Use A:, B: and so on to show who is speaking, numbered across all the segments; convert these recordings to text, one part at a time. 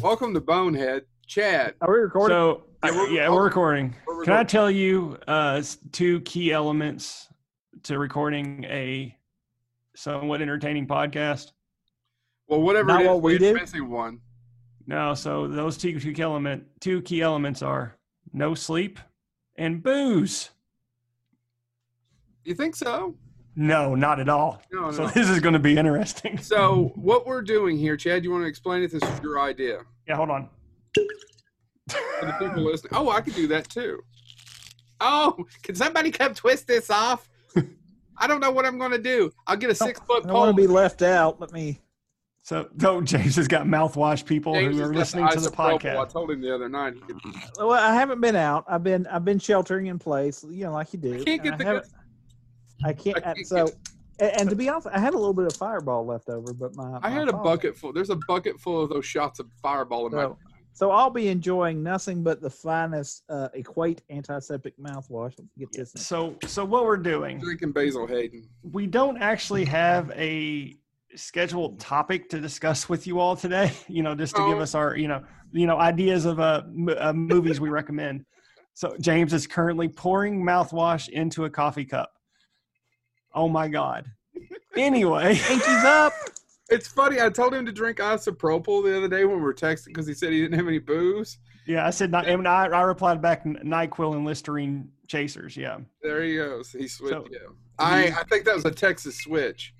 A: Welcome to Bonehead, Chad.
B: Are we recording?
C: So
A: Yeah,
C: yeah,
A: we're
C: we're,
A: recording.
C: recording.
A: We're
C: Can I
A: recording.
C: tell you uh, s- two key elements to recording a somewhat entertaining podcast?
A: Well, whatever
B: Not
A: it is,
B: what we
A: we're
B: do?
A: missing one.
C: No. So those two two key element two key elements are no sleep and booze.
A: You think so?
C: No, not at all.
A: No,
C: So
A: no.
C: this is going to be interesting.
A: So what we're doing here, Chad? You want to explain it? This is your idea
C: Yeah, hold on.
A: for the people listening. Oh, I could do that too. Oh, can somebody come twist this off? I don't know what I'm going to do. I'll get a six foot
B: I don't
A: pole.
B: want to be left out. Let me.
C: So, oh, James has got mouthwash people
A: James
C: who
A: has
C: are
A: got
C: listening to the
A: isopropyl. I
C: podcast.
A: told him the other night. He could-
B: Well, I haven't been out. I've been I've been sheltering in place, you know, like you do.
A: I can't get
B: and
A: the
B: I haven't- I
A: I
B: can't. uh,
A: can't get-
B: so, and, and to be honest, I had a little bit of Fireball left over, but my
A: I
B: my
A: had a
B: phone-
A: bucket full. There's a bucket full of those shots of fireball in my.
B: So, so I'll be enjoying nothing but the finest uh, Equate antiseptic mouthwash. Let me get this. in.
C: So, so what we're doing
A: Drinking Basil Hayden.
C: we don't actually have a scheduled topic to discuss with you all today you know just to give
A: No.
C: us our you know you know ideas of uh, m- uh movies we recommend so james is currently pouring mouthwash into a coffee cup oh my god anyway
B: Pinkies up.
A: It's funny. I told him to drink isopropyl the other day when we were texting because he said he didn't have any booze.
C: yeah i said not, and I, I replied back N- nyquil and listerine chasers yeah
A: There he goes. He switched.
C: So-
A: yeah. I, I think that was a Texas switch.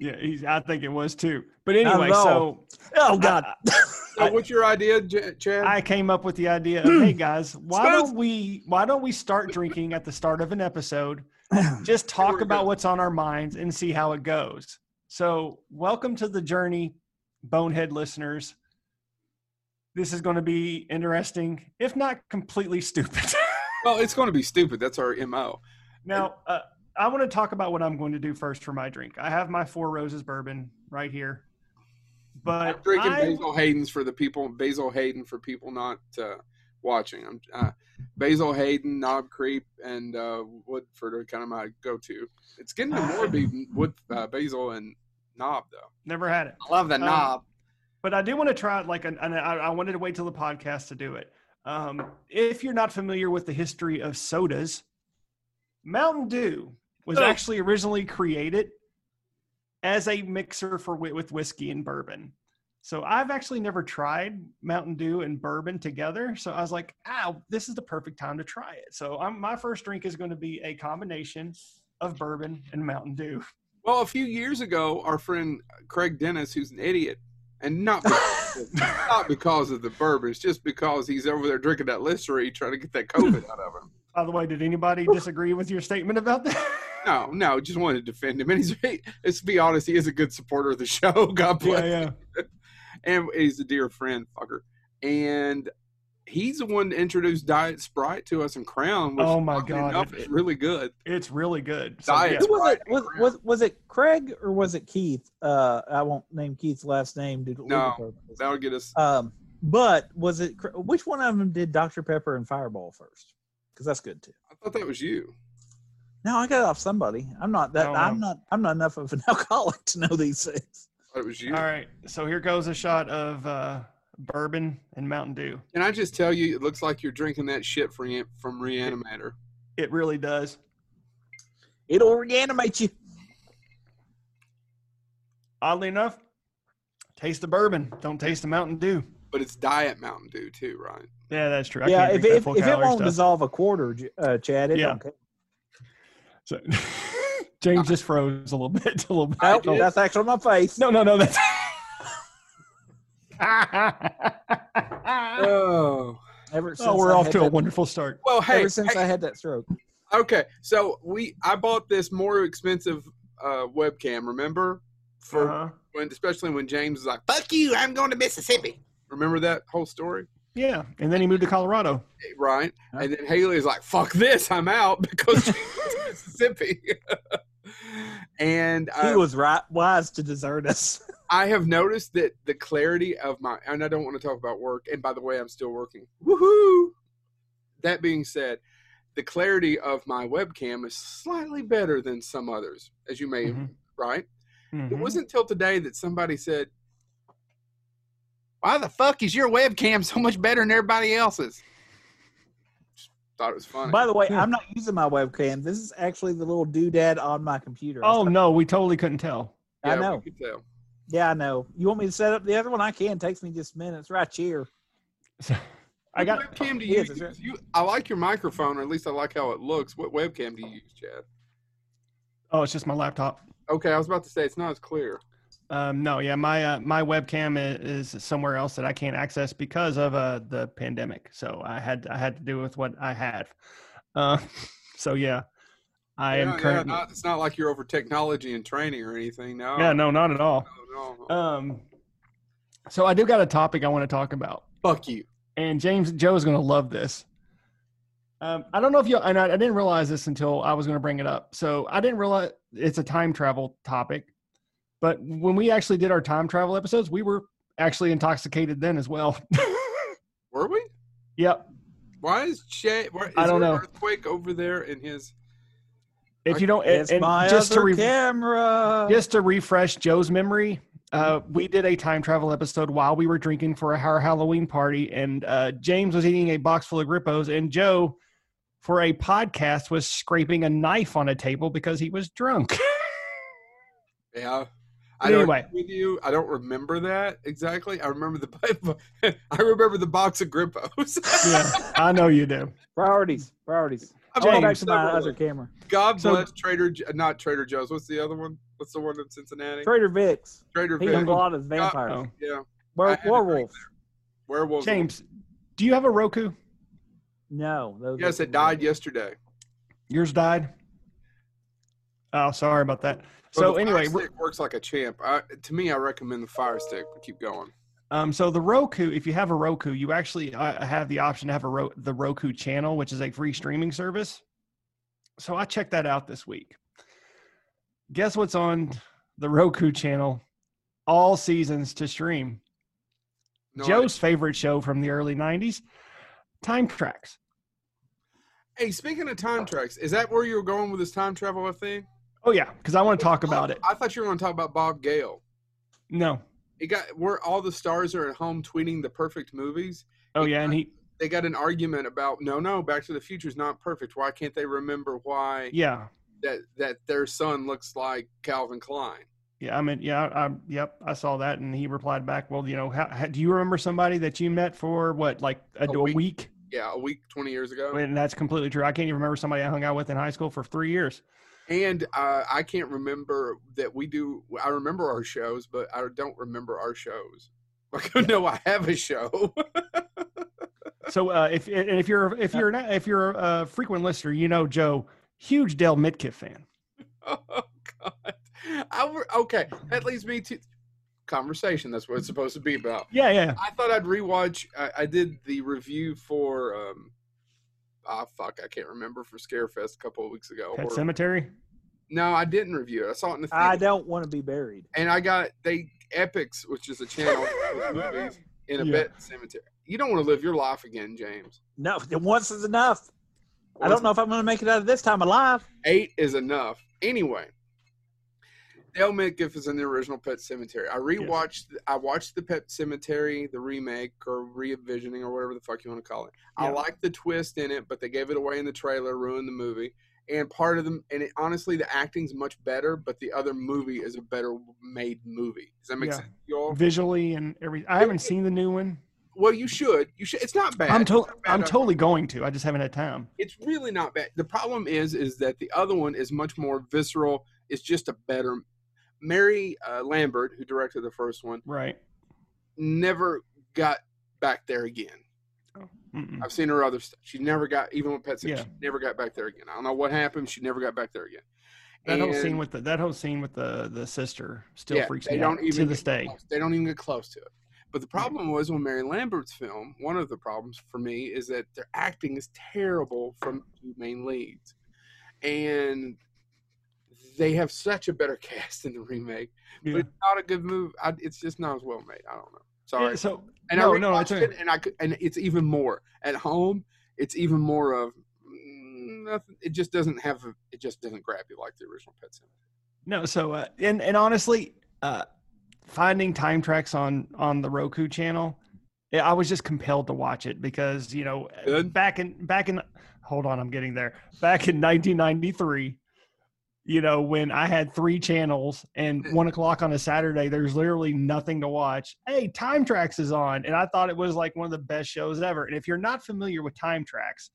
C: yeah he's, i think it was too but
B: at
C: anyway so
B: Oh God.
A: So
C: I-
A: what's your idea, J- Chad?
C: I came up with the idea of, hey guys, why don't we why don't we start drinking at the start of an episode? Just
A: Here
C: talk
A: we go.
C: about what's on our minds and see how it goes. So, welcome to the journey, Bonehead listeners. This is going to be interesting, if not completely stupid.
A: well, it's going to be stupid. That's our mo.
C: now, uh, I want to talk about what I'm going to do first for my drink. I have my Four Roses bourbon right here,
A: I'm
C: but
A: drinking
C: I-
A: Basil Hayden's for the people. Basil Hayden for people not uh, watching. I'm uh, Basil Hayden, Knob Creek, and uh, Woodford are kind of my go-to. It's getting
C: Ah.
A: to more be Wood, uh, Basil and Knob though.
C: never had it.
A: I love the
C: Um,
A: Knob.
C: but I do want to try it like an, an, I I wanted to wait till the podcast to do it. Um, if you're not familiar with the history of sodas, Mountain Dew was
A: Oh.
C: actually originally created as a mixer for whi- with whiskey and bourbon. So I've actually never tried Mountain Dew and bourbon together. So I was like, "Ah, this is the perfect time to try it." So I'm, my first drink is going to be a combination of bourbon and Mountain Dew.
A: Well, a few years ago, our friend Craig Dennis, who's an idiot, and not because, not because of the bourbon, it's just because he's over there drinking that Listerine trying to get that COVID out of him.
C: By the way, did anybody disagree with your statement about that?
A: No, no, just wanted to defend him. And he's, he, let's be honest, he is a good supporter of the show. God bless.
C: Yeah, yeah.
A: And he's a dear friend, fucker. And he's the one to introduce Diet Sprite to us in Crown, which
C: Oh my
A: funnily
C: God,
A: enough,
C: it-
A: is really good.
C: It's really good.
A: Diet.
B: Who was it? Was, was, was it Craig or was it Keith? Uh, I won't name Keith's last name due to
A: No,
B: legal purposes.
A: That'll get us.
B: Um, but was it Cra- which one of them did Dr Pepper and Fireball first? Because that's good too.
A: I thought that was you.
B: No, I got it off somebody. I'm not that.
C: No, Oh, no.
B: I'm not. I'm not enough of an alcoholic to know these things.
A: I thought it was you.
C: All right. So here goes a shot of uh, bourbon and Mountain Dew.
A: Can I just tell you, it looks like you're drinking that shit from, from Reanimator.
C: It really does.
B: It'll reanimate you.
C: Oddly enough, taste the bourbon. Don't taste the Mountain Dew.
A: But it's Diet Mountain Dew too, right?
C: Yeah, that's true. I
B: yeah,
C: can't
B: if,
C: drink
B: if, if
C: that
B: it
C: full-calorie
B: won't
C: stuff.
B: dissolve a quarter, J- uh, Chad, it
C: Yeah.
B: don't count.
C: So, James just froze a little bit. A little bit.
A: I
B: No,
A: did.
B: that's actually my face.
C: No, no, no. That's.
A: Oh.
B: Ever since
C: oh, we're
B: I
C: off
B: had
C: to a
B: that-
C: wonderful start.
A: Well, hey,
B: Ever since
A: hey,
B: I had that stroke.
A: okay. So we, I bought this more expensive uh, webcam. Remember, for
C: Uh-huh.
A: when, especially when James was like, "Fuck you, I'm going to Mississippi." Remember that whole story, Eh,
C: Yeah, and then he moved to Colorado.
A: right?
B: Huh?
A: And then Haley is like, "Fuck this, I'm out because James went to Mississippi." and
B: He
A: uh,
B: was right wise to desert us.
A: I have noticed that the clarity of my and I don't want to talk about work. And by the way, I'm still working. Woohoo! That being said, the clarity of my webcam is slightly better than some others, as you
B: Mm-hmm.
A: may
C: Mhm.
A: right. It
C: Mhm.
A: wasn't until today that somebody said, Why the fuck is your webcam so much better than everybody else's? Just thought it was funny.
B: By the way, I'm not using my webcam. This is actually the little doodad on my computer. I
C: Oh
B: st-
C: no, we totally couldn't tell.
B: I
A: we
B: know.
A: could tell.
B: Yeah, I know. You want me to set up the other one? I can. takes me just minutes. Right here.
C: I got
A: What webcam do you
B: Yes,
A: use?
B: that's right.
A: You, I like your microphone, or at least I like how it looks. What webcam do you use, Chad?
C: oh, it's just my laptop.
A: Okay, I was about to say it's not as clear.
C: Um, no, yeah, my uh, my webcam i- is, is somewhere else that I can't access because of uh, the pandemic. So I had I had to do with what I had. Uh, so yeah, I
A: Yeah,
C: am
A: yeah,
C: currently yeah,
A: not- um, it's not like you're over technology and training or anything. No.
C: no, not at all.
A: no, no.
C: Um, so I do got a topic I want to talk about,
A: Fuck you.
C: and James Joe is going to love this. Um, I don't know if you and I, I didn't realize this until I was going to bring it up. So I didn't realize it's a time travel topic, but when we actually did our time travel episodes, we were actually intoxicated then as well.
A: Were we?
C: Yep.
A: Why is Chad? Why, is
C: I don't
A: there an
C: know.
A: Earthquake over there in his.
C: If you don't, and,
B: It's
C: and
B: my
C: just to
B: other
C: re-
B: camera.
C: just to refresh Joe's memory, uh, we did a time travel episode while we were drinking for our Halloween party, and uh, James was eating a box full of Grippos, and Joe, for a podcast, was scraping a knife on a table because he was drunk.
A: Yeah. I don't
C: Anyway.
A: agree with you. I don't remember that exactly. I remember the I remember the box of Grippos.
C: yeah, Oh, I know you do.
B: Priorities. Priorities.
A: I've
B: I'll go
A: got
B: back to my
A: several
B: other
A: of-
B: camera.
A: God
C: So-
A: bless Trader, J- not Trader Joe's. What's the other one? What's the one in Cincinnati?
B: Trader Vic's.
A: Trader
B: He
A: Vic's.
B: done a lot of vampires.
C: Oh.
A: Yeah, I
B: Wer-
A: had a drink
B: werewolves.
A: werewolves.
C: James, do you have a Roku?
B: No. Those
A: Yes,
B: are-
A: it died yesterday.
C: Yours died. Oh, sorry about that.
A: Well,
C: So
A: the
C: anyway,
A: Fire
C: we're-
A: Stick works like a champ. I, to me, I recommend the Fire Stick. But keep going.
C: Um, so the Roku, if you have a Roku, you actually uh, have the option to have a ro- the Roku channel, which is a free streaming service. So I checked that out this week. Guess what's on the Roku channel? All seasons to stream.
A: No,
C: Joe's favorite show from the early '90s, Time Tracks.
A: I- hey, speaking of time tracks, is that where you were going with this time travel thing?
C: Oh yeah, because I want to talk about it.
A: I thought you were going to talk about Bob Gale.
C: No.
A: It got where all the stars are at home tweeting the perfect movies.
C: Oh yeah, and he.
A: They got an argument about no, no, Back to the Future is not perfect. Why can't they remember why
C: Yeah.
A: that that their son looks like Calvin Klein?
C: Yeah, I mean, yeah, I, yep, I saw that, and he replied back, "Well, you know, how, how, do you remember somebody that you met for what, like a,
A: A
C: a
A: week.
C: week?
A: Yeah, a week twenty years ago.
C: And that's completely true. I can't even remember somebody I hung out with in high school for three years.
A: And uh, I can't remember that we do. I remember our shows, but I don't remember our shows. Like, no, I have a show.
C: So uh, if and if you're if you're not, if you're a frequent listener, you know Joe, huge Dale Midkiff fan.
A: oh God! I were, okay. That leads me to conversation. That's what it's supposed to be about.
C: Yeah, yeah.
A: I thought I'd rewatch. I, I did the review for. um Ah, fuck! I can't remember for Scarefest a couple of weeks ago.
C: Pet
A: Or-
C: Cemetery.
A: no, I didn't review it. I saw it in the theater.
B: I don't want to be buried.
A: and I got they Epics, which is a channel with movies in a
C: Yeah.
A: vet cemetery. You don't want to live your life again, James.
B: No, once is enough. I don't know if I'm going to make it out of this time alive.
A: Eight is enough. Anyway, Dale Midkiff is in the original Pet Cemetery. I rewatched. I watched the Pet Cemetery, the remake or revisioning or whatever the fuck you want to call it. I
C: Yeah.
A: like the twist in it, but they gave it away in the trailer, ruined the movie. And part of them, and it, honestly, the acting's much better, but the other movie is a better made movie. Does that make
C: Yeah.
A: sense, y'all?
C: Visually and every, I haven't seen the new one.
A: Well, you should. You should. It's not bad.
C: I'm to,
A: It's not bad
C: I'm
A: at all.
C: totally going to. I just haven't had time.
A: It's really not bad. The problem is, is that the other one is much more visceral. It's just a better. Mary uh, Lambert, who directed the first one,
C: Right.
A: never got back there again.
C: Mm-mm.
A: I've seen her other stuff. She never got even with Pet Sematary,
C: Yeah.
A: She never got back there again. I don't know what happened. She never got back there again.
C: That whole scene
A: And-
C: with the that whole scene with the the sister still
A: Yeah,
C: freaks
A: they
C: me
A: don't
C: out
A: even
C: to this
A: get
C: day.
A: close. They don't even get close to it. But the problem was when Mary Lambert's film, one of the problems for me is that their acting is terrible from the two main leads. And they have such a better cast in the remake.
C: Yeah.
A: But it's not a good move. I, it's just not as well made. I don't know. Sorry.
C: Yeah, so
A: and
C: no,
A: I
C: no,
A: rewatched
C: it's okay.
A: it and I could, and it's even more. At home, it's even more of mm, nothing. It just doesn't have a, it just doesn't grab you like the original Pet Sematary.
C: No, so uh, and and honestly, uh, finding time tracks on on the Roku channel I was just compelled to watch it because you know uh,
A: Good.
C: back in back in hold on I'm getting there back in 1993 you know when I had three channels and one o'clock on a Saturday there's literally nothing to watch hey time tracks is on and I thought it was like one of the best shows ever and if you're not familiar with time tracks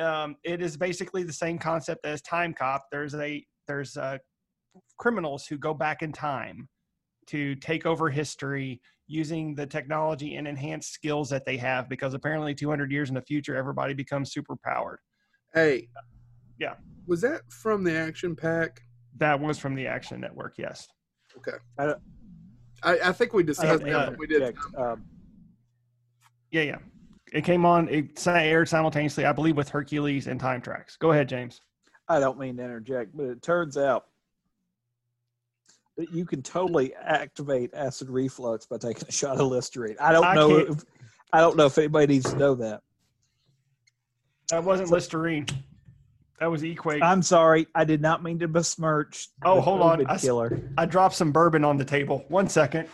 C: um, it is basically the same concept as time cop there's a there's uh, criminals who go back in time to take over history using the technology and enhanced skills that they have because apparently 200 years in the future everybody becomes super powered
A: Hey.
C: Yeah.
A: Was that from the action pack?
C: that was from the action network yes
A: I, I think we discussed
C: Uh,
A: that
C: yeah.
A: when we did.
B: Checked, um,
C: yeah yeah it came on it sa- aired simultaneously i believe with hercules and time tracks go ahead james
B: I don't mean to interject, but it turns out that you can totally activate acid reflux by taking a shot of Listerine. I don't
C: I
B: know.
C: can't-
B: If, I don't know if anybody needs to know that.
C: that wasn't listerine that was equate
B: I'm sorry, I did not mean to besmirch.
C: Oh,
B: the
C: hold on.
B: COVID
C: I s-
B: killer.
C: i dropped some bourbon on the table one second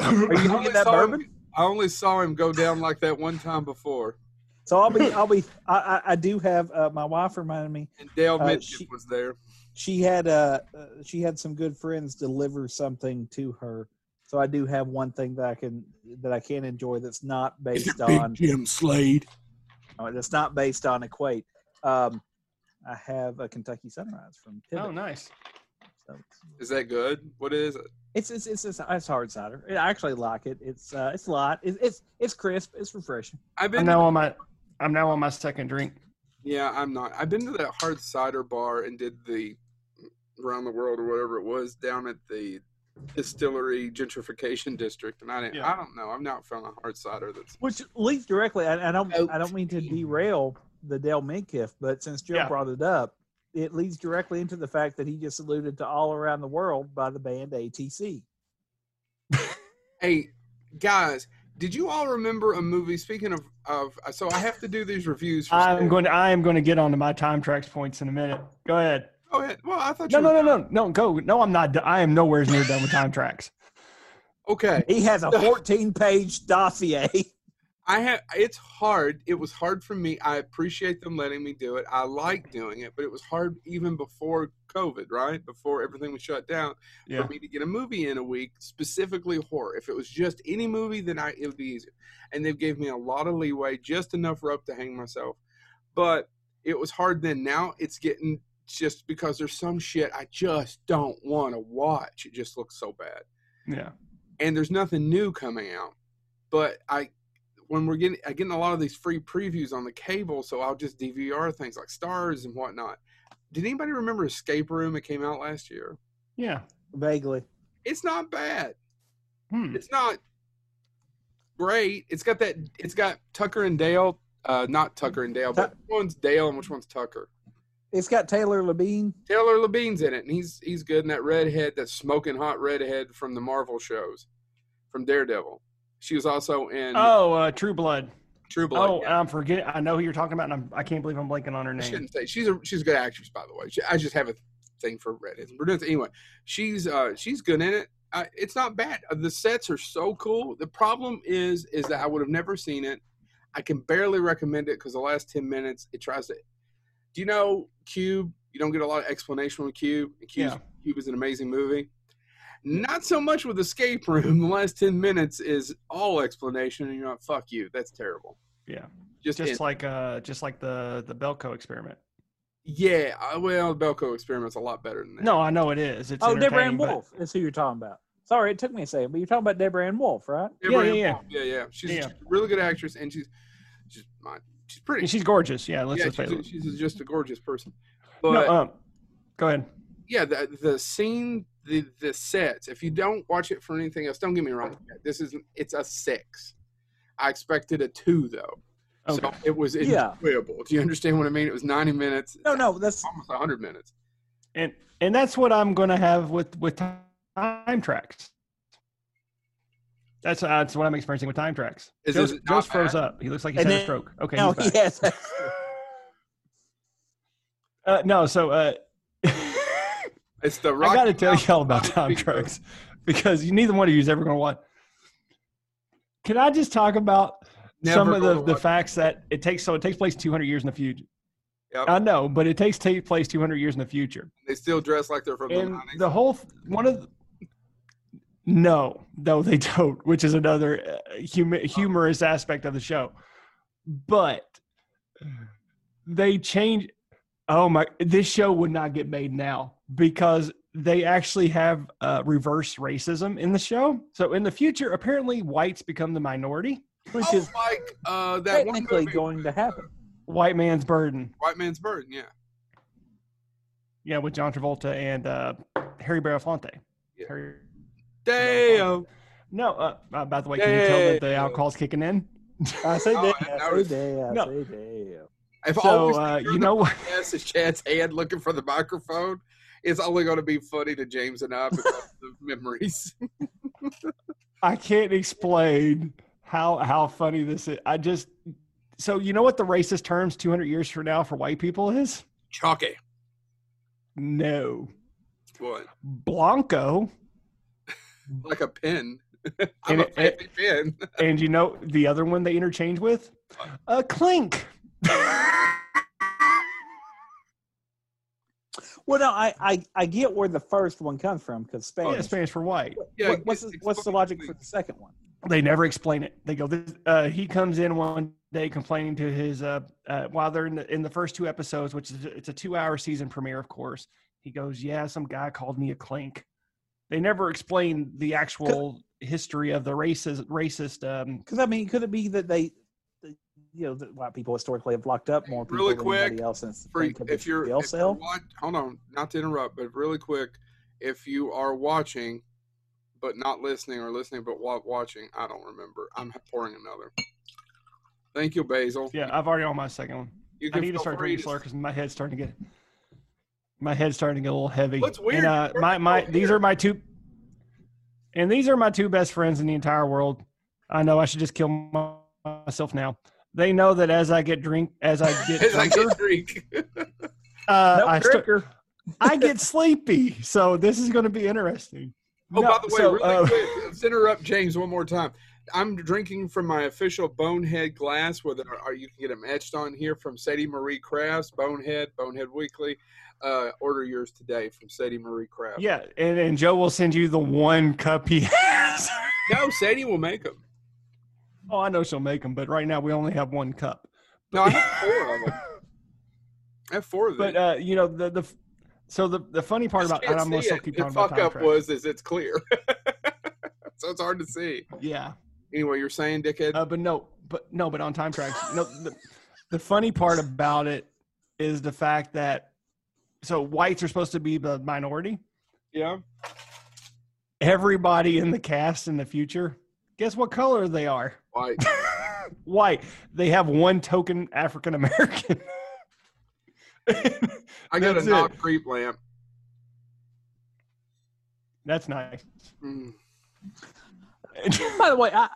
B: Are you
A: I
B: gonna
A: only
B: get that
A: saw him-
B: bourbon?
A: I only saw him go down like that one time before,
B: So I'll be, I'll be, I, I, I do have uh, my wife reminded me
A: and Dale
B: Uh,
A: Midship
B: she-
A: was there.
B: she had uh, uh she had some good friends deliver something to her. So I do have one thing that I can that I can enjoy that's not based on
A: Jim Slade?
B: uh, that's not based on Equate. Um, I have a Kentucky Sunrise from Pivot.
C: oh nice
B: so it's-
A: Is that good? What is it?
B: it's, it's it's it's it's hard cider. I actually like it. It's uh it's light. It's it's, it's crisp. It's refreshing.
A: I've
C: i'm
A: been.
C: now on my i'm now on my second drink
A: yeah, I'm not. I've been to that hard cider bar and did the around the world or whatever it was down at the distillery gentrification district, and I didn't.
C: Yeah.
A: I don't know. I've not found a hard cider that's.
B: Which leads directly. I, I don't. I don't mean to
A: Oat.
B: derail the Dell Minkiff, but since Joe
C: Yeah.
B: brought it up, it leads directly into the fact that he just alluded to "All Around the World" by the band ATC.
A: Hey, guys. Did you all remember a movie? Speaking of, of uh, so I have to do these reviews. For
C: I'm
A: Stan.
C: going. To, I am going to get onto my time tracks points in a minute. Go ahead.
A: Go ahead. Well, I thought
C: No,
A: you.
C: no,
A: were-
C: no, no, no. Go. No, I'm not. do- I am nowhere near done with time tracks.
A: Okay.
B: He has a 14-page dossier.
A: I have. It's hard. It was hard for me. I appreciate them letting me do it. I like doing it, but it was hard even before COVID, right? Before everything was shut down,
C: Yeah.
A: for me to get a movie in a week, specifically horror. If it was just any movie, then I it would be easier. And they gave me a lot of leeway, just enough rope to hang myself. But it was hard then. Now it's getting just because there's some shit I just don't want to watch. It just looks so bad
C: Yeah.
A: and there's nothing new coming out. But I, when we're getting, I getting a lot of these free previews on the cable, so I'll just DVR things like Stars and whatnot. Did anybody remember Escape Room? It came out last year.
C: Yeah.
B: Vaguely.
A: It's not bad.
C: Hmm.
A: It's not great. It's got that. It's got Tucker and Dale. Uh, not Tucker and Dale, but
B: Tu-
A: which one's Dale and which one's Tucker?
B: It's got Taylor Labine.
A: Taylor Levine's in it, and he's he's good. And that redhead, that smoking hot redhead from the Marvel shows, from Daredevil. She was also in
C: Oh, uh, True Blood.
A: True Blood.
C: oh,
A: yeah.
C: I'm forgetting. I know who you're talking about, and I'm, I can't believe I'm blanking on her
A: I
C: name.
A: shouldn't say she's a she's a good actress, by the way. She, I just have a thing for redheads. But anyway, she's uh she's good in it. I, it's not bad. Uh, The sets are so cool. The problem is is that I would have never seen it. I can barely recommend it because the last ten minutes it tries to. Do you know Cube? You don't get a lot of explanation with Cube. And Cube's,
C: Yeah.
A: Cube is an amazing movie. Not so much with Escape Room. The last ten minutes is all explanation, and you're like, "Fuck you, that's terrible."
C: Yeah.
A: just, end
C: Just like uh, just like the the Belko experiment.
A: Yeah, uh, well, the Belko experiment's a lot better than that.
C: No, I know it is. It's
B: Oh, Deborah Ann
C: entertaining, but-
B: Wolf is who you're talking about. Sorry, it took me a second, but you're talking about Deborah Ann Wolf, right?
A: Deborah
C: yeah,
A: Ann Paul, yeah, yeah. She's,
C: Yeah.
A: she's a really good actress, and she's she's my, she's pretty.
C: and she's gorgeous. Yeah. Let's
A: yeah,
C: just face
A: she's,
C: it.
A: she's just a gorgeous person.
C: No,
A: But
C: um, go ahead.
A: yeah, the the scene, the the sets. If you don't watch it for anything else, don't get me wrong. This is it's a six. I expected a two though,
C: Okay.
A: so it was
B: Yeah.
A: enjoyable. Do you understand what I mean? It was ninety minutes.
B: No, no, that's
A: almost hundred minutes.
C: and and that's what I'm going to have with with time tracks. That's that's what I'm experiencing with time tracks.
A: Is-
C: Joe's,
A: is it not
C: Joe's froze
A: bad?
C: up. He looks like he's
B: And
C: had
B: then-
C: a stroke. Okay,
B: no,
C: he's back.
B: yes.
C: Uh, no, so uh,
A: It's the
C: I
A: rock.
C: got to tell
A: Mountain
C: y'all about
A: Rocky
C: time
A: Peak Road.
C: tracks because you, neither one of you is ever going to watch. Can I just talk about
A: Never
C: some
A: go
C: of
A: to
C: the, the
A: Washington.
C: facts that it takes? So it takes place 200 years in the future.
A: Yep.
C: I know, but it takes take place 200 years in the future.
A: They still dress like they're from the
C: and
A: 90s.
C: the whole th- one of the, no no they don't which is another uh, hum, humorous aspect of the show but they change oh my this show would not get made now because they actually have uh, reverse racism in the show so in the future apparently whites become the minority
B: which
A: oh,
B: is
A: like uh, that one
B: technically
A: movie,
B: going to happen.
C: white man's burden
A: White Man's Burden. Yeah,
C: yeah with john travolta and uh, harry belafonte
A: Yeah.
C: harry
A: damn.
C: No, uh, uh, by the way, can you tell that the
A: Yeah.
C: alcohol's kicking in?
B: I say
A: Oh,
B: damn.
A: I
B: I
A: noticed.
B: say damn.
C: No.
B: I say damn.
A: If
C: So
A: always
C: uh,
A: think you're
C: you
A: the
C: know what?
A: Yes, is Chad's hand looking for the microphone. It's only going to be funny to James and I because of memories.
C: I can't explain how how funny this is. I just so you know what the racist terms 200 years from now for white people is?
A: Chalky.
C: No,
A: What?
C: Blanco.
A: Like a pin. I'm
C: And
A: a
C: it- it-
A: fancy pin.
C: And you know the other one they interchange with? A clink.
B: Well, no, I, I, I get where the first one comes from because
C: Yeah,
B: Spanish.
C: Spanish for white.
A: Oh, Yeah,
B: What- what's,
A: it's-
B: the- what's the logic for the second one?
C: they never explain it. They go, this, uh, he comes in one day complaining to his, uh, uh, while they're in the, in the first two episodes, which is, it's a two hour season premiere, of course. He goes, yeah, some guy called me a clink. They never explain the actual history of the racist, racist, um,
B: Because I mean, could it be that they, that, you know, that white people historically have locked up more people
A: Really
B: than
A: quick,
B: anybody else? Since
A: For,
B: the think of
A: if
B: the
A: you're,
B: jail
A: if you're
B: cell?
A: watch, hold on, not to interrupt, but really quick, if you are watching but not listening or listening but wa- watching, I don't remember. I'm pouring another. Thank you, Basil.
C: yeah, I've already on my second one.
A: you
C: I
A: can
C: need to
A: feel
C: start
A: free
C: drinking slower because my head's starting to get, my head's starting to get a little heavy.
A: What's weird
C: And, uh,
A: is we're
C: my, my,
A: still
C: these
A: here.
C: are my two, and these are my two best friends in the entire world. I know I should just kill my- myself now. They know that as I get drink, as I get,
A: As I
C: drunker,
A: get drink.
C: uh,
B: No
C: I, start,
B: drinker.
C: I get sleepy. So this is going to be interesting.
A: Oh,
C: No,
A: by the way,
C: so,
A: really
C: uh,
A: quick, let's interrupt James one more time. I'm drinking from my official Bonehead glass, with or you can get them etched on here from Sadie Marie Crafts, Bonehead, Bonehead Weekly. Uh, order yours today from Sadie Marie Crafts.
C: yeah, and, and Joe will send you the one cup he has.
A: No, Sadie will make them.
C: oh, I know she'll make them, but right now we only have one cup.
A: No, I have four of them. I have four of them.
C: But uh, you know the the so the the funny part
A: Just
C: about
A: can't
C: and I'm gonna
A: see
C: still
A: it.
C: keep
A: the
C: talking about
A: fuck
C: time
A: up
C: travel.
A: was is it's clear, so it's hard to see.
C: yeah,
A: Anyway, you're saying, dickhead.
C: uh, but no, but no, but on time tracks. no, the, the funny part about it is the fact that so whites are supposed to be the minority.
A: yeah,
C: Everybody in the cast in the future, guess what color they are?
A: like
C: White. They have one token African American.
A: I got a
C: That's it.
A: knob creep lamp.
C: That's nice.
A: Mm.
B: By the way, I,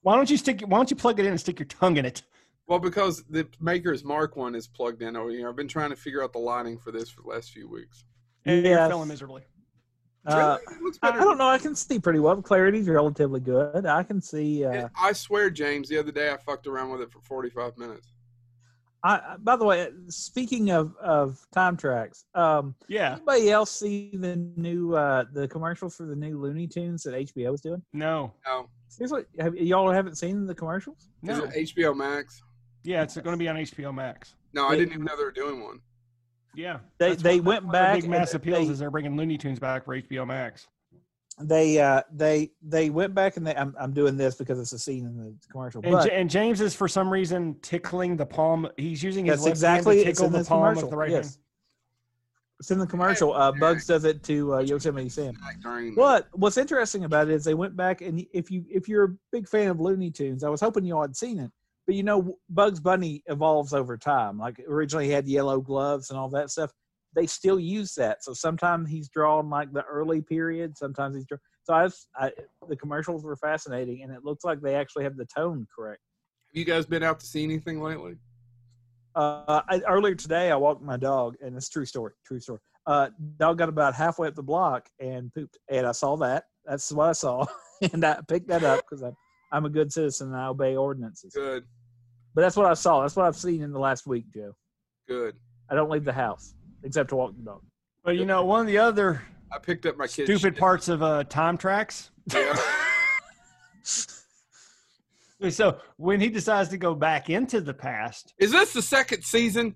C: why don't you stick? Why don't you plug it in and stick your tongue in it?
A: Well, because the Maker's Mark one is plugged in over here. I've been trying to figure out the lighting for this for the last few weeks.
C: And you're
B: Yes.
C: failing miserably.
B: uh,
A: Really? It looks
B: I, I
A: better.
B: don't know. I can see pretty well. Clarity's relatively good. I can see. Uh,
A: I swear, James, the other day I fucked around with it for 45 minutes.
B: I, I- by the way, uh, speaking of of time tracks, um,
C: Yeah.
B: anybody else see the new uh the commercials for the new Looney Tunes that HBO is doing?
C: No.
A: No.
B: Seriously, have, y'all haven't seen the commercials?
A: Is
C: No.
A: it HBO Max?
C: Yeah, it's going to be on HBO Max.
A: No, I
B: They-
A: didn't even know they were doing one.
C: Yeah.
B: They
C: That's
B: they
C: one-
B: went
C: one of the
B: back.
C: Big mass
B: and
C: appeals
B: they-
C: is they're bringing Looney Tunes back for HBO Max.
B: they uh they they went back and they I'm, I'm doing this because it's a scene in the commercial
C: And,
B: but
C: J- and James is for some reason tickling the palm. He's using his
B: that's
C: left hand
B: exactly it's
C: to
B: in
C: tickle the
B: this
C: palm
B: commercial
C: of the right
B: yes
C: hand.
B: it's in the commercial uh bugs does it to uh, yosemite sam
A: Like, during the-
B: but what's interesting about it is they went back and if you if you're a big fan of looney tunes i was hoping y'all had seen it but you know bugs bunny evolves over time like originally he had yellow gloves and all that stuff they still use that so sometimes he's drawn like the early period sometimes he's drawn so i, was, I the commercials were fascinating and it looks like they actually have the tone correct
A: Have you guys been out to see anything lately?
B: Uh, I, earlier today, I walked my dog, and it's a true story. True story. Uh, dog got about halfway up the block and pooped, and I saw that. That's what I saw, and I picked that up because I'm I'm a good citizen and I obey ordinances.
A: Good,
B: But that's what I saw. That's what I've seen in the last week, Joe.
A: good.
B: I don't leave the house except to walk the dog.
C: But you know, one of the other
A: I picked up my kids.
C: stupid parts of uh, time tracks.
A: Yeah.
C: So when he decides to go back into the past,
A: Is this the second season?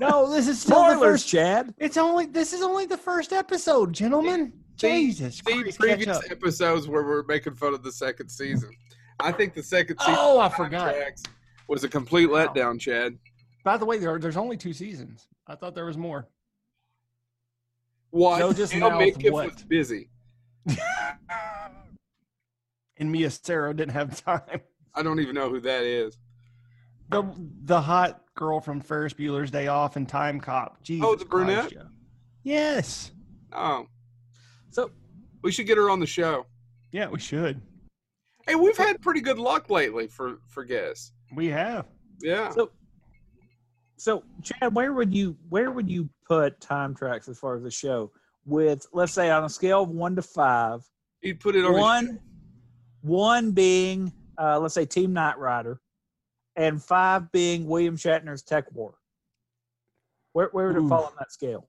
C: no, this is still the
B: Spoilers,
C: first.
B: Chad.
C: It's only this is only the first episode, gentlemen.
A: See-
C: Jesus
A: The
C: Christ, catch
A: previous
C: up.
A: episodes where we're making fun of the second season. I think the second season
C: Oh, I forgot.
A: tracks was a complete letdown, Chad.
C: By the way, there are, there's only two seasons. I thought there was more.
A: What?
C: Joe just
A: Gail
C: mouthed
A: Minkiff
C: what?
A: was busy.
C: And Mia Sarah didn't have time.
A: I don't even know who that is.
C: The the hot girl from Ferris Bueller's Day Off and Time Cop. Jesus
A: Oh, the brunette?
C: Christ, Joe. Yes.
A: Oh,
B: So
A: we should get her on the show.
C: Yeah, we should.
A: Hey, we've had pretty good luck lately for for guests.
C: We have.
A: Yeah.
B: So- so Chad, where would you where would you put time tracks as far as the show? With let's say on a scale of one to five,
A: He'd put it on his-
B: one one being uh, let's say Team Knight Rider, and five being William Shatner's Tech War. Where where would it fall
C: Ooh.
B: on that scale?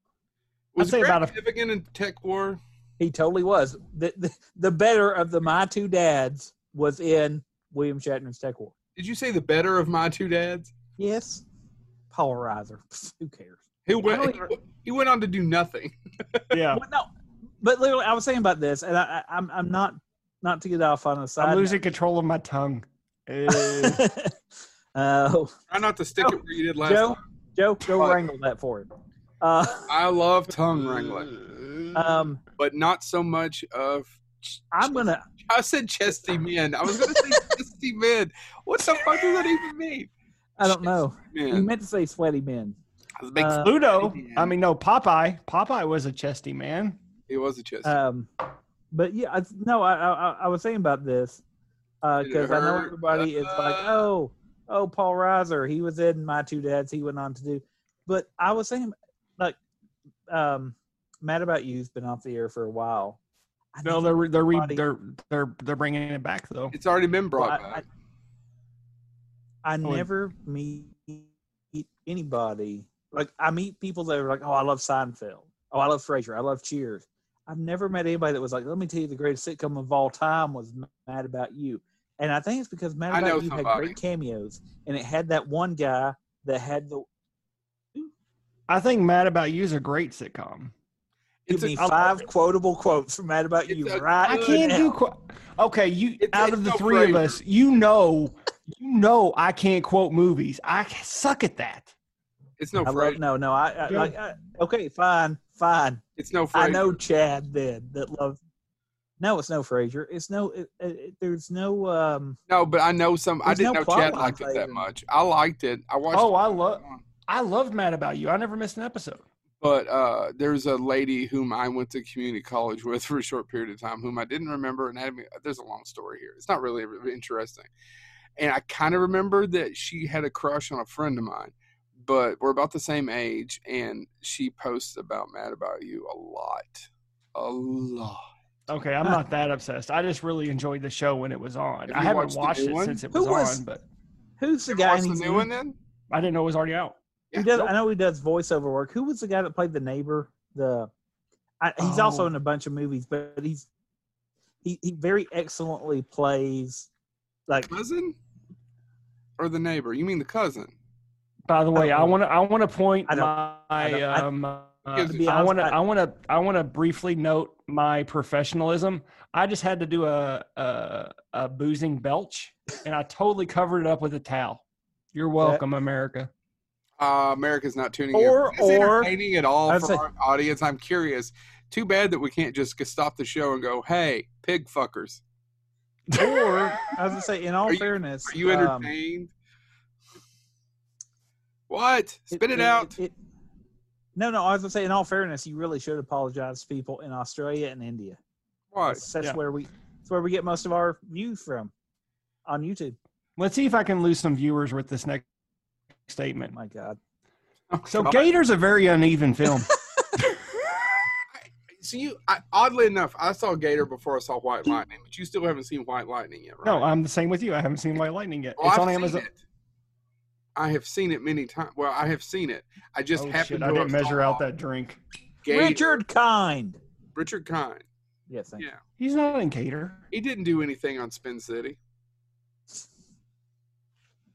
A: was
C: say
A: Brad
C: about a-
A: Pivigan in Tech War.
B: He totally was. The, the, the better of the My Two Dads was in William Shatner's Tech War.
A: Did you say the better of my two dads?
B: Yes. Polarizer. Pfft, Who cares?
A: Who went?
B: don't
A: He, he went on to do nothing.
C: Yeah.
B: Well, no, but literally, I was saying about this, and I, I, I'm I'm not not to get off on a side.
C: I'm losing control of my tongue. Eh.
B: note. uh,
A: Try not to stick it where you did last
B: Joe,
A: time.
B: Joe, go wrangle that for him. Uh,
A: I love tongue wrangling,
B: um,
A: but not so much of.
B: I'm gonna
A: I said chesty men. I was gonna say chesty men. What the fuck does that even mean?
B: I don't know. You
A: Man,
B: meant to say sweaty men.
A: I was a big
B: Uh,
C: Pluto.
A: man.
C: I mean, no, Popeye. Popeye was a chesty man.
A: He was a chesty.
B: Um, but yeah, I, no, I, I I- I was saying about this
A: Did it
B: because I know
A: hurt?
B: everybody is like,
A: Uh.
B: oh, oh, Paul Reiser, he was in My Two Dads, he went on to do, but I was saying like, um, Mad About You's been off the air for a while. I
C: No,
B: think-
C: they're they're re-
B: Body.
C: they're they're they're bringing it back though.
A: it's already been
B: Well,
A: brought
B: I,
A: back.
B: I, I
C: and-
B: never meet anybody like I meet people that are like, "Oh, I love Seinfeld. Oh, I love Frasier. I love Cheers." I've never met anybody that was like, "Let me tell you, the greatest sitcom of all time was Mad About You," and I think it's because Mad
A: I know
B: About You had
A: somebody.
B: great cameos, and it had that one guy that had the
C: I think Mad About You is a great sitcom.
B: give
A: It's a-
B: me
C: I love
B: five
C: it.
B: quotable quotes from Mad About
A: It's
B: You
A: a
B: right
C: I
A: Good
C: can't
B: now.
C: do. Qu- okay, you
A: It's-
C: out
A: it's
C: of the
A: no
C: three of
A: brainer.
C: us, you know, you know, I can't quote movies. I suck at that.
A: It's no
B: I love,
A: Frasier.
B: no, no, I, I
C: Yeah.
B: like. I, okay, fine, fine.
A: It's no Frasier.
B: I know Chad then that loves. No, it's no Frasier. It's no. It, it, it- there's no. um
A: No, but I know some. I
B: There's
A: didn't
B: no
A: know
B: plot
A: Chad
B: line
A: liked it that
B: flavor.
A: much. I liked it. I watched.
C: Oh,
A: it.
C: I love I love Mad About You. I never missed an episode.
A: But uh, there's a lady whom I went to community college with for a short period of time, whom I didn't remember, and had me. There's a long story here. It's not really interesting, and I kind of remember that she had a crush on a friend of mine, but we're about the same age, and she posts about Mad About You a lot, a lot.
C: Okay, I'm not that obsessed. I just really enjoyed the show when it was on.
A: Have
C: I
A: you
C: haven't
A: watched
C: watched,
A: the
C: it
A: new one?
C: since it
B: Who
C: was,
B: was-
C: on, but
B: Who's the
A: You
B: guy?
A: watch the
B: he's
A: new
B: in?
A: one then?
C: I didn't know it was already out.
B: He does. I know he does voiceover work. Who was the guy that played the neighbor? The I, he's also
C: Oh.
B: in a bunch of movies, but he's he he very excellently plays like
A: Cousin or the neighbor? You mean the cousin?
C: By the way, I
B: don't-
C: want to I want to point
B: I don't-
C: my
B: don't- I-
C: um uh,
A: Gives
B: me-
C: I want to I want to I want to briefly note my professionalism. I just had to do a a, a boozing belch, and I totally covered it up with a towel. You're welcome, America.
A: Uh, America's not tuning
B: Or-
A: in. Is
B: or-
A: entertaining at all
B: I'd
A: for
B: say-
A: our audience? I'm curious. Too bad that we can't just g- stop the show and go, "Hey, pig fuckers,
B: or I was gonna say, in all
A: Are you-
B: fairness,
A: are you
B: um,
A: entertained?" what? Spit it, out.
B: it- no, no. I was gonna say, in all fairness, you really should apologize to people in Australia and India.
A: what?
B: That's, that's
C: Yeah.
B: where we that's where we get most of our views from on YouTube.
C: Let's see if I can lose some viewers with this next statement.
B: My God.
A: Oh,
C: So
A: God.
C: Gator's a very uneven film.
A: so you I, oddly enough, I saw Gator before I saw White Lightning, but you still haven't seen White Lightning yet, right?
C: No, I'm the same with you. I haven't seen White Lightning yet.
A: Well,
C: it's
A: I've
C: on
A: seen
C: Amazon.
A: it. I have seen it many times. Well, I have seen it. I just
C: oh,
A: happened
C: shit,
A: to
C: I
A: have
C: didn't measure
A: saw
C: out that drink.
A: Gator,
B: Richard Kind.
A: Richard Kind.
B: Yes, thank you.
A: Yeah,
C: He's not in Gator.
A: he didn't do anything on Spin City.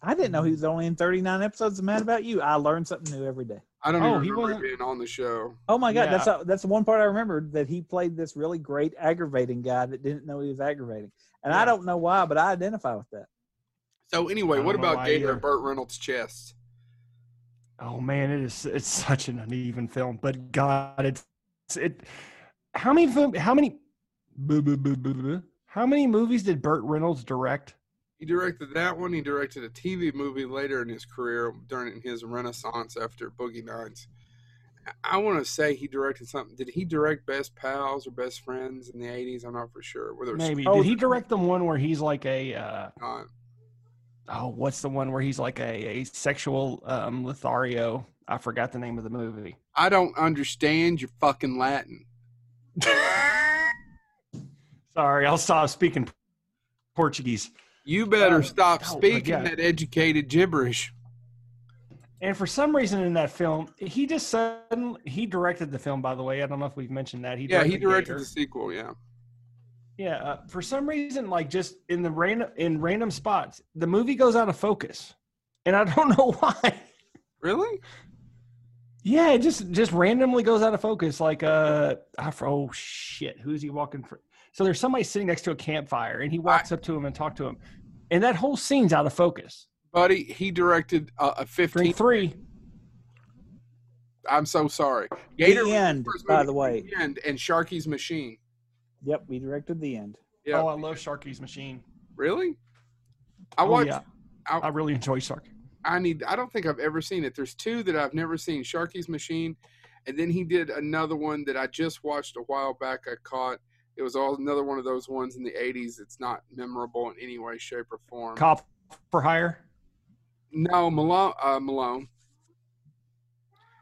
B: I didn't know he was only in 39 episodes of Mad About You. I learned something new every day.
A: I don't
C: Oh,
A: even
C: he
A: remember
C: wasn't-
A: being on the show.
B: Oh my God,
C: Yeah.
B: that's a, that's the one part I remembered that he played this really great aggravating guy that didn't know he was aggravating, and I
C: Yeah.
B: don't know why, but I identify with that.
A: So
C: I
A: anyway,
C: don't
A: what
C: know
A: about
C: why
A: Gator
C: either.
A: and Burt Reynolds' chest?
C: Oh man, it is. It's such an uneven film, but God, it's it. How many film? How many? boo, boo, boo, boo, boo. How many movies did Burt Reynolds direct?
A: He directed that one. He directed a TV movie later in his career during his renaissance after Boogie Nights. I- I want to say he directed something. Did he direct Best Pals or Best Friends in the 80s? I'm not for sure. Whether it was
C: Maybe
B: Oh,
C: did he direct the one where he's like a? Uh,
A: not.
C: oh, what's the one where he's like a a sexual um, Lothario? I forgot the name of the movie.
A: I don't understand your fucking Latin.
C: Sorry, I'll stop speaking Portuguese.
A: You better
C: Uh,
A: stop
C: no, but
A: speaking
C: yeah.
A: that educated gibberish.
C: And for some reason in that film, he just suddenly he directed the film. By the way, I don't know if we've mentioned that. He
A: yeah, he directed
C: Gator.
A: the sequel. Yeah,
C: Yeah, uh, for some reason, like just in the rain in random spots, the movie goes out of focus, and I don't know why.
A: really?
C: yeah, it just just randomly goes out of focus. Like, uh, I, f- oh shit, who's he walking for? So there's somebody sitting next to a campfire, and he walks up to him and talks to him, and that whole scene's out of focus.
A: Buddy, he directed uh, a 15.
C: Drink three.
A: I'm so sorry.
B: the
A: was
B: end,
A: first
B: by
A: movie,
B: the way.
A: The End and Sharky's Machine.
B: Yep, we directed the end.
A: Yeah,
C: Oh, I love Sharky's Machine.
A: really? I
C: Oh,
A: watched.
C: yeah.
A: I-
C: I really enjoy Sharky.
A: I need. I don't think I've ever seen it. There's two that I've never seen: Sharky's Machine, and then he did another one that I just watched a while back. I caught. It was all another one of those ones in the '80s. It's not memorable in any way, shape, or form.
C: Cop for hire.
A: no, Malone. Uh, Malone.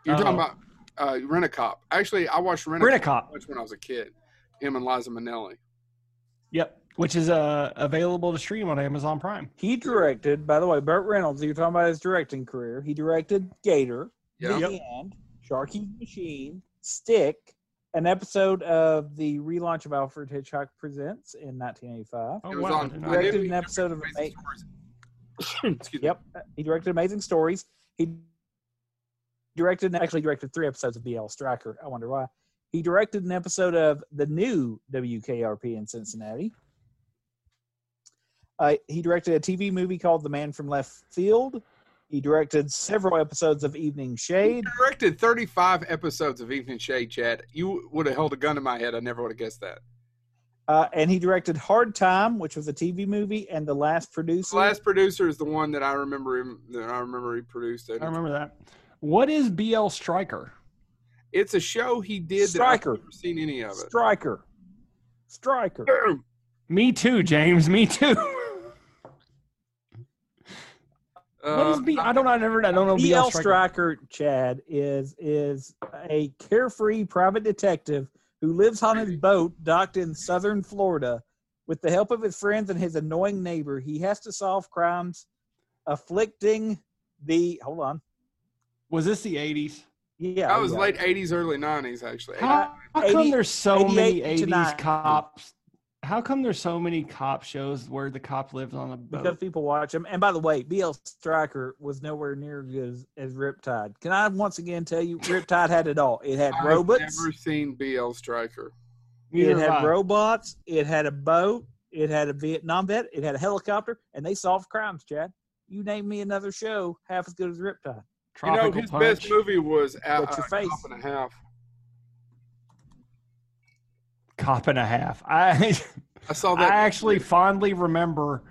A: You're talking
C: Uh-oh.
A: about uh, Rent a Cop. Actually, I watched Rent
C: Rent a
A: a
C: cop.
A: Cop when I was a kid. Him and Liza Minnelli.
C: Yep, which is uh available to stream on Amazon Prime.
B: He directed, by the way, Burt Reynolds. You're talking about his directing career. He directed Gator,
A: Yeah.
B: The End, Sharky Machine, Stick, an episode of the relaunch of Alfred Hitchcock Presents in 1985.
C: Oh
A: It was
C: wow!
A: on- I
C: I did not-
A: did-
B: Directed an episode of Ama-
A: Amazing Stories. Excuse me.
B: Yep. He directed Amazing Stories. He directed actually directed three episodes of BL Striker. I wonder why. He directed an episode of the new WKRP in Cincinnati. Uh, he directed a TV movie called The Man from Left Field. He directed several episodes of Evening Shade.
A: directed 35 episodes of Evening Shade, Chad. You would have held a gun to my head. I never would have guessed that.
B: Uh, and he directed Hard Time, which was a TV movie, and The Last Producer.
C: Mm-hmm.
A: The last producer is the one that I remember him. That I remember he produced. It.
C: I remember that. What is BL Striker?
A: It's a show he did. That I've
B: Striker.
A: never seen any of it.
B: Striker. Striker.
C: Me too, James. Me too. what is
A: Uh,
C: B? I don't. know. I never. I don't know
B: BL
C: BL Striker.
B: Striker E Chad is is a carefree private detective who lives on his boat docked in southern Florida. With the help of his friends and his annoying neighbor, he has to solve crimes afflicting the. Hold on.
C: Was this the eighties?
B: Yeah.
A: that was
B: yeah.
A: late 80s, early 90s, actually.
C: How, how
B: 80
C: come there's so many
B: 88 to
C: eighties
B: 90.
C: cops? How come there's so many cop shows where the cop lives on a
B: Because
C: boat?
B: people watch him. And by the way, BL Striker was nowhere near as good as, as Riptide. Can I once again tell you, Riptide had it all. It had
A: I've
B: robots.
A: never seen BL Striker.
B: It
C: Neither have
B: had
C: I.
B: robots. It had a boat. It had a Vietnam vet. It had a helicopter, and they solved crimes. Chad, you name me another show half as good as Riptide.
A: You know,
C: Tropical
A: his
C: Punch.
A: best movie was out,
B: What's
A: uh,
B: your face?
A: Cop and a Half.
C: Cop and a half. I.
A: I saw that.
C: I actually fondly remember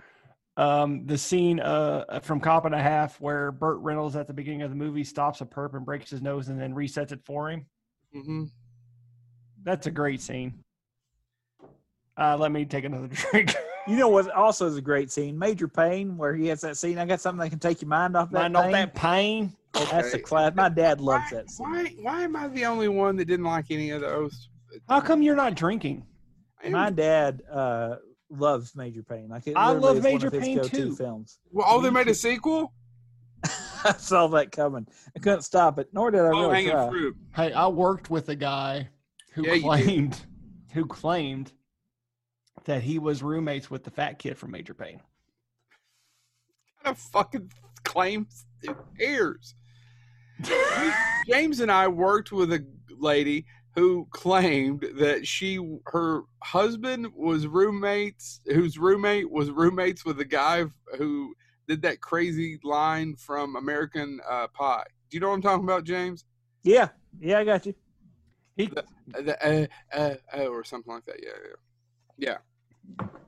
C: um, the scene uh, from Cop and a Half where Burt Reynolds at the beginning of the movie stops a perp and breaks his nose and then resets it for him.
A: Mhm.
C: That's a great scene. Uh, let me take another drink.
B: You know what? Also, is a great scene. Major Payne, where he has that scene. I got something that can take your mind off that.
C: Mind off
B: pain."
C: that pain.
B: That's
A: Okay.
B: the class. My dad loves that scene.
A: Why, why am I the only one that didn't like any of those
C: How come you're not drinking?
A: I am-
B: My dad uh, loves Major Pain. Like it
C: I
B: literally
C: love
B: is one
C: Major
B: of his
C: Payne,
B: go-to
C: too.
B: Films.
A: well, oh, they
C: Me
A: made
C: too.
A: a sequel.
B: I saw that coming. I couldn't stop it, nor did I
A: Oh,
B: really
A: hanging
B: try.
A: fruit.
C: Hey, I worked with a guy who
A: Yeah, you did.
C: claimed who claimed that he was roommates with the fat kid from Major Pain.
A: kind of fucking claims it airs. James and I worked with a lady who claimed that she her husband was roommates whose roommate was roommates with the guy who did that crazy line from American uh, Pie. Do you know what I'm talking about, James?
B: Yeah, yeah, I got you.
C: He,
A: Uh, the, uh, uh, uh, or something like that. Yeah, yeah.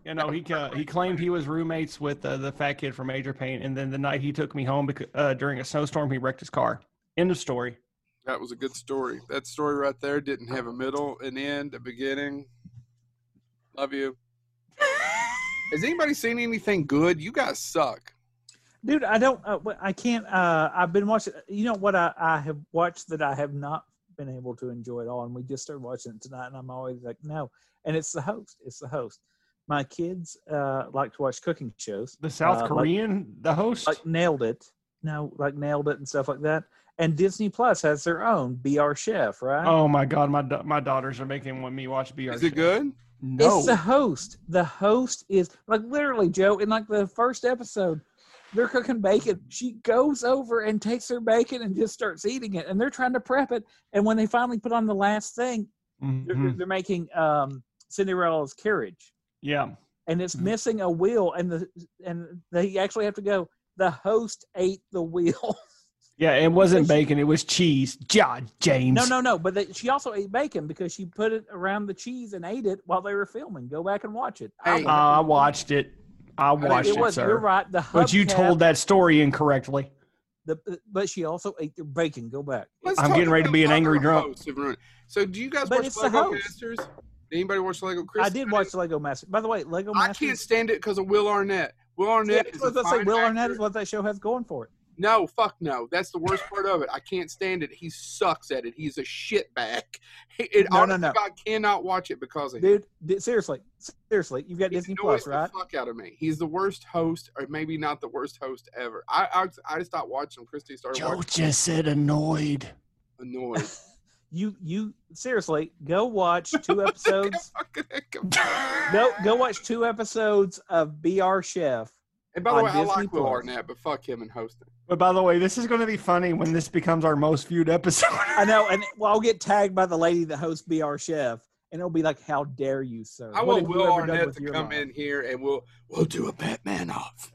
C: you know, he uh, he claimed he was roommates with uh, the fat kid from Major Pain, and then the night he took me home because, uh, during a snowstorm, he wrecked his car. End of story.
A: That was a good story. That story right there didn't have a middle, an end, a beginning. Love you. Has anybody seen anything good? You guys suck.
B: Dude, I don't. Uh, wh- I can't. Uh, I've been watching. You know what? I, I have watched that I have not been able to enjoy at all, and we just started watching it tonight, and I'm always like, no. And it's the host. It's the host. My kids uh, like to watch cooking shows.
C: The South
B: Uh, like-
C: Korean, the host.
B: like nailed it. No, like nailed it and stuff like that. And Disney Plus has their own Be Our Chef, right?
C: oh my god, my da- my daughters are making want me watch BR.
A: Is it good?
C: No.
B: It's the host. The host is like literally Joe. In like the first episode, they're cooking bacon. She goes over and takes her bacon and just starts eating it. And they're trying to prep it. And when they finally put on the last thing, they're,
C: Mhm.
B: they're making um, Cinderella's carriage,
C: Yeah.
B: and it's
C: Mhm.
B: missing a wheel. And the and they actually have to go. The host ate the wheel.
C: Yeah, it wasn't bacon. It was cheese. John James.
B: No, no, no. But they, she also ate bacon because she put it around the cheese and ate it while they were filming. Go back and watch it.
A: Hey.
B: watched
C: uh, I
B: it.
C: watched it. I
A: didn't-
C: watched
B: it
C: it,
B: was.
C: sir.
B: You're right. The
C: But you
B: hubcap-
C: told that story incorrectly.
B: The, but she also ate their bacon. Go back.
A: Let's
C: I'm
A: talk
C: getting ready to
A: about
C: be an
A: other
C: angry drunk.
A: hosts who've ruined- So, do you guys
B: But
A: watch
B: it's the
A: Lego
B: host.
A: Masters? Did anybody watch Lego Christmas?
B: I did watch Lego Master. By the way, Lego
A: I
B: Master.
A: can't stand it because of Will Arnett. Will Arnett is a
B: say,
A: fine
B: Will Arnett
A: actor.
B: is what that show has going for it.
A: No, fuck no. That's the worst part of it. I can't stand it. He sucks at it. He's a shitbag. It, it,
B: No, no,
A: honestly,
B: no.
A: I cannot watch it because of him.
B: Dude, di- seriously, seriously, you've got
A: He
B: Disney
A: annoys
B: Plus, right?
A: The fuck out of me. He's the worst host, or maybe not the worst host ever. I I, I stopped watching. Christy started
C: Joe
A: watching.
C: just said annoyed.
A: Annoyed.
B: You, you, seriously, go watch two episodes.
A: Fucking heck.
B: go, go watch two episodes of BR Chef.
A: And by the
B: on
A: way, I
B: Disney
A: like Will
B: Plus.
A: Arnett, but fuck him and hosting.
C: But by the way, this is going to be funny when this becomes our most viewed episode.
B: I know, and well, I'll get tagged by the lady that hosts BR Chef, and it'll be like, "How dare you, sir?"
A: I
B: Uh, What
A: want
B: have you
A: Will
B: ever done
A: Arnett
B: with
A: to
B: your
A: come
B: life?"
A: in here and we'll we'll do a Batman off.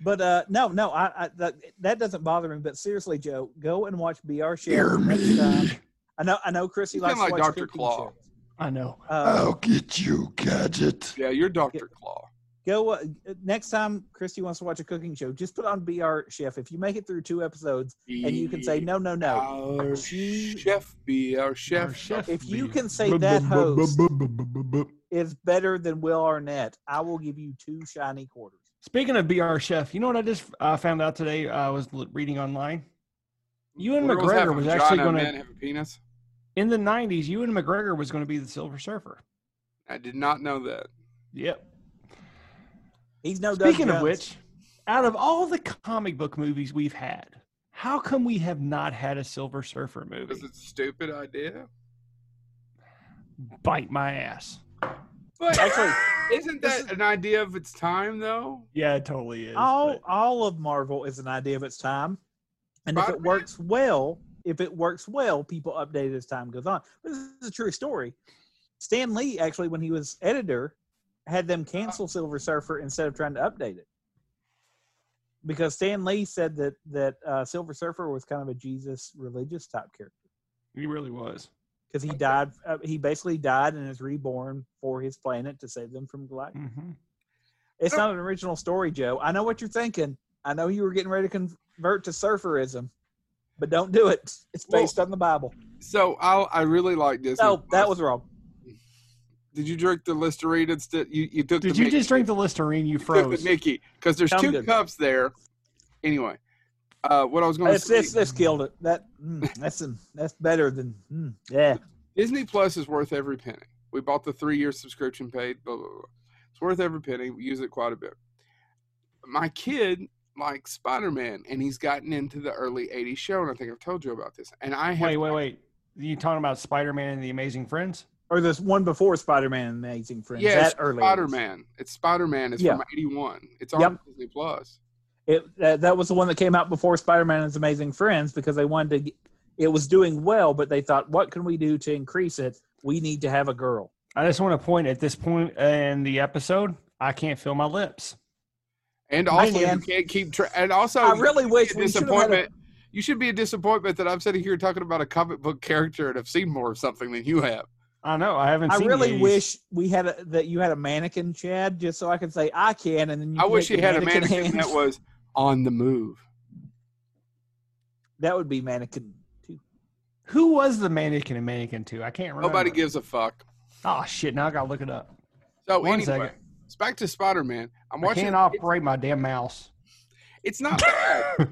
B: But uh, no, no, I, I that, that doesn't bother me. But seriously, Joe, go and watch BR Chef
C: Hear
B: next
C: me.
B: time. I know, I know, Chrissy
A: You
B: likes
A: sound
B: to
A: like
B: watch
A: Dr.
B: cooking
A: Claw.
B: shows.
C: I know.
B: Uh,
C: get you, gadget.
A: Yeah, you're Doctor Claw.
B: Go uh, next time Christy wants to watch a cooking show. Just put on BR Chef. If you make it through two episodes, and you can say no, no, no.
A: Our
B: She-
A: chef be our chef.
C: Oh, chef.
B: If you
C: be-
B: can say that host
C: host.
B: is better than Will Arnett, I will give you two shiny quarters.
C: Speaking of BR Chef, you know what I just uh, found out today? I was l- reading online. Ewan
A: Girls have a
C: McGregor was actually
A: vagina,
C: going
A: men
C: to,
A: have a penis.
C: in the 90s, Ewan McGregor was going to be the Silver Surfer.
A: I did not know that.
C: Yep.
B: He's no. Doug
C: Speaking of
B: Jones.
C: which, out of all the comic book movies we've had, how come we have not had a Silver Surfer
A: Was
C: movie?
A: it a stupid idea?
C: Bite my ass.
A: But
B: Actually,
A: isn't
B: this
A: that an idea of its time though?
C: Yeah, it totally is.
B: all all of Marvel is an idea of its time, and if it
A: Spider-Man-
B: works well, if it works well, people update it as time goes on. This is a true story. Stan Lee actually, when he was editor, had them cancel Silver Surfer instead of trying to update it, because Stan Lee said that that uh, Silver Surfer was kind of a Jesus religious type character
C: he really was.
B: because he died. Uh, he basically died and is reborn for his planet to save them from Galactus.
C: hmm
B: It's not an original story, Joe. I know what you're thinking. I know you were getting ready to convert to surferism, but don't do it. It's based on the Bible.
A: So I I really like this.
B: No, that was wrong.
A: Did you drink the Listerine instead? You you took.
C: Did
A: the
C: you
A: Mickey.
C: just drink the Listerine? You
A: You took
C: froze.
A: the Mickey because there's
B: I'm
A: two
B: good.
A: cups there. Anyway, uh, what I was going to
B: That's
A: say.
B: this this killed it. That mm, that's that's better than mm, yeah.
A: Disney Plus is worth every penny. We bought the three year subscription paid, blah, blah, blah. It's worth every penny. We use it quite a bit. My kid likes Spider Man, and he's gotten into the early 80s show, and I think I've told you about this. And I have
C: Wait, wait, wait. You talking about Spider-Man and the Amazing Friends?
B: Or this one before Spider Man and Amazing Friends.
A: Yeah,
B: that
A: it's
B: early.
A: Spider Man. It's Spider Man. It's
B: Yeah.
A: from '81. It's on
B: Yep.
A: Disney Plus.
B: It, that, that was the one that came out before Spider Man and His Amazing Friends because they wanted to, get- it was doing well, but they thought, what can we do to increase it? We need to have a girl.
C: I just want to point at this point in the episode, I can't feel my lips.
A: And also,
B: Man.
A: you can't keep. Tra- and also,
B: I really wish
A: a
B: we should have had a
A: disappointment. You should be a disappointment that I'm sitting here talking about a comic book character and have seen more of something than you have.
C: I know. I haven't
B: I
C: seen
B: really
C: these.
B: wish we had a, that you had a mannequin, Chad, just so I could say I can, and then you.
A: I
B: can
A: wish
B: make
A: you
B: the
A: had a mannequin
B: hands.
A: that was on the move.
B: That would be mannequin too.
C: Who was the mannequin in Mannequin 2? I can't remember.
A: Nobody gives a fuck.
C: Oh, shit. Now I got to look it up.
A: So
C: One
A: anyway,
C: second.
A: it's back to Spider Man. I'm
C: I
A: watching.
C: can't operate my damn mouse.
A: It's not bad.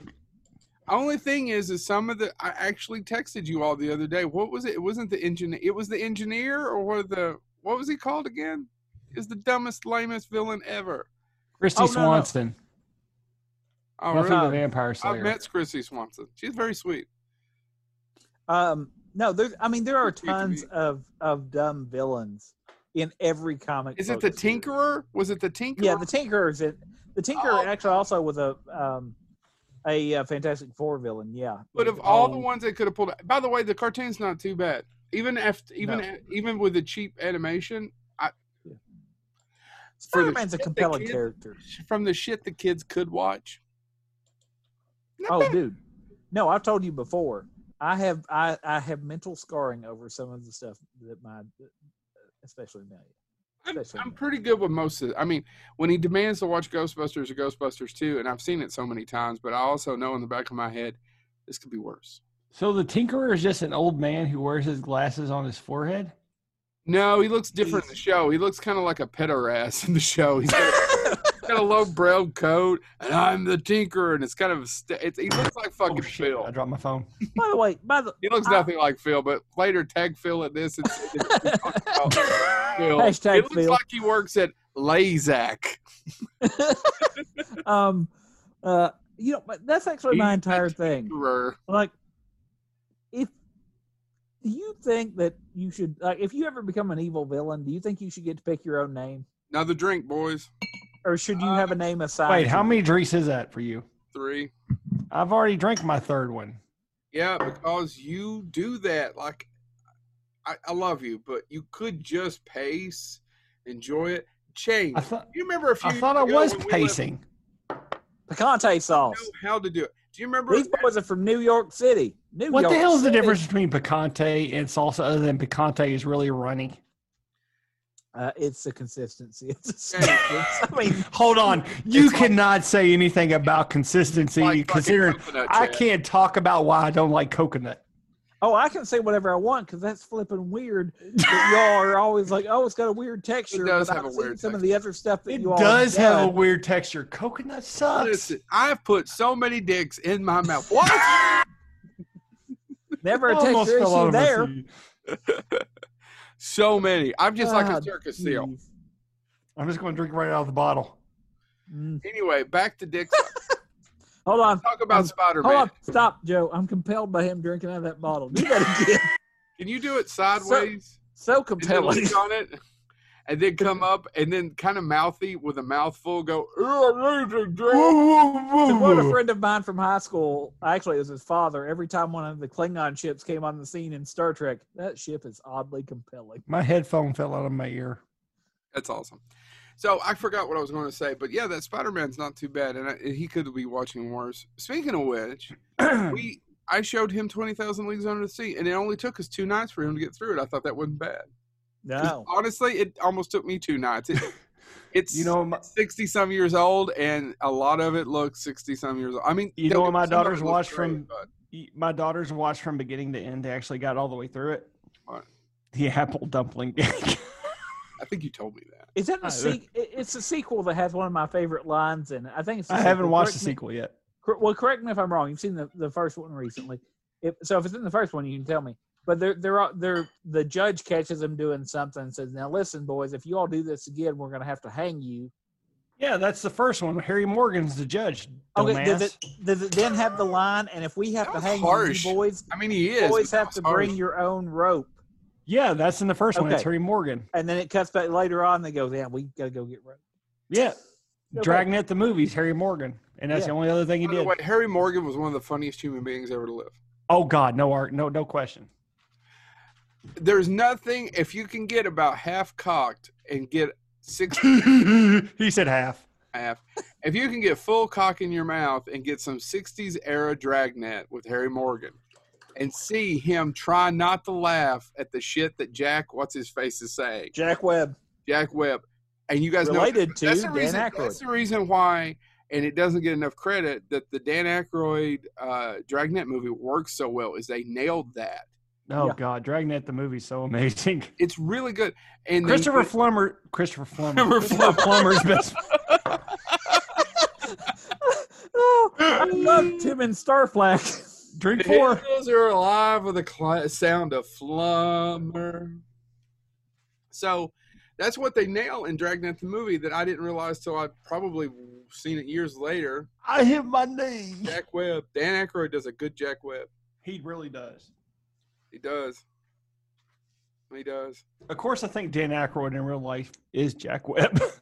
A: Only thing is, is some of the I actually texted you all the other day. What was it? It wasn't the engineer. It was the engineer, or what the what was he called again? Is the dumbest, lamest villain ever.
C: Christy
B: Oh, no, no.
C: Swanson.
A: Oh,
C: Buffy
A: really?
C: the Vampire
A: I've
C: Slayer.
A: met Chrissy Swanson. She's very sweet.
B: Um, no, there's. I mean, there are
A: Excuse
B: tons
A: me.
B: of of dumb villains in every comic.
A: Is it
B: book
A: the
B: series.
A: Tinkerer? Was it the Tinkerer?
B: Oh, Yeah, the Tinkerer's in. The Tinkerer
A: Oh.
B: actually also was a um, a uh, Fantastic Four villain. Yeah,
A: but of all the ones they could have pulled, out, by the way, the cartoon's not too bad. Even after, even e,
B: No.
A: even with the cheap animation, for the
B: Spider Man's a
A: shit they
B: compelling
A: can't-
B: character.
A: from the shit the kids could watch. Not
B: Oh,
A: bad.
B: dude, no, I've told you before. I have I I have mental scarring over some of the stuff that my, especially Amelia.
A: I'm,
B: Especially
A: I'm
B: now.
A: pretty good with most of. I mean, when he demands to watch Ghostbusters or Ghostbusters Two, and I've seen it so many times, but I also know in the back of my head this could be worse.
C: So the Tinkerer is just an old man who wears his glasses on his forehead?
A: No, he looks different in the show. He looks kind of like a pedorass in the show. He's got, he's got a low brow coat, and I'm the tinker, and it's kind of st- it's, he looks like
C: Oh,
A: fucking
C: shit. I
A: Phil.
C: dropped my phone.
B: By the way, by the
A: He looks nothing like Phil, but later tag Phil at this. And say that we talked about Phil.
B: Hashtag
A: he looks
B: Phil.
A: like he works at Lazak.
B: um, uh, you know, but that's actually my entire thing. Like, if do you think that you should like if you ever become an evil villain, do you think you should get to pick your own name,
A: Another drink, boys.
B: or should you have a name assigned?
C: Uh, Wait,
B: to
C: how
B: you?
C: many drinks is that for you?
A: Three.
C: I've already drank my third one.
A: Yeah, because you do that. Like, I, I love you, but you could just pace, enjoy it, change.
C: I thought
A: do you remember a few?
C: I thought I
A: years ago
C: was
A: when we left-
C: pacing.
B: picante
A: I
B: sauce?
A: didn't know how to do it? Do you remember?
B: These boys are from New York City. New
C: What
B: York
C: the hell is the
B: City.
C: difference between picante and salsa other than picante is really runny?
B: Uh, it's the consistency. It's the
A: Hey.
B: substance. I mean,
C: Hold on. You
A: It's like-
C: cannot say anything about consistency
A: Like fucking
C: considering
A: coconut
C: I
A: chat.
C: can't talk about why I don't like coconut.
B: oh, I can say whatever I want because that's flipping weird. That y'all are always like, oh, it's got a weird texture.
A: does
B: but
A: have
B: I've
A: a
B: seen
A: weird
B: Some of the other stuff that
C: It
B: you all
C: does
B: have
C: have a weird texture. Coconut sucks.
A: Listen, I've put so many dicks in my mouth. What?
B: never a
C: I almost
B: texture
C: fell out
B: issue
C: of my
B: there.
C: seat.
A: so many. I'm just like
B: Ah,
A: a circus seal.
B: Jeez.
C: I'm just going to drink right out of the bottle.
B: Mm.
A: Anyway, back to dicks.
B: Hold on,
A: Talk about
B: Um,
A: Spider
B: hold
A: Man.
B: on, stop, Joe. I'm compelled by him drinking out of that bottle. Do that again.
A: Can you do it sideways?
B: so
A: and then
B: compelling.
A: lick on it, and then come up and then kind of mouthy with a mouthful. Go. "Ooh, I need to drink."
B: So what a friend of mine from high school, actually, it was his father. Every time one of the Klingon ships came on the scene in Star Trek, that ship is oddly compelling.
C: My headphone fell out of my ear.
A: That's awesome. So I forgot what I was going to say, but yeah, that Spider Man's not too bad, and I, he could be watching worse. Speaking of which,
C: Hmm.
A: we I showed him Twenty Thousand Leagues Under the Sea, and it only took us two nights for him to get through it. I thought that wasn't bad. 'Cause
B: No,
A: Honestly, it almost took me two nights. It, it's
C: you know, what my,
A: sixty some years old, and a lot of it looks sixty some years old. I mean,
C: You know what
A: some
C: my
A: of it
C: daughters
A: looks
C: watch
A: great,
C: from-
A: but
C: my daughters watched from beginning to end. They actually got all the way through it.
A: What?
C: The apple dumpling cake.
A: I think you told me that.
B: is that the
C: Uh,
B: se- it- It's a sequel that has one of my favorite lines in it. I think it's. the
C: I haven't
B: sequel.
C: watched the
B: Correct me-
C: sequel yet.
B: cor- Well, correct me if I'm wrong. You've seen the, the first one recently. If, so if it's in the first one, you can tell me. But they're they're they're the judge catches them doing something and says, "Now listen, boys, if you all do this again, we're gonna have to hang you."
C: Yeah, that's the first one. Harry Morgan's the judge.
B: Okay, does
C: dumbass.
B: it does it then have the line? And if we have
A: That
B: to
A: was
B: hang
A: harsh.
B: you, boys,
A: I mean, he
B: you
A: is.
B: always
A: but
B: have
A: that
B: to
A: was
B: bring
A: harsh.
B: your own rope.
C: Yeah, that's in the first one. It's
B: Okay.
C: Harry Morgan.
B: And then it cuts back later on. They go, "Yeah, we gotta go get rope."
C: Yeah,
B: Okay.
C: Dragging at the movies, Harry Morgan, and that's
B: Yeah.
C: the only other thing he
A: By the
C: did.
A: way, Harry Morgan was one of the funniest human beings ever to live.
C: oh God, no art, no, no question.
A: There's nothing if you can get about half cocked and get six
C: he said half.
A: half. If you can get full cock in your mouth and get some 60s era dragnet with Harry Morgan and see him try not to laugh at the shit that Jack, what's his face, is saying,
B: Jack Webb
A: Jack Webb. And you guys know
B: related to
A: that's the
B: Dan
A: reason,
B: Aykroyd.
A: That's the reason why, and it doesn't get enough credit, that the Dan Aykroyd uh, Dragnet movie works so well is they nailed that.
C: Oh
B: Yeah.
C: God, Dragging at the movies, so amazing.
A: It's really good. And they-
C: Christopher Plummer, Christopher Plummer,
A: Christopher
C: Christopher Plummer's best.
B: oh, I love Tim and Starflack.
A: the
C: Drink four.
A: Hills are alive with a cl- sound of flummer. So that's what they nail in Dragnet the movie that I didn't realize till I probably seen it years later.
C: I hit my knee.
A: Jack Webb, Dan Aykroyd does a good Jack Webb.
C: He really does.
A: He does. He does.
C: Of course, I think Dan Aykroyd in real life is Jack Webb.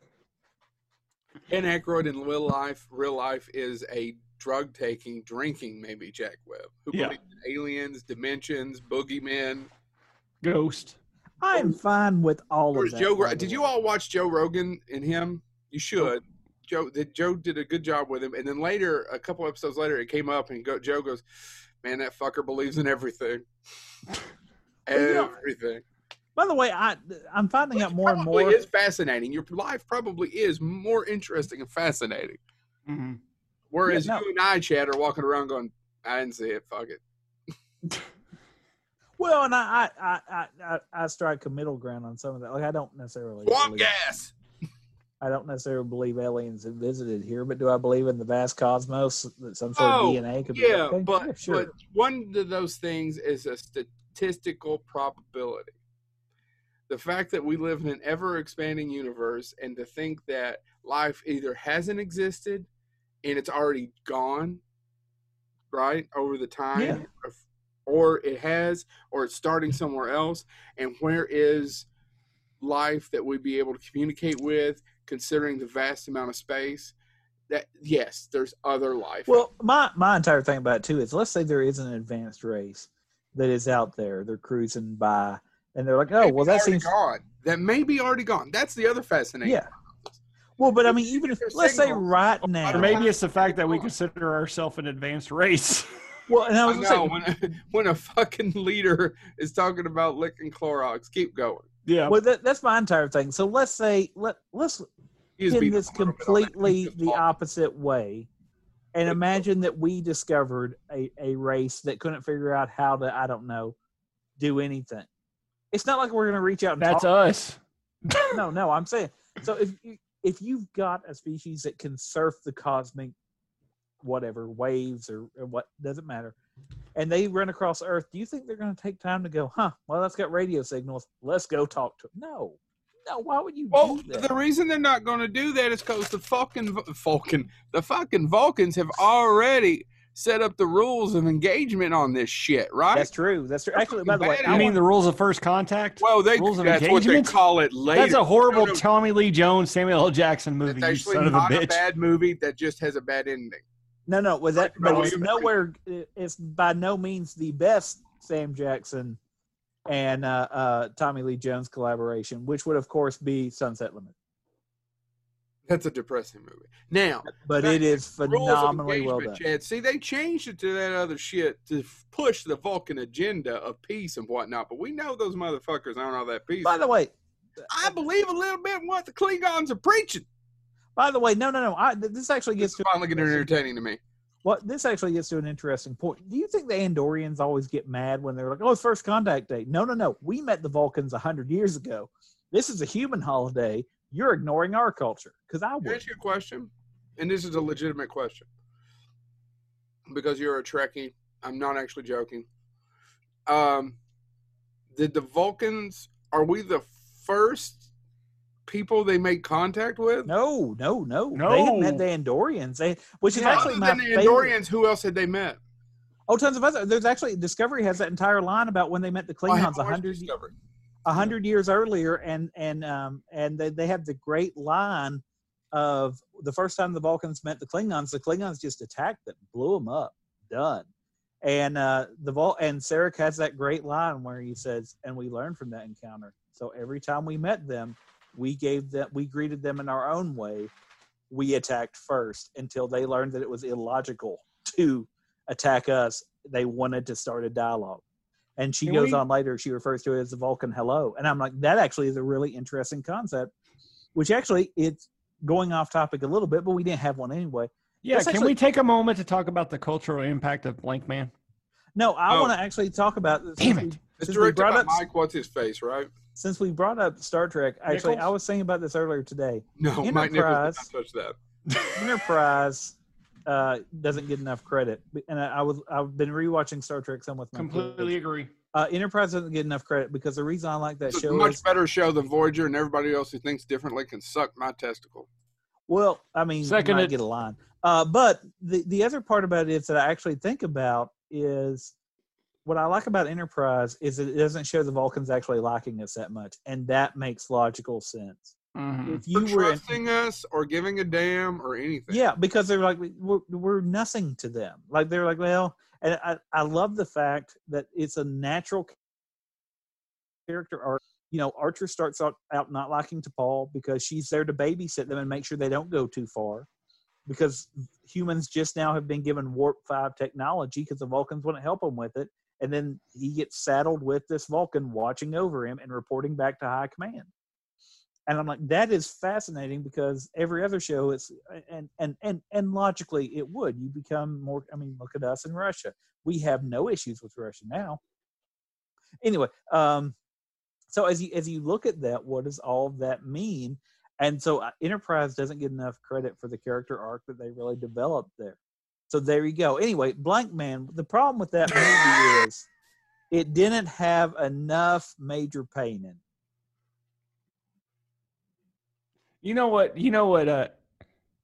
A: Dan Aykroyd in real life, real life is a drug taking, drinking maybe Jack Webb who
C: Yeah.
A: believes in aliens, dimensions, boogeymen.
C: Ghost.
B: I'm fine with all
A: Or
B: of
A: is
B: that.
A: Joe,
B: by
A: Ro-
B: the
A: did
B: way.
A: you all watch Joe Rogan and him? You should. Joe did. Joe did a good job with him, and then later, a couple episodes later, it came up, and go, Joe goes, "Man, that fucker believes in everything, everything."
B: By the way, I I'm finding out more and
A: probably
B: more.
A: is fascinating. Your life probably is more interesting and fascinating.
C: Mm-hmm.
A: Whereas
B: Yeah, no.
A: you and I, Chad, are walking around going, "I didn't see it. Fuck it."
B: Well, and I I, I I I I strike a middle ground on some of that. Like I don't necessarily
A: Swamp
B: believe,
A: gas.
B: I don't necessarily believe aliens have visited here, but do I believe in the vast cosmos that some sort
A: Oh,
B: of DNA could
A: Yeah,
B: be? okay?
A: but
B: yeah, sure.
A: but one of those things is a statistical probability. The fact that we live in an ever expanding universe and to think that life either hasn't existed and it's already gone, right, over the time,
B: Yeah.
A: of- or it has, or it's starting somewhere else, and where is life that we'd be able to communicate with, considering the vast amount of space? That yes, there's other life.
B: Well, my my entire thing about it too is let's say there is an advanced race that is out there. They're cruising by, and they're like, oh,
A: may
B: well,
A: be
B: that
A: already
B: seems
A: gone. That may be already gone. That's the other fascinating.
B: yeah. Well, but I mean, even if
A: Their
B: let's say
A: signal-
B: right
A: I
B: now,
C: Or maybe it's the fact that we consider ourselves an advanced race.
B: well, and I
A: I
B: was
A: know
B: gonna say,
A: when when a fucking leader is talking about licking Clorox. Keep going.
C: yeah.
B: well, that, that's my entire thing. So let's say let let's
A: He's
B: in
A: beating
B: this
A: up a little bit on that.
B: completely
A: He's just
B: the
A: talking.
B: opposite way and imagine that we discovered a, a race that couldn't figure out how to i don't know do anything it's not like we're going to reach out and
C: That's
B: talk.
C: us.
B: no no i'm saying so if you if you've got a species that can surf the cosmic whatever waves or, or what doesn't matter and they run across earth do you think they're going to take time to go huh well that's got radio signals let's go talk to 'em"? no no why would you
A: Well,
B: do that?
A: the reason Oh, they're not going to do that is because the fucking Vulcan, the fucking Vulcans have already set up the rules of engagement on this shit, right?
B: That's true. That's true. Actually, by the way,
A: fucking
B: I
C: You mean
B: want-
C: the rules of first contact?
A: well, they
C: rules of
A: that's what they
C: engagement?
A: call it later.
C: That's a horrible
A: No, no.
C: Tommy Lee Jones, Samuel L. Jackson movie,
A: It's
C: you
A: actually
C: son of a
A: not a
C: bitch.
A: bad movie that just has a bad ending.
B: no, no, was that?
A: Talking
B: But
A: about
B: it's
A: you.
B: nowhere. It's by no means the best Sam Jackson and uh, uh, Tommy Lee Jones collaboration, which would of course be Sunset Limit.
A: That's a depressing movie. Now,
B: But
A: Back
B: it
A: to
B: is
A: rules of
B: phenomenally well done.
A: engagement, Chad. See, they changed it to that other shit to f- push the Vulcan agenda of peace and whatnot. But we know those motherfuckers aren't all that peace.
B: By the way,
A: I believe a little bit in what the Klingons are preaching.
B: by the way, no, no, no. I, th- this actually
A: It's
B: gets to
A: finally getting entertaining to me.
B: what this actually gets to an interesting point. Do you think the Andorians always get mad when they're like, "Oh, it's first contact day"? No, no, no. We met the Vulcans a hundred years ago. This is a human holiday. You're ignoring our culture because I
A: Can I
B: would.
A: ask you a question? And this is a legitimate question. Because you're a Trekkie, I'm not actually joking. Um, did the Vulcans? Are we the first people they made contact with?
B: No, no, no.
C: No.
B: They hadn't had the Andorians. They, which is
A: Yeah,
B: actually
A: other
B: my
A: than the
B: favorite.
A: Andorians, who else had they met?
B: Oh, tons of other. There's actually Discovery has that entire line about when they met the
A: I haven't
B: Klingons a
A: watched
B: hundred
A: Discovery.
B: a hundred years earlier, and and um and they they have the great line of the first time the Vulcans met the Klingons, the Klingons just attacked them, blew them up, done. And uh the Vol and Sarek has that great line where he says, "And we learned from that encounter. So every time we met them, we gave them, we greeted them in our own way. We attacked first until they learned that it was illogical to attack us. They wanted to start a dialogue. And she
C: Can
B: goes
C: we-
B: on later, she refers to it as the Vulcan hello. And I'm like, that actually is a really interesting concept, which actually it's going off topic a little bit, but we didn't have one anyway.
C: Yeah,
B: That's
C: can
B: actually-
C: we take a moment to talk about the cultural impact of Blank Man?
B: No, I
A: Oh.
B: want to actually talk about this.
C: Damn it.
A: It's
B: Since we
A: directed
B: brought
A: by
B: up-
A: Mike. What's his face? Right?
B: Since we brought up Star Trek, actually,
C: Nichols?
B: I was thinking about this earlier today.
A: No, Mike Nichols
B: Enterprise.
A: did not touch that.
B: Enterprise uh, doesn't get enough credit, and I, I was I've been rewatching Star Trek some with my
C: Completely
B: kids.
C: agree.
B: Uh, Enterprise doesn't get enough credit because the reason I like that
A: It's a
B: show
A: much
B: is
A: better show than Voyager, and everybody else who thinks differently can suck my testicle.
B: well, I mean,
C: Second
B: you might
C: it.
B: get a line. Uh, but the the other part about it is that I actually think about is what I like about Enterprise is that it doesn't show the Vulcans actually liking us that much, and that makes logical sense.
C: Mhm.
B: If you
A: For
B: were in-
A: trusting us or giving a damn or anything.
B: Yeah, because they're like we're, we're nothing to them. Like they're like, well, and I, I love the fact that it's a natural character arc. You know, Archer starts out, out not liking to Paul because she's there to babysit them and make sure they don't go too far. Because humans just now have been given warp five technology because the Vulcans wouldn't help him with it, and then he gets saddled with this Vulcan watching over him and reporting back to high command and I'm like, that is fascinating because every other show it's and and and and logically it would. You become more. I mean, look at us in Russia. We have no issues with Russia now. Anyway, um, so as you as you look at that, what does all of that mean? And so uh, Enterprise doesn't get enough credit for the character arc that they really developed there. So there you go. Anyway, Blank Man. The problem with that movie is it didn't have enough major pain in. it.
C: You know what? You know what? Uh,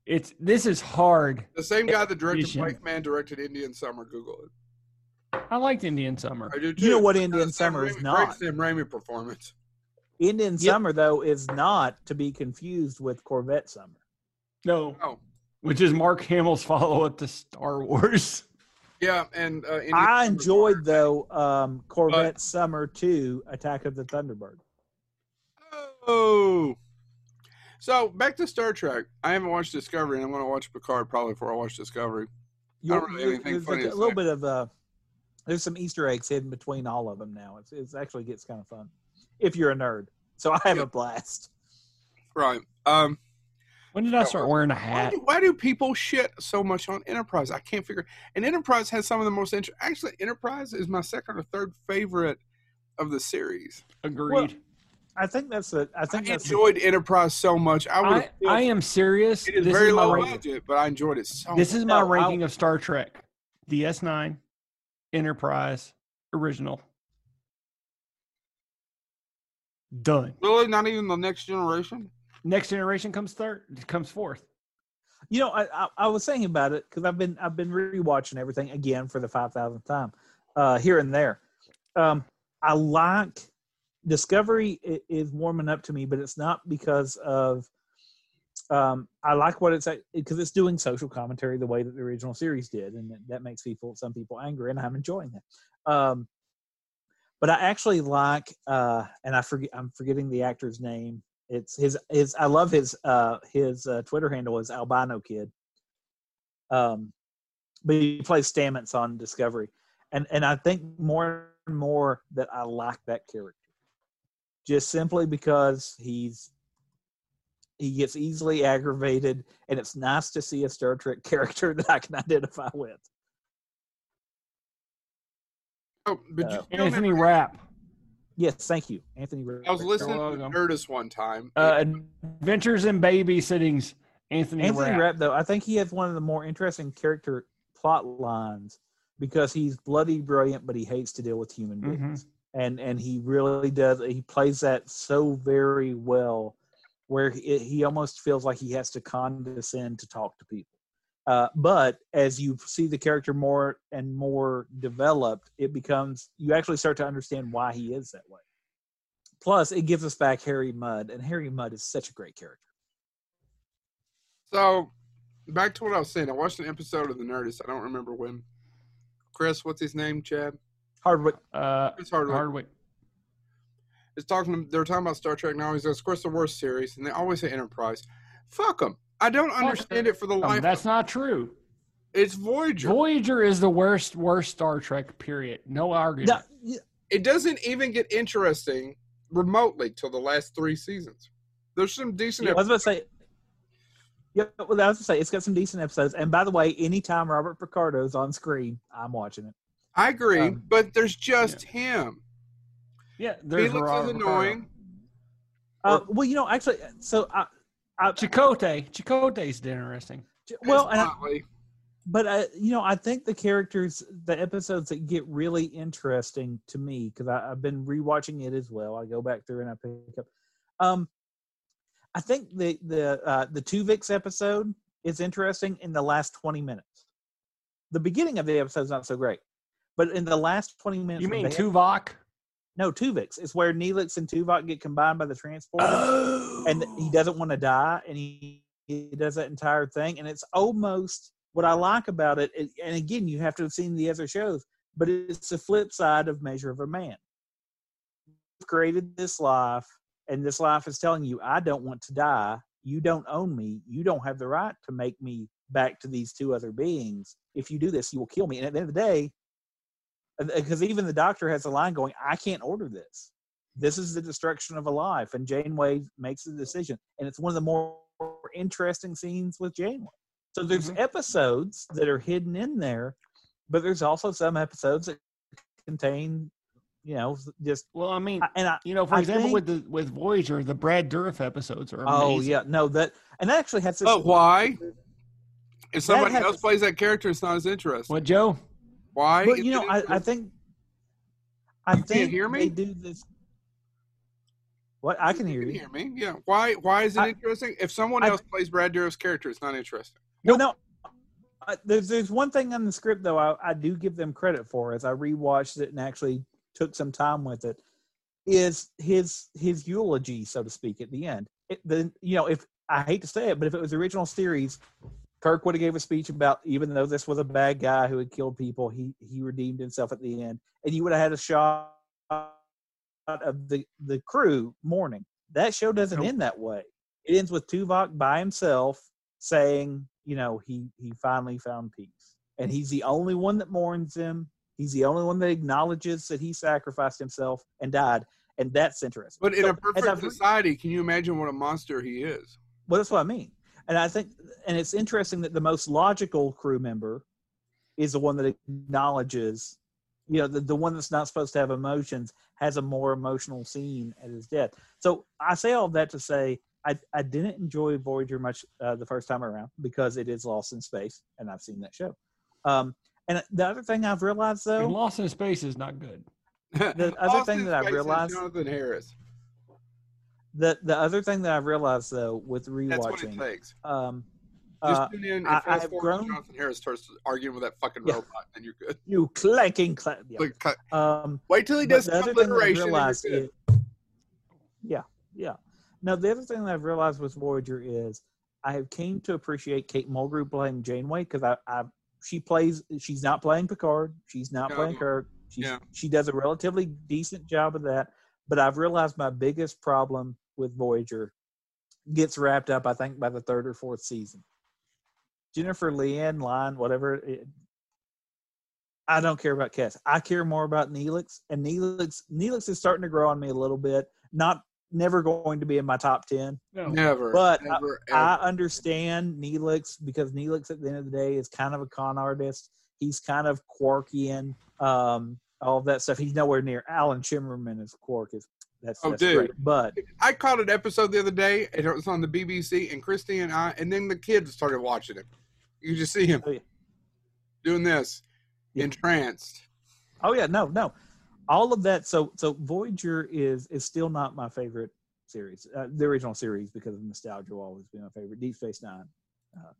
C: it's this is hard.
A: The same guy that directed
C: Vision.
A: Blank Man directed Indian Summer. Google it.
C: I liked Indian Summer.
A: I do
B: You know
A: too. Uh,
B: what Indian
A: Sam
B: Summer is
A: Raimi-
B: not.
A: Great Sam Raimi performance.
B: Indian
C: Yep.
B: Summer, though, is not to be confused with Corvette Summer.
C: No,
A: Oh,
C: which is Mark Hamill's follow-up to Star Wars.
A: yeah, and uh, Indian
B: I
A: Summer's
B: enjoyed,
A: hard.
B: though, um, Corvette Summer 2 Attack of the Thunderbird.
A: Oh. So back to Star Trek. I haven't watched Discovery, and I'm going to watch Picard probably before I watch Discovery.
B: You'll-
A: really have
B: there-
A: anything
B: there's
A: funny
B: like
A: to
B: a little
A: say.
B: bit of uh, there's some Easter eggs hidden between all of them now. It's, it's actually gets kind of fun if you're a nerd. So I have
A: Yeah.
B: a blast.
A: Right. Um.
C: When did I start wearing a
A: Why
C: hat?
A: do, why do people shit so much on Enterprise? I can't figure. And Enterprise has some of the most inter- actually Enterprise is my second or third favorite of the series.
B: Well,
C: Agreed.
B: I think that's the. I
A: I
B: think that's the,
A: enjoyed Enterprise so much. I would.
C: I, I am serious.
A: It is
C: this
A: very
C: is my
A: low
C: ranking.
A: budget, but I enjoyed it so.
C: This
A: much.
C: is my
B: No, I-
C: ranking of Star Trek: DS9, Enterprise, Original. Done.
A: really not even the next generation.
C: Next Generation comes third. Comes fourth.
B: You know, I, I, I was saying about it because I've been I've been rewatching everything again for the five thousandth time, uh, here and there. Um, I like Discovery i- is warming up to me, but it's not because of. Um, I like what it's because it's doing social commentary the way that the original series did, and that- that makes people some people angry, and I'm enjoying that. Um, but I actually like, uh, and I forget I'm forgetting the actor's name. It's his his I love his uh his uh, Twitter handle is albino kid. Um but he plays Stamets on Discovery. And and I think more and more that I like that character. Just simply because he's he gets easily aggravated and it's nice to see a Star Trek character that I can identify with.
A: Oh, but you-
B: Uh,
A: you don't
C: Anthony
A: ever-
C: Rapp.
B: Yes, thank you. Anthony Ra-
A: I was listening to
C: welcome.
A: Nerdist one time.
C: um, Uh, Adventures in Babysittings. Anthony,
B: Anthony
C: Rapp.
B: Rapp, though, I think he has one of the more interesting character plot lines because he's bloody brilliant, but he hates to deal with human
C: Mhm.
B: beings. and and he really does. He plays that so very well, where he, he almost feels like he has to condescend to talk to people. Uh, but as you see the character more and more developed, it becomes you actually start to understand why he is that way. Plus, it gives us back Harry Mudd, and Harry Mudd is such a great character.
A: So, back to what I was saying. I watched an episode of The Nerdist. I don't remember when. Chris, what's his name? Chad.
B: Hardwick,
C: Uh,
A: It's Hardwick.
C: Hardwick.
A: It's talking. They're talking about Star Trek now. He's like, "Of course, the worst series," and they always say Enterprise. Fuck them. I don't understand it for the
C: Um,
A: life.
C: that's
A: That's
C: not true.
A: it's Oh, Voyager.
C: Voyager is the worst, worst Star Trek. Period. No argument.
B: No, y-
A: it doesn't even get interesting remotely till the last three seasons. There's some decent.
B: yeah, I was about to say. Yeah, well, I was about to say it's got some decent episodes. And by the way, anytime Robert Picardo's on screen, I'm watching it.
A: I agree,
B: um,
A: but there's just him.
C: Yeah, there's
A: Felix
C: Gerard
A: is annoying.
B: Uh, well, you know, actually, so I, I
C: Ricardo. Chakotay. Chakotay's interesting.
B: well,
A: It's
B: and I,
A: Motley.
B: but I, you know, I think the characters, the episodes that get really interesting to me, because I've been rewatching it as well. I go back through and I pick up. Um, I think the the uh, the Tuvix episode is interesting in the last twenty minutes. The beginning of the episode is not so great, but in the last twenty minutes,
C: You
B: when
C: mean
B: they-
C: Tuvok?
B: No, Tuvix. It's where Neelix and Tuvok get combined by the transporter
C: Oh.
B: and he doesn't want to die and he, he does that entire thing and it's almost what i like about it it- and again you have to have seen the other shows but it's the flip side of measure of a man You've created this life and this life is telling you i don't want to die you don't own me you don't have the right to make me back to these two other beings if you do this you will kill me and at the end of the day because even the doctor has a line going i can't order this this is the destruction of a life and janeway makes the decision and it's one of the more interesting scenes with janeway so there's
A: Mm-hmm.
C: Mhm.
B: episodes that are hidden in there but there's also some episodes that contain you know just
C: Well, I mean,
B: I- and i
C: you know, for
B: I
C: example,
B: think-
C: with the with Voyager, the Brad Dourif episodes are amazing.
B: oh yeah no that and that actually has this
A: But why? If somebody
B: has-
A: else plays that character, it's not as interesting.
C: What Joe?
A: Why?
B: but
A: is
B: you
A: it
B: know i, I
A: interesting?
B: think i
A: You can't
B: think
A: hear me?
B: they do this what i can hear
A: You
B: you
A: hear me? Yeah. Why? Why is it
B: I-
A: interesting? If someone
B: I-
A: else plays Brad Dourif's character, it's not interesting.
B: Well, no. I, there's there's one thing on the script though I, I do give them credit for as I rewatched it and actually took some time with it is his his eulogy so to speak at the end. It, the you know if I hate to say it but if it was the original series, Kirk would have gave a speech about even though this was a bad guy who had killed people he he redeemed himself at the end and you would have had a shot of the the crew mourning. That show doesn't
C: Nope.
B: end that way. It ends with Tuvok by himself saying, you know, he he finally found peace, and he's the only one that mourns him. He's the only one that acknowledges that he sacrificed himself and died, and that's interesting.
A: But in
B: So,
A: a
B: as I've
A: perfect
B: re-
A: society, can you imagine what a monster he is?
B: well, that's what I mean, and I think, and it's interesting that the most logical crew member is the one that acknowledges, you know, the, the one that's not supposed to have emotions has a more emotional scene at his death. So I say all that to say I, I didn't enjoy Voyager much uh, the first time around because it is lost in space, and I've seen that show. Um, and the other thing I've realized
C: And
B: though,
C: Lost in Space is not good.
B: other
A: Austin
B: thing that I
A: Space is
B: realized-
A: Jonathan Harris.
B: the the other thing that I've realized though with
A: That's what it
B: rewatching,
A: takes.
B: um,
A: Just
B: uh,
A: tune in and
B: I-
A: fast
B: I've
A: forward
B: grown-
A: to Jonathan Harris starts arguing with that fucking
B: Yeah.
A: robot, and you're good.
B: you clanking clank. Yeah.
A: Like, cut-
B: Um,
A: wait till he
B: But
A: does
B: the
A: some
B: other thing that I
A: alliteration. and you're
B: realized
A: good.
B: is, yeah, yeah. Now the other thing that I've realized with Voyager is I have came to appreciate Kate Mulgrew playing Janeway because I, I she plays she's not playing Picard, she's not playing
A: No.
B: Kirk. She's,
A: Yeah.
B: She does a relatively decent job of that, but I've realized my biggest problem with Voyager gets wrapped up, I think, by the third or fourth season. Jennifer Leanne, Line, whatever. It, I don't care about Cass. I care more about Neelix, and Neelix Neelix is starting to grow on me a little bit. Not never going to be in my top ten.
C: No.
A: Never.
B: But I-
A: ever,
B: I
A: ever.
B: understand Neelix because Neelix at the end of the day is kind of a con artist. He's kind of quirky and um, all that stuff. He's nowhere near Alan Shimmerman as quirk is. That's,
A: Oh,
B: that's
A: dude.
B: correct. But
A: I caught an episode the other day, and it was on the BBC, and Christy and I, and then the kids started watching it. You could just see him
B: Oh, yeah.
A: doing this,
B: Yeah.
A: entranced.
B: Oh yeah, no, no. all of that. So so Voyager is is still not my favorite series, uh, the original series because of nostalgia. Will always be my favorite. Deep Space Nine. Uh,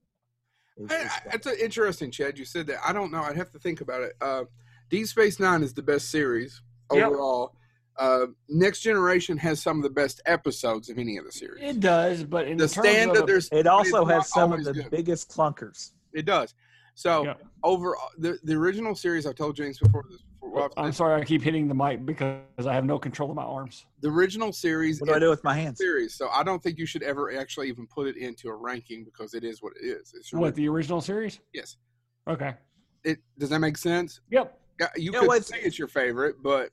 B: is-
A: I,
B: is-
A: I, that's a- interesting, Chad. You said that. I don't know. I'd have to think about it. Uh, Deep Space Nine is the best series
D: Yep.
A: overall. Uh, Next Generation has some of the best episodes of any of the series.
C: It does, but in
A: the
C: terms
A: standard
C: of a-
A: there's
B: it also
A: it's not
B: has some of
A: always
B: the
A: good.
B: biggest clunkers.
A: it does. So
D: Yeah.
A: overall, the the original series I've told James before this before. well,
C: I'm sorry, I keep hitting the mic because I have no control of my arms.
A: the original series
B: What do I
A: is
B: do with my hands?
A: series. So I don't think you should ever actually even put it into a ranking because it is what it is. It's your-
C: What the original series?
A: Yes.
C: Okay.
A: It does that make sense?
C: Yep.
A: Yeah, you
B: Yeah,
A: could
B: well, it's-
A: say it's your favorite, but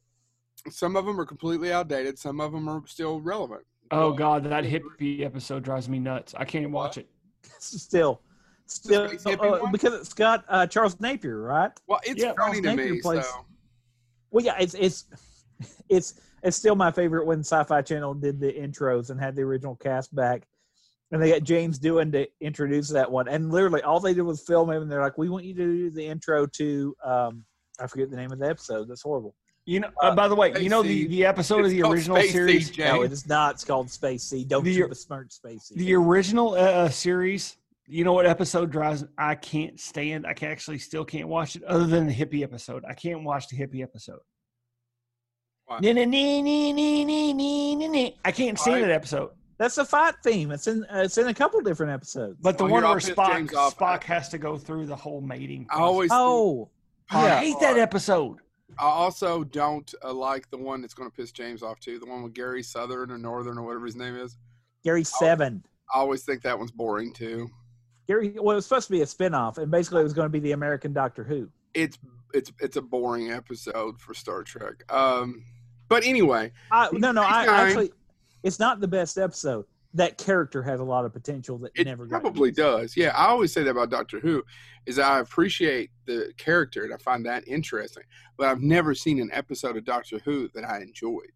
A: some of them are completely outdated. Some of them are still relevant.
C: Oh god, that hippie episode drives me nuts. I can't watch it.
B: Still, still
A: Space hippie
B: uh,
A: one?
B: because it's got uh, Charles Napier, right?
A: Well, it's
C: Yeah,
A: funny to
B: I'll take
A: me.
B: your place.
A: So
B: Well, yeah, it's it's it's it's still my favorite when Sci-Fi Channel did the intros and had the original cast back, and they got James Doohan to introduce that one. And literally, all they did was film him, and they're like, "We want you to do the intro to um, I forget the name of the episode. That's horrible.
C: You know
B: Uh,
C: by the way,
A: Space
C: you know the,
A: Seed.
C: the episode of
A: It's
C: the
A: called
C: original
A: Space
C: series
A: Seed,
B: No,
A: Jay.
B: it is not. It's called Space Sea. Don't
C: The-
B: you besmirch Space Sea?
C: the original uh, series you know what episode drives i can't stand i can actually still can't watch it other than the hippie episode i can't watch the hippie episode
A: Why?
C: Na- na- na- na- na- na- na- na- na. i can't
A: Why?
C: stand that episode
B: That's a fight theme. It's in uh, it's in a couple different episodes.
C: but the
A: Oh,
C: one
A: you're all
C: where
A: pissed
C: spock
A: James off.
C: spock has to go through the whole mating
A: I
C: process.
A: always
B: oh,
C: i
B: yeah.
C: hate that episode
A: I also don't uh, like the one that's going to piss James off too. The one with Gary Southern or Northern or whatever his name is.
C: Oh.
B: Gary Seven.
A: I always think that one's boring too.
B: Gary. Well, it was supposed to be a spinoff, and basically, it was going to be the American Doctor Who.
A: It's it's it's a boring episode for Star Trek. Um, but anyway,
B: I, no, no, I
A: Fine.
B: actually, it's not the best episode. That character has a lot of potential that
A: it
B: never got
A: probably
B: used.
A: does. Yeah, I always say that about Doctor Who, is I appreciate the character and I find that interesting, but I've never seen an episode of Doctor Who that I enjoyed.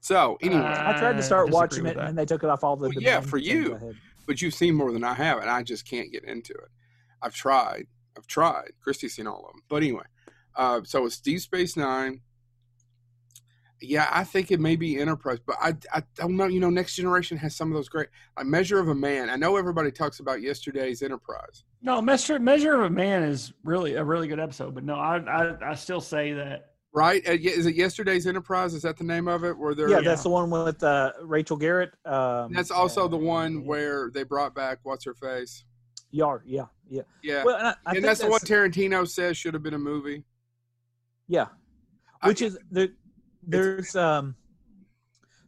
A: So anyway,
C: Uh,
B: I tried to
C: I
B: start
C: disagree
B: watching
C: with
B: it,
C: that.
B: and then they took it off all the.
A: Well,
B: the
A: yeah,
B: main
A: for
B: things
A: you.
B: I had.
A: but you've seen more than I have, and I just can't get into it. I've tried. I've tried. Christy's seen all of them. But anyway, uh, so it's Deep Space Nine. Yeah, I think it may be Enterprise, but I, I don't know. You know, Next Generation has some of those great. A Measure of a Man. I know everybody talks about yesterday's Enterprise.
C: no measure measure of a man is really a really good episode but no i i, I still say that
A: Right? Uh, ye- Is it Yesterday's Enterprise? Is that the name of it? Where they're,
B: Yeah, that's the one with uh, Rachel Garrett. Um,
A: that's also
B: uh,
A: the one
B: yeah.
A: where they brought back what's her face.
B: Yar. Yeah, yeah.
A: Yeah,
B: Well, and, I, I
A: and
B: think
A: that's, the one Tarantino says should have been a movie.
B: Yeah,
A: I-
B: which is there, there's um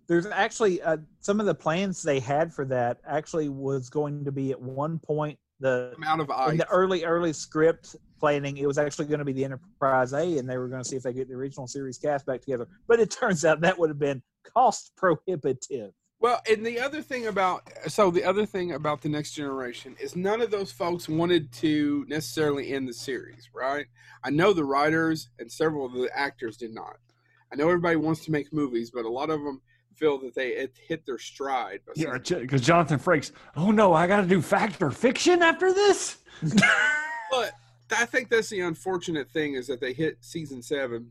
B: there's actually uh, some of the plans they had for that actually was going to be at one point the
A: Amount of
B: in
A: ice.
B: the early early script planning it was actually going to be the enterprise a and they were going to see if they get the original series cast back together but it turns out that would have been cost prohibitive
A: Well, and the other thing about so the other thing about the next generation is none of those folks wanted to necessarily end the series, right? I know the writers and several of the actors did not. I know everybody wants to make movies, but a lot of them feel that they had hit their stride. by
C: yeah
A: season-
C: because jonathan frakes oh no i gotta do fact or fiction after this
A: But I think that's the unfortunate thing is that they hit season seven,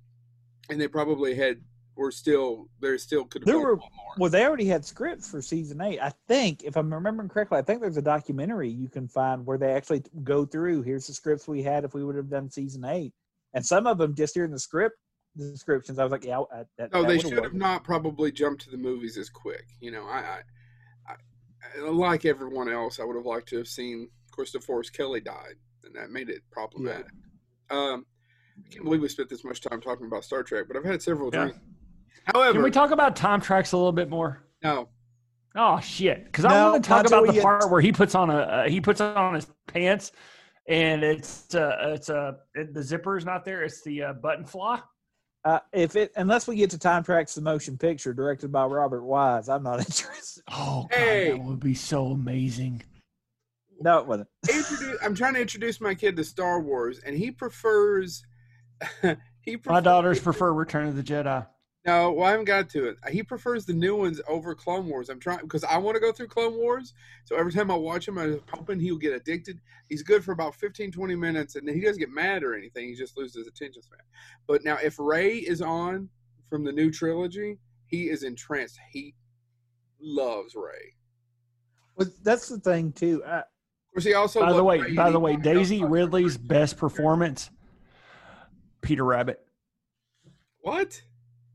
A: and they probably had were still there still could have
B: There
A: been a
B: were-
A: lot more.
B: well they already had scripts for season eight i think if i'm remembering correctly i think there's a documentary you can find where they actually go through here's the scripts we had if we would have done season eight and some of them just hearing the script descriptions i was like yeah I, that,
A: No,
B: that
A: Oh, they
B: would've
A: should have
B: worked.
A: not probably jumped to the movies as quick. You know, I, I, I like everyone else, I would have liked to have seen. Of course, DeForest Kelly died, and that made it problematic. Um, I can't believe we spent this much time talking about Star Trek, but I've had several
C: Yeah.
A: drinks. However,
C: Can we talk about time tracks a little bit more?
A: no,
C: Oh shit! Because
B: No,
C: I want to talk
B: not till
C: about
B: we
C: the
B: get-
C: part where he puts on a uh, he puts on his pants, and it's uh, it's uh, it, the zipper is not there. It's the uh, button flaw.
B: Uh, if it unless we get to time tracks the motion picture directed by Robert Wise, I'm not interested.
C: Oh,
A: God, Hey. that
C: would be so amazing.
B: No, it wasn't.
A: introduce, I'm trying to introduce my kid to Star Wars, and he prefers. he prefers,
C: My daughters prefer Return of the Jedi.
A: No, well, I haven't got to it. He prefers the new ones over Clone Wars. I'm trying because I want to go through Clone Wars. So every time I watch him, I'm hoping he'll get addicted. He's good for about 15, 20 minutes, and then he doesn't get mad or anything. He just loses his attention span. But now, if Ray is on from the new trilogy, he is entranced. He loves Ray.
B: Well, that's the thing too. uh, I,
A: Of course, he also.
C: By the
A: loved
C: way,
A: Ray
C: by
A: and
C: the
A: he
C: way,
A: wanted to go
C: Daisy
A: find
C: Ridley's
A: Ray.
C: best performance, Peter Rabbit.
A: What?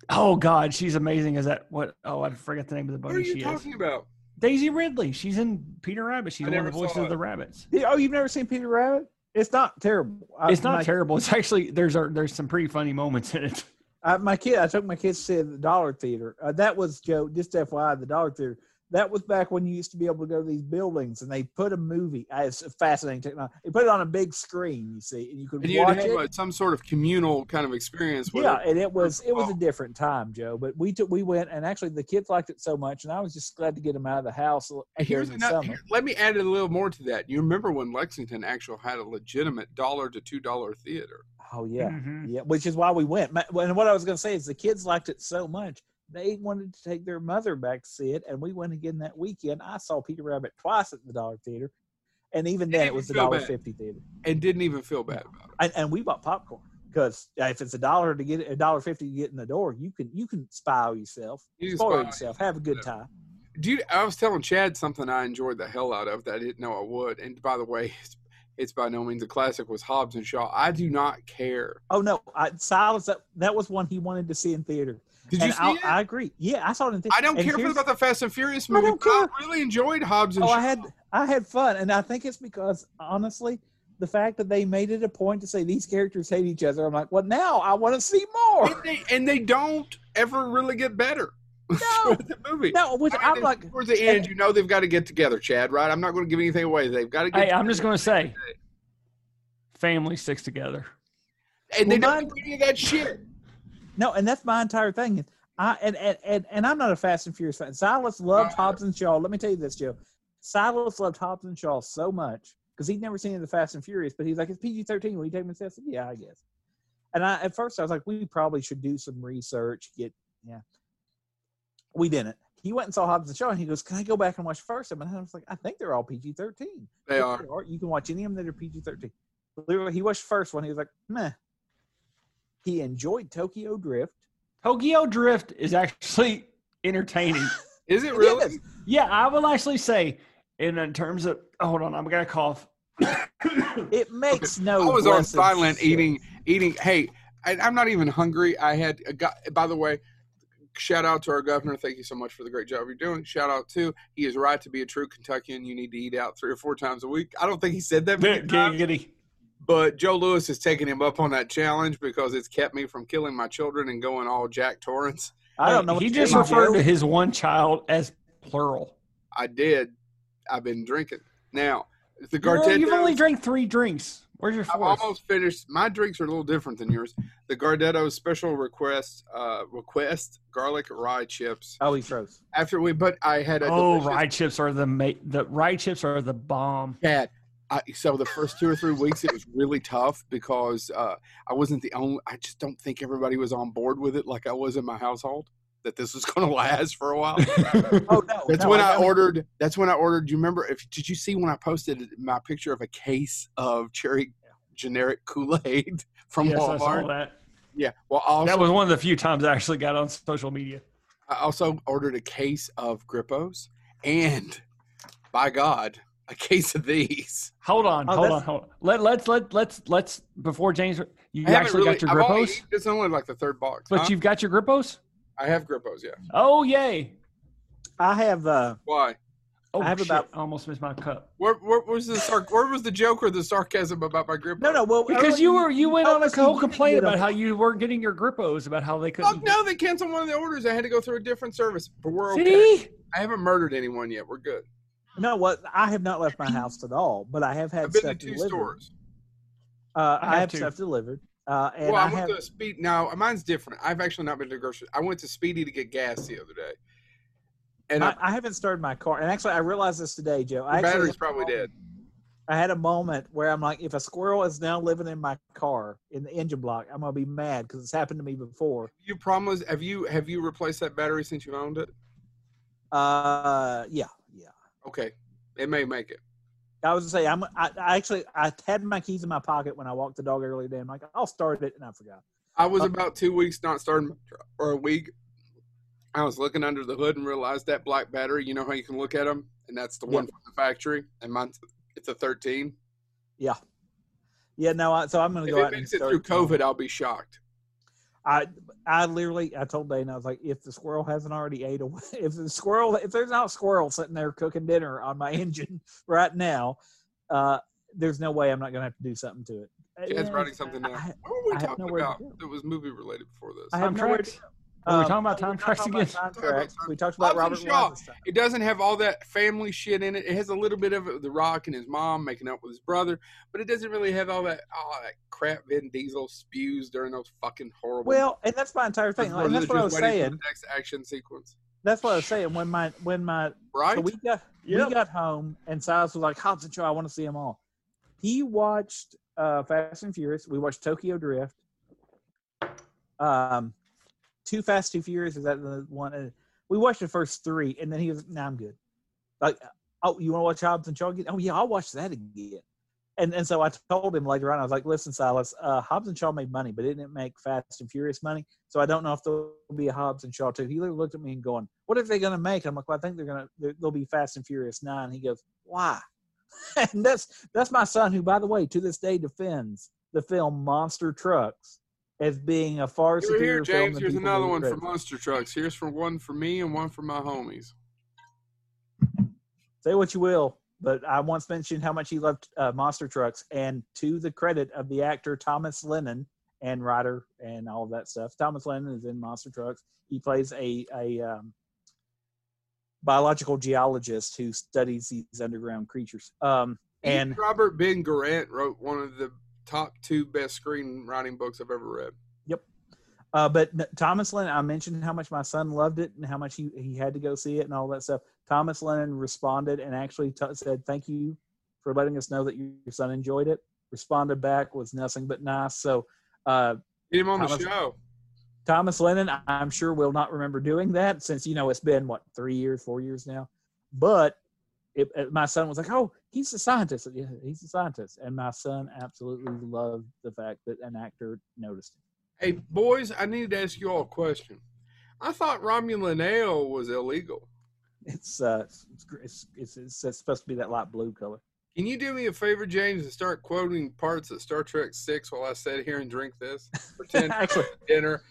C: Oh God, she's amazing. Is that what? Oh, I forgot the name of the
A: What are
C: movie.
A: you
C: She is
A: talking about?
C: Daisy Ridley. She's in Peter Rabbit. She's
A: I
C: one of the
A: never
C: voices
A: saw
C: of the
A: it.
C: rabbits.
B: oh, you've never seen Peter Rabbit? It's not terrible. I-
C: It's not
B: my,
C: terrible. It's actually there's our, there's some pretty funny moments in it.
B: I, my kid, I took my kids to see it at the Dollar Theater. Uh, that was Joe. Just FYI, the Dollar Theater. That was back when you used to be able to go to these buildings and they put a movie. Uh, It's fascinating technology. They put it on a big screen, you see, and you could
A: And you'd
B: watch
A: have
B: it.
A: uh, some sort of communal kind of experience with
B: yeah,
A: it.
B: and it was it was a
A: Oh.
B: different time, Joe. But we took we went, and actually the kids liked it so much, and I was just glad to get them out of the house uh,
A: And
B: during
A: Here's
B: the
A: another,
B: summer.
A: here- let me add a little more to that. You remember when Lexington actually had a legitimate dollar to two dollar theater?
B: Oh yeah,
C: Mhm.
B: yeah, which is why we went. My- And what I was going to say is the kids liked it so much they wanted to take their mother back to see it, and we went again that weekend. I saw Peter Rabbit twice at the Dollar Theater, and even then
A: Didn't
B: it was the
A: even feel
B: Dollar
A: bad.
B: Fifty Theater.
A: And didn't even feel bad about it.
B: and, and we bought popcorn because if it's a dollar to get a dollar fifty to get in the door, you can you can spoil yourself,
A: You just
B: spoil
A: buy-
B: yourself, have a good
A: whatever.
B: time.
A: Dude, I was telling Chad something I enjoyed the hell out of that I didn't know I would. And by the way, it's, it's by no means a classic was Hobbs and Shaw. I do not care.
B: Oh no, I, Silas, that, that was one he wanted to see in theater.
A: Did
B: and
A: you see
B: I,
A: it?
B: I
A: I,
B: agree. Yeah, I saw it in theater.
A: don't
B: and
A: care
B: here's-
A: about the Fast and Furious
B: I
A: movie.
B: don't
A: but I really enjoyed Hobbs and
B: Oh,
A: Shaw.
B: I had I had fun, and I think it's because honestly, the fact that they made it a point to say these characters hate each other, I'm like, well, now I want to see
A: and,
B: more.
A: they, and they don't ever really get better.
B: No.
A: with the movie.
B: No, which
A: I mean,
B: I'm
A: they-
B: like,
A: towards the end, you know they've got to get together, Chad. Right? I'm not going to give anything away. They've got to get.
C: Hey, I'm just
A: together.
C: gonna say, family sticks together.
A: And they
B: Well,
A: don't do any of that shit.
B: no, and that's my entire thing. I and and and, and I'm not a Fast and Furious fan. Silas loved
A: Uh,
B: Hobbs and Shaw. Let me tell you this, Joe. Silas loved Hobbs and Shaw so much because he'd never seen any of the Fast and Furious, but he's like, it's PG-13. Will you take me to see it?" I said, Yeah, I guess. And I at first I was like, we probably should do some research. Get yeah. We didn't. He went and saw Hobbs and Shaw, and he goes, "Can I go back and watch the first time?" And I was like, "I think they're all PG-13."
A: They are.
B: You can watch any of them that are PG thirteen. Literally, he watched the first one. He was like, meh. He enjoyed Tokyo Drift.
C: Tokyo Drift is actually entertaining.
A: Is it
B: It
A: really?
B: is.
C: yeah, I will actually say, in, in terms of, hold on, I'm gonna cough.
B: It makes no.
A: I was on
B: blessed
A: silent
B: sense.
A: eating, eating. Hey, I, I'm not even hungry. I had a guy. By the way, shout out to our governor. Thank you so much for the great job you're doing. Shout out to he is right to be a true Kentuckian. You need to eat out three or four times a week. I don't think he said that many times.
C: Giggity.
A: But Joe Lewis has taken him up on that challenge because it's kept me from killing my children and going all Jack Torrance.
B: I don't know.
C: He
B: what
C: just
B: do,
C: referred to
B: Joe.
C: his one child as plural.
A: I did. I've been drinking. Now, the
C: Well,
A: Gartettos.
C: you've only drank three drinks. Where's your
A: I've
C: fourth?
A: almost finished. My drinks are a little different than yours. The Gardetto special request uh, request garlic rye chips.
B: Oh, he froze.
A: After we, but I had a
C: Oh,
A: delicious
C: rye chips are the ma- the rye chips are the bomb.
A: cat. I, so the first two or three weeks it was really tough because uh, I wasn't the only. I just don't think everybody was on board with it like I was in my household that this was going to last for a while.
B: Oh no.
A: That's
B: no,
A: when I,
B: I mean,
A: ordered. That's when I ordered. Do you remember? If did you see when I posted my picture of a case of cherry generic Kool Aid from
C: yes, I saw
A: Walmart?
C: that.
A: Yeah. Well, also,
C: That was one of the few times I actually got on social media.
A: I also ordered a case of Grippos and, by God, a case of these.
C: Hold on,
B: Oh,
C: hold
B: that's-
C: on, hold on. Let let's let let's let's before James, you
A: I haven't
C: actually
A: really-
C: got your
A: I've only
C: grippos,
A: eaten- It's only like the third box.
C: but
A: huh?
C: you've got your grippos.
A: I have Grippos, yeah.
C: Oh yay!
B: I have. Uh,
A: Why?
C: Oh,
B: I have
C: shit,
B: about-
C: I almost missed my cup
A: Where, where was the sarc- where was the joke or the sarcasm about my Grippo?
B: no, no.
E: Oh,
B: Well,
C: because you were you went on a
B: obviously
C: whole
B: you
C: complaint
B: didn't get
C: about
B: them.
C: how you weren't getting your grippos, about how they couldn't.
A: Fuck no, they canceled one of the orders. I had to go through a different service, but we're okay.
C: See,
A: I haven't murdered anyone yet. We're good.
B: No, what? I have not left my house at all, but I have had
A: I've been to
B: stuff
A: two
B: delivered.
A: stores.
B: Uh,
C: I
B: I,
C: have
B: have
C: two.
B: stuff delivered. Uh, and
A: Well,
B: I
A: I, went
B: have.
A: to a speed. Now mine's different. I've actually not been to a grocery. I went to Speedy to get gas the other day, and I,
B: I, I haven't started my car, and actually, I realized this today, Joe.
A: your
B: I actually
A: battery's
B: have
A: probably
B: all-
A: dead.
B: I had a moment where I'm like, if a squirrel is now living in my car in the engine block, I'm gonna be mad because it's happened to me before.
A: Your problem is have you have you replaced that battery since you owned it?
B: Uh, yeah, yeah.
A: Okay, it may make it.
B: I was gonna say I'm. I, I actually I had my keys in my pocket when I walked the dog earlier today. I'm like, I'll start it, and I forgot.
A: I was
B: Uh,
A: about two weeks not starting my truck, or a week. I was looking under the hood and realized that black battery. You know how you can look at them, and that's the one from the factory. And mine's it's a thirteen.
B: Yeah, no. I, so I'm gonna
A: If
B: go
A: it
B: out and
A: makes it
B: start
A: through
B: tomorrow.
A: COVID, I'll be shocked.
B: I I literally I told Dana I was like, if the squirrel hasn't already ate away, if the squirrel if there's not a squirrel sitting there cooking dinner on my engine right now, uh, there's no way I'm not gonna have to do something to it.
A: Chad's
B: Uh,
A: writing something down.
B: I- I-
A: What were we
B: I have
A: talking
B: nowhere to
A: about?
B: go.
A: That was movie related before this.
B: I
E: Time
B: have nowhere to
E: tracks?
B: go.
C: Oh,
E: Are we
B: Um,
E: talking about time
B: we're not
E: tracks
B: talking about
E: again?
B: time
A: Talking about
B: tracks.
A: time-
B: We talked about
A: Hobbs and
B: Robert
A: Shaw.
B: Wise.
A: it doesn't have all that family shit in it. It has a little bit of The Rock and his mom making up with his brother, but it doesn't really have all that all that crap Vin Diesel spews during those fucking horrible.
B: Well, and that's my entire thing. Like, and that's what I was
A: Just waiting for the
B: saying.
A: Next action sequence,
B: That's what I was saying when my when my
A: right?
B: So we got
C: Yep.
B: we got home, and Silas was like, "Hobbs and Shaw, I want to see them all." He watched uh, Fast and Furious. We watched Tokyo Drift. Um, Too Fast, Too Furious is that the one? And we watched the first three, and then he was, "Nah, I'm good." Like, oh, you want to watch Hobbs and Shaw again? Oh yeah, I'll watch that again. And and so I told him later on, I was like, "Listen, Silas, uh, Hobbs and Shaw made money, but it didn't make Fast and Furious money. So I don't know if there'll be a Hobbs and Shaw too. He literally looked at me and going, "What are they going to make?" I'm like, "Well, I think they're going to they'll be Fast and Furious 9. He goes, "Why?" and that's that's my son, who by the way, to this day defends the film Monster Trucks as being a far
A: You're here,
B: superior film.
A: James.
B: than
A: Here's
B: people
A: another
B: give it
A: one for
B: credit
A: Monster Trucks. Here's for one for me and one for my homies.
B: say what you will, but I once mentioned how much he loved uh, monster trucks, and to the credit of the actor Thomas Lennon and writer and all of that stuff, Thomas Lennon is in Monster Trucks. He plays a a um, biological geologist who studies these underground creatures. Um, and
A: Robert Ben Garant wrote one of the top two best screenwriting books I've ever read.
B: Uh, but n- Thomas Lennon, I mentioned how much my son loved it and how much he, he had to go see it and all that stuff. Thomas Lennon responded and actually t- said, Thank you for letting us know that your your son enjoyed it. Responded back was nothing but nice. So, uh,
A: Get him on the
B: Thomas-
A: show.
B: Thomas Lennon, I- I'm sure will not remember doing that since, you know, it's been what, three years, four years now. But it, it- my son was like, Oh, he's a scientist. Yeah, he's a scientist. And my son absolutely loved the fact that an actor noticed him.
A: Hey, boys, I need to ask you all a question. I thought Romulan ale was illegal.
B: It's uh, it's gr- it's, it's, it's, it's supposed to be that light blue color.
A: Can you do me a favor, James, and start quoting parts of Star Trek Six while I sit here and drink this? Pretend I'm
B: actually,
A: at dinner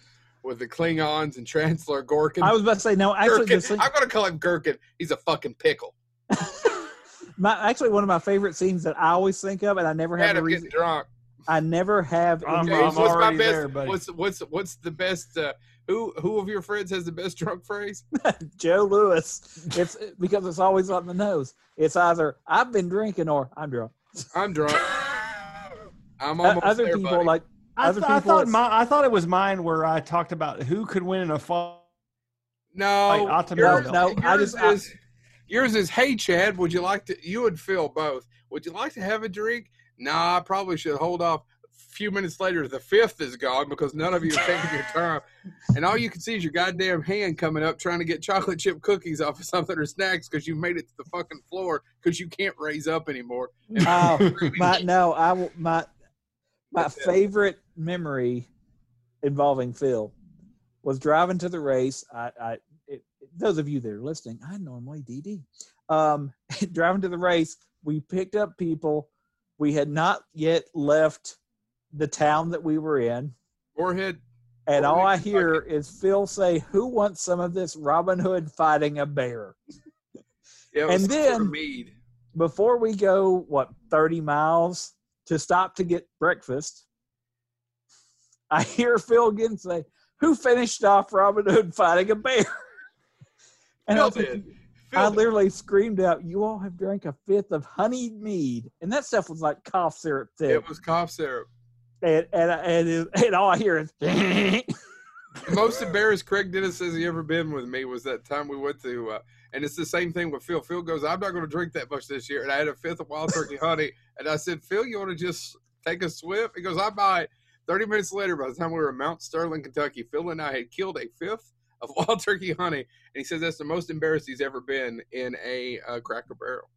A: with the Klingons and Chancellor Gorkin.
B: I was about to say no. Actually,
A: Gherkin.
B: the scene,
A: I'm gonna call him Gherkin. He's a fucking pickle.
B: my actually one of my favorite scenes that I always think of, and I never have
A: Had
B: a
A: him
B: reason.
A: getting drunk.
B: I never have.
E: I'm-
B: any
A: James,
E: I'm
B: reason-
A: what's my
E: already
A: best?
E: there, buddy.
A: What's what's what's the best? Uh, who who of your friends has the best drunk phrase?
B: Joe Lewis. It's because it's always on the nose. It's either I've been drinking or I'm drunk.
A: I'm drunk. I'm
B: O-
A: almost
B: other
A: there,
B: people
A: buddy.
B: like
E: I,
B: Other
E: th- I
B: people,
E: thought
B: it's-
E: my, I thought it was mine where I talked about who could win in a fight.
A: no,
E: Like, Optimus
A: yours,
B: No, no, I
A: yours
B: just- I-
A: is yours is. Hey, Chad, would you like to? You would feel both. Would you like to have a drink? Nah, I probably should hold off. A few minutes later, the fifth is gone because none of you are taking your time, and all you can see is your goddamn hand coming up trying to get chocolate chip cookies off of something or snacks because you made it to the fucking floor because you can't raise up anymore. And-
B: Oh, my no, I will my my
A: That's it.
B: favorite memory involving Phil was driving to the race. I, I it, those of you that are listening, I normally DD. Um, driving to the race, we picked up people. We had not yet left the town that we were in,
A: Forehead.
B: and all I
A: Holy
B: hear is Phil say, "Who wants some of this Robin Hood fighting a bear?"
A: Yeah, it
B: And
A: was some sort of
B: then-
A: mead.
B: before we go what 30 miles to stop to get breakfast i hear phil again say who finished off robin hood fighting a bear and I,
A: Phil
B: was like-
A: did.
B: I
A: Phil did.
B: literally screamed out you all have drank a fifth of honeyed mead and that stuff was like cough syrup thick
A: It was cough syrup.
B: and, and, I- and, it- and all i hear is
A: The most embarrassed Craig Dennis says he ever been with me was that time we went to, uh, and it's the same thing with Phil. Phil goes, "I'm not going to drink that much this year," and I had a fifth of wild turkey honey, And I said, Phil, you want to just take a swift? He goes, I might. 30 minutes later, by the time we were in Mount Sterling, Kentucky, Phil and I had killed a fifth of wild turkey honey. And he says that's the most embarrassed he's ever been in a uh, cracker barrel.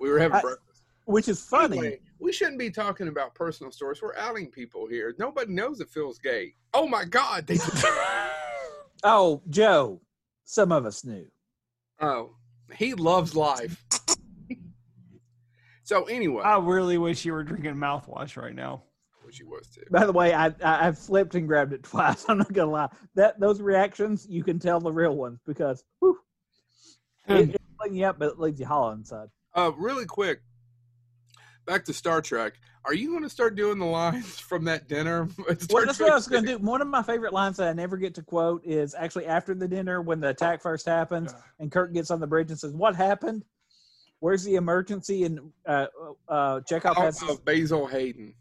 A: We were having
B: I-
A: breakfast.
B: which is funny.
A: Anyway, we shouldn't be talking about personal stories. We're outing people here. Nobody knows that Phil's gay. Oh my God. They
B: Oh, Joe, some of us knew.
A: oh, he loves life. so anyway,
B: Oh.
E: I really wish you were drinking mouthwash right now.
A: which he was too.
B: By the way, I, I I flipped and grabbed it twice. I'm not gonna lie. That those reactions, you can tell the real ones because whew, it, it cleans you up, but it leaves you hollow inside.
A: Uh, really quick, back to Star Trek. Are you going to start doing the lines from that dinner?
B: Well, that's what I was going to do. One of my favorite lines that I never get to quote is actually after the dinner when the attack first happens and Kirk gets on the bridge and says, "What happened? Where's the emergency?" And uh, uh, Chekhov has
A: Oh, Basil Hayden.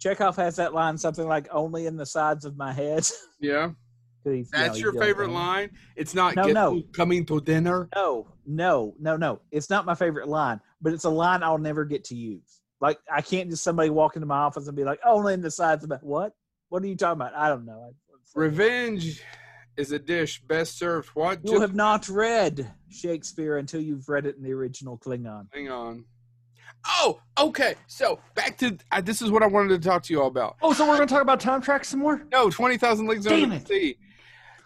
B: Chekhov has that line something like "Only in the sides of my head." 'Cause
A: Yeah,
B: he's, you know,
A: that's
B: he's
A: your
B: young,
A: favorite
B: right?
A: line. It's not
B: No,
A: "Guess
B: no.
A: who's coming to dinner.
B: No, no, no, no. It's not my favorite line, but it's a line I'll never get to use. Like I can't just somebody walk into my office and be like, "Only in the sides of my what? What are you talking about? I don't know."
A: Revenge is a dish best served what?
B: You
A: Just-
B: have not read Shakespeare until you've read it in the original Klingon.
A: Hang on. Oh, okay. So back to I, this is what I wanted to talk to you all about.
E: Oh, so we're gonna talk about time track some more?
A: No, twenty thousand leagues
E: Damn
A: under
E: it.
A: the sea.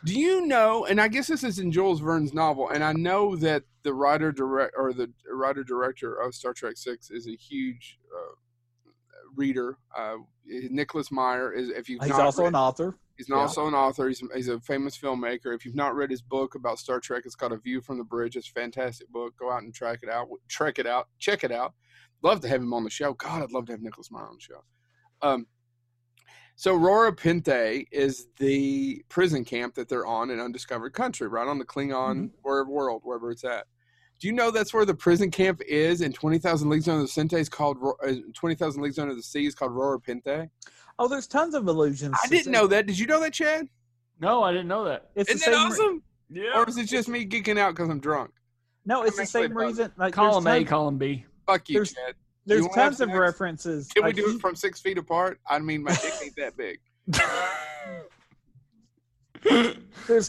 A: Do you know? And I guess this is in Jules Verne's novel, and I know that the writer direct or the writer director of Star Trek Six is a huge uh, reader. Uh, Nicholas Meyer is if you've
B: He's
A: not
B: also
A: read-
B: an author.
A: He's
B: Yeah.
A: also an author. He's, he's a famous filmmaker. If you've not read his book about Star Trek, it's called A View from the Bridge. It's a fantastic book. Go out and track it out. Trek it out. Check it out. Love to have him on the show. God, I'd love to have Nicholas Meyer on the show. Um, so Rora Pinte is the prison camp that they're on in Undiscovered Country, right on the Klingon
B: Mm-hmm.
A: wor- world, wherever it's at. Do you know that's where the prison camp is in Twenty Thousand Leagues Under the Cente? Is called Ro- uh, Twenty Thousand Leagues Under the Sea. Is called Rora Pinte.
B: Oh, there's tons of allusions.
A: I
B: to
A: didn't
B: say-
A: know that. Did you know that, Chad?
E: No, I didn't know that.
B: It's the
A: Isn't that
B: same re-
A: awesome?
E: Yeah.
A: Or is it just me geeking out because I'm drunk?
B: No, it's the
A: Actually,
B: same
A: it does.
B: reason. Like
E: column A,
B: there's tons,
E: column B.
A: Fuck you,
B: There's-
A: Chad.
B: there's
A: You wanna have
B: tons of
A: sex?
B: references.
A: Can
B: like,
A: we do
B: he-
A: it from six feet apart? I mean, my dick ain't that big.
B: There's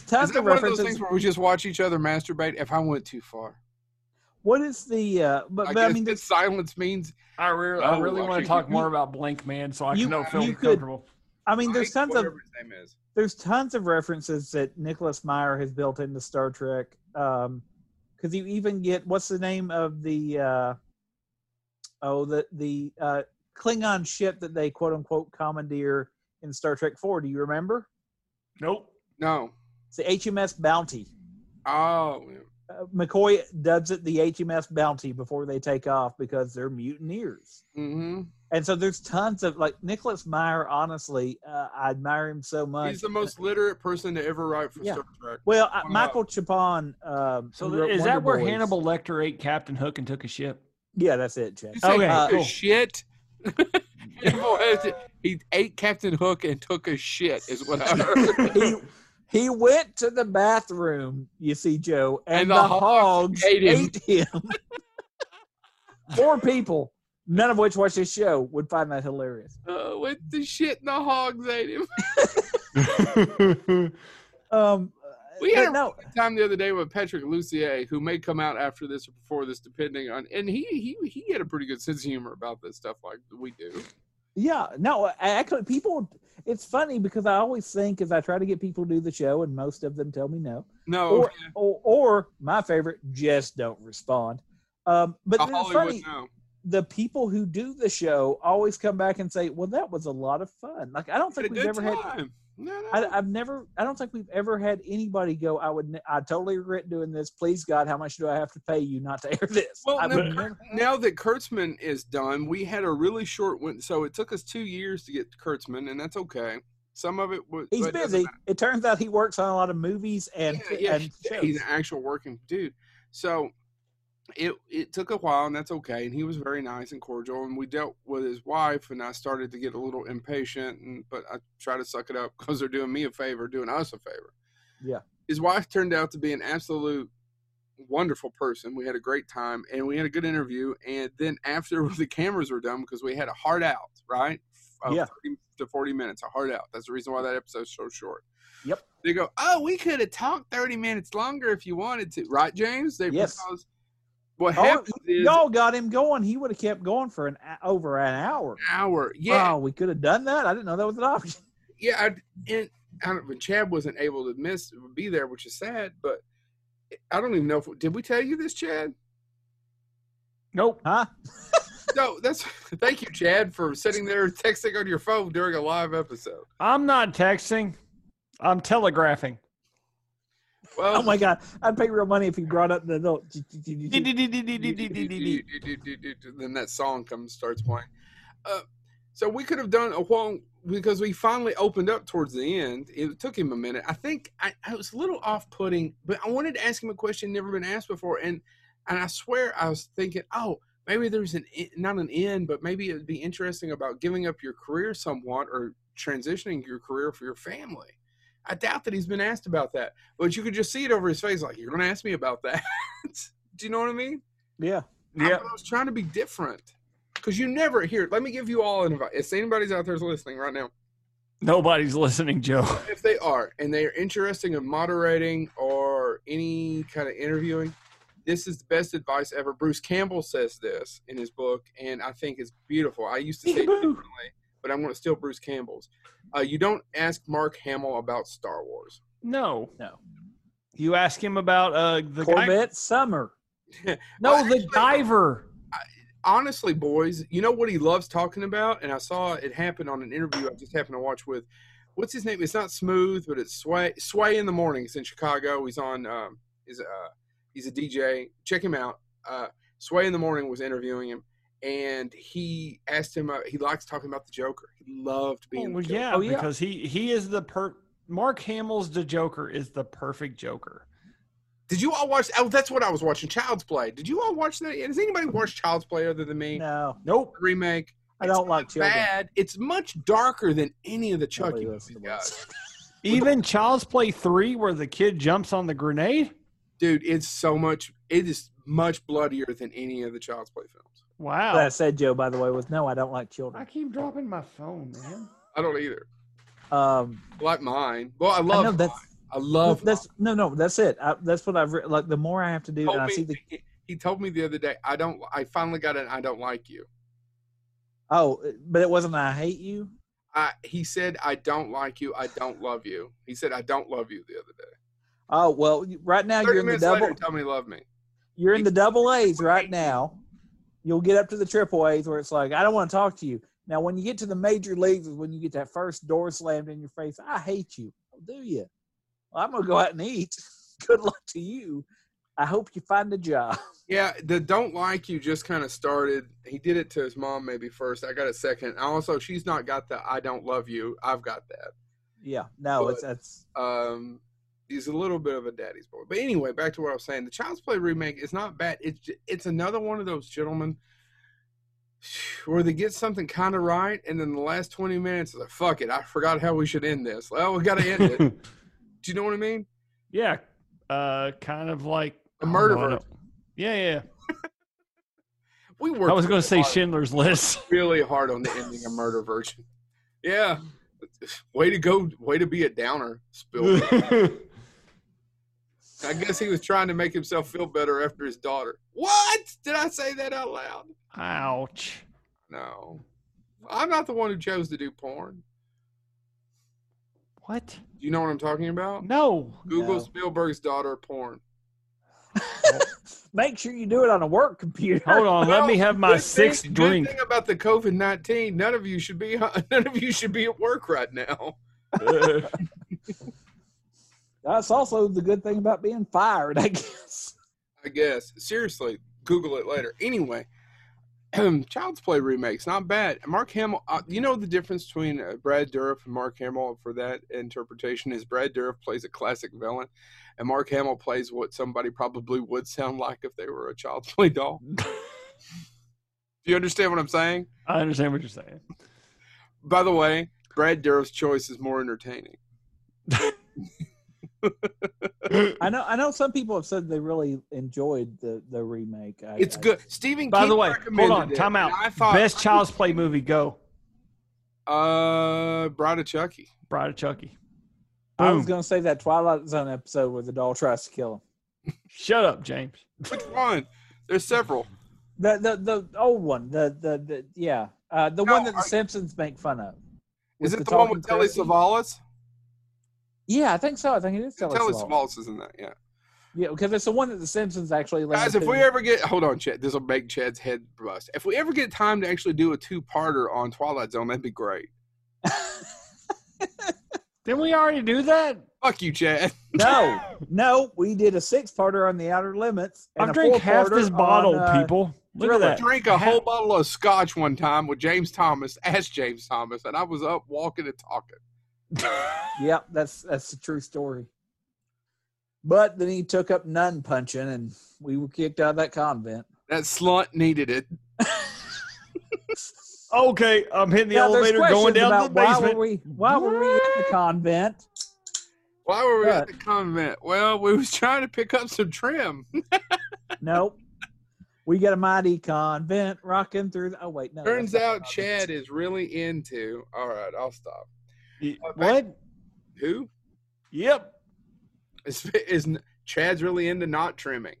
A: Is
B: tons
A: that
B: of
A: one of those
B: references.
A: things where we just watch each other masturbate? If I went too far,
B: what is the? Uh,
A: I
B: but, but
A: guess
B: I mean,
A: that silence means
E: I really,
A: Oh,
E: I really
A: I
E: want
A: think
E: to talk
A: you-
E: more about Blank Man, so I
B: you-
E: can know Phil
B: you
E: is
B: could-
E: comfortable.
B: I mean, there's
A: Mike,
B: tons of
A: whatever his name is.
B: there's tons of references that Nicholas Meyer has built into Star Trek. Um, because you even get what's the name of the uh, oh the the uh, Klingon ship that they quote unquote commandeer in Star Trek Four. Do you remember?
E: Nope.
A: No.
B: It's the HMS Bounty.
A: Oh,
B: Uh, McCoy dubs it the HMS Bounty before they take off because they're mutineers.
A: mm-hmm.
B: And so there's tons of like Nicholas Meyer. Honestly, uh, I admire him so much.
A: He's the most literate person to ever write for
B: Yeah.
A: Star Trek.
B: Well, uh,
A: Wow.
B: Michael Chapon. Um,
E: So
B: who
E: th-
B: wrote
E: is that
B: Wonder
E: where
B: Boys-
E: Hannibal Lecter ate Captain Hook and took a ship?
B: Yeah, that's it, Chad.
A: You say
E: Okay,
A: took
B: cool.
A: a shit. Hannibal has it. he ate Captain Hook and took a shit, is what I heard.
B: he, he went to the bathroom, you see, Joe, and,
A: And
B: the,
A: the
B: hogs
A: ate
B: ate
A: him.
B: him. Four people, none of which watch this show, would find that hilarious.
A: uh, with the shit and the hogs ate him.
B: Um,
A: We
B: but
A: had a
B: no,
A: time the other day with Patrick Lucier, who may come out after this or before this, depending on. And he he he had a pretty good sense of humor about this stuff, like we do.
B: yeah, no. I- Actually, people. It's funny because I always think as I try to get people to do the show, and most of them tell me no,
A: No,
B: or or, or my favorite, just don't respond. Um, but
A: a
B: then it's
A: Hollywood
B: funny.
A: no.
B: the people who do the show always come back and say, "Well, that was a lot of fun." Like I don't
A: Had a
B: think we've
A: good
B: ever had.
A: time. No, no.
B: I, I've never. I don't think we've ever had anybody go. I would. ne- I totally regret doing this. Please, God, how much do I have to pay you not to air this?
A: Well,
B: I
A: no,
B: would
A: Kurt-
B: never-
A: now that Kurtzman is done, we had a really short one. So it took us two years to get Kurtzman, and that's okay. Some of it was.
B: he's
A: but it doesn't
B: busy. It turns out he works on a lot of movies and
A: yeah, yeah,
B: and
A: he-
B: shows.
A: he's an actual working dude. So it it took a while, and that's okay. And he was very nice and cordial, and we dealt with his wife. And I started to get a little impatient, and but I try to suck it up because they're doing me a favor, doing us a favor.
B: Yeah.
A: his wife turned out to be an absolute wonderful person. We had a great time and we had a good interview. And then after the cameras were done, because we had a hard out, right? Of
B: Yeah.
A: 30 to 40 minutes, a hard out. That's the reason why that episode's so short.
C: Yep.
A: They go, oh, we could have talked 30 minutes longer if you wanted to, right, James? They,
B: Yes.
A: Because what
B: Oh,
A: happens is an
B: Y'all got him going. He would have kept going for an h- over an hour.
A: hour. Yeah.
B: Oh, we could have done that. I didn't know that was an option.
A: yeah, I, and I don't, but Chad wasn't able to miss be there, which is sad. But I don't even know if did we tell you this, Chad?
E: Nope.
B: Huh?
A: No, that's thank you, Chad, for sitting there texting on your phone during a live episode.
E: I'm not texting. I'm telegraphing.
A: Well,
B: Oh my God. I'd pay real money if he brought up the little.
A: then that song comes starts playing. Uh, so we could have done a while because we finally opened up towards the end. It took him a minute. I think I, I was a little off putting, but I wanted to ask him a question never been asked before, and and I swear I was thinking, oh, maybe there's an e- not an end, but maybe it'd be interesting about giving up your career somewhat or transitioning your career for your family. I doubt that he's been asked about that, but you could just see it over his face, like you're going to ask me about that. Do you know what I mean?
B: Yeah.
A: I-
E: Yeah.
A: but I, was trying to be different because you never hear. Let me give you all an advice. If anybody's out there listening right now,
E: Nobody's listening, Joe.
A: if they are and they are interested in moderating or any kind of interviewing, this is the best advice ever. Bruce Campbell says this in his book, and I think it's beautiful. I used to say it differently, but I'm going to steal Bruce Campbell's. Uh, you don't ask Mark Hamill about Star Wars.
E: No.
B: No.
E: You ask him about uh the guy-
B: Corvette Summer.
E: No,
A: Well,
E: the diver.
A: honestly, boys, you know what he loves talking about, and I saw it happen on an interview I just happened to watch with. What's his name? It's not smooth, but it's sway. Sway in the morning. It's in Chicago. He's on. Um, is uh, he's a DJ. Check him out. Uh, sway in the morning was interviewing him, and he asked him. Uh, he likes talking about the Joker. He loved
E: Oh,
A: being.
E: well,
A: the Joker.
E: yeah,
B: Oh, yeah.
E: because he he is the per Mark Hamill's the Joker is the perfect Joker.
A: Did you all watch? Oh, that's what I was watching. Child's Play. Did you all watch that? Has anybody watched Child's Play other than me?
B: No,
E: Nope.
A: Remake.
B: I
A: It's
B: don't like children.
A: Bad. It's much darker than any of the Chucky
B: Nobody
A: movies,
B: listens to
A: guys.
B: us.
E: Even Child's Play 3 where the kid jumps on the grenade?
A: dude it's so much it is much bloodier than any of the child's play films
E: Wow.
B: What I said, Joe, by the way, was no, I don't like
E: I
B: children.
E: keep dropping my phone, man.
A: i don't either
B: Um,
A: like mine well i
B: I
A: love
B: know
A: I,
B: that's
A: love
B: that's no, no, that's it. I, that's what I've re- like. The more I have to do,
A: Mine.
B: and I
A: He
B: see
A: told
B: the
A: me- he- he told me the other day i don't i finally got an i don't like you
B: oh, but it wasn't. I hate you.
A: I, he said i don't like you i don't love you he said i don't love you the other day
B: Oh well, right now
A: 30
B: you're in the
A: minutes
B: double.
A: later tell me you love me
B: You're in the double A's right now. You'll get up to the triple A's where it's like, I don't want to talk to you. Now, when you get to the major leagues, is when you get that first door slammed in your face. I hate you. Oh, do you? Well, I'm gonna go out and eat. Good luck to you. I hope you find a job.
A: yeah the don't like you just kind of started he did it to his mom maybe first i got it second also she's not got the i don't love you i've got that
B: Yeah, no,
A: But-
B: it's that's
A: um he's a little bit of a daddy's boy but anyway back to what i was saying the child's play remake is not bad it's ju- it's another one of those gentlemen where they get something kind of right and then the last 20 minutes is like fuck it i forgot how we should end this well we gotta end it do you know what i mean
E: yeah. Uh kind of like
A: A
E: I don't
A: murder
E: know, I
A: verse.
E: don't- Yeah, yeah.
A: we worked
E: I was going to say
A: hard-
E: Schindler's List.
A: really hard on the ending of murder version yeah way to go way to be a downer Spielberg. i guess he was trying to make himself feel better after his daughter what did i say that out loud
E: Ouch.
A: No. I'm not the one who chose to do porn.
E: What?
A: You know what I'm talking about?
E: No.
A: Google
B: No.
A: Spielberg's daughter porn.
B: make sure you do it on a work computer.
E: Hold on, let me
A: Well,
E: have my
A: good thing-
E: sixth drink.
A: Good thing about the COVID nineteen, none of you should be none of you should be at work right now.
B: That's also the good thing about being fired, I guess.
A: I guess. Seriously, Google it later. Anyway, Child's Play remakes not bad. Mark Hamill. Uh, you know the difference between uh, Brad Dourif and Mark Hamill for that interpretation is Brad Dourif plays a classic villain, and Mark Hamill plays what somebody probably would sound like if they were a Child's Play doll. Do you understand what I'm saying?
E: I understand what you're saying.
A: By the way, Brad Dourif's choice is more entertaining.
B: I know. I know. Some people have said they really enjoyed the the remake. I,
A: It's
B: I-
A: good. Stephen
E: By
A: King
E: the way, hold
A: recommended
E: on,
A: it,
E: time out.
A: and I thought
E: Best Child's Play movie, go.
A: Uh, Bride of Chucky.
E: Bride of Chucky.
B: I was
E: Boom.
B: going to say that Twilight Zone episode where the doll tries to kill him.
E: Shut up, James.
A: Which one? There's several.
B: The the the old one. The the, the yeah. Uh, the one
A: No,
B: that the
A: I-
B: Simpsons make fun of.
A: Is
B: With
A: it the, one
B: talking
A: with Telly
B: turkey?
A: Savalas?
B: Yeah, I think so. I think it is Telly
A: Telly
B: Savalas.
A: Savalas is in that. Yeah.
B: Yeah, because it's the one that the Simpsons actually.
A: Guys,
B: listened
A: if we
B: to.
A: ever get hold on, Chad, this will make Chad's head bust. If we ever get time to actually do a two-parter on Twilight Zone, that'd be great.
E: Didn't we already do that?
A: Fuck you, Chad.
B: no, no, we did a six-parter on the Outer Limits. and
E: I've
B: a
E: drank half
B: four-parter
E: this bottle,
B: on, uh,
E: people. Look
B: Thriller.
E: at that.
A: Drank a whole bottle of scotch one time with James Thomas as James Thomas, and I was up walking and talking.
B: Yep, that's that's the true story. But then he took up nun punching, and we were kicked out of that convent.
A: That slut needed it.
E: Okay, I'm hitting the
B: Now, there's
E: elevator, going
B: questions
E: down to the
B: about why
E: basement.
B: were we why were we in the convent?
A: Why were we
B: Right.
A: at the convent? Well, we was trying to pick up some trim.
B: Nope. We got a mighty convent rocking through. The, oh wait, no. that's
A: Turns
B: not the
A: out
B: convent.
A: Chad is really into. All right, I'll stop.
E: Y-
A: Okay.
E: What?
A: Who
E: Yep.
A: is is Chad's really into not trimming?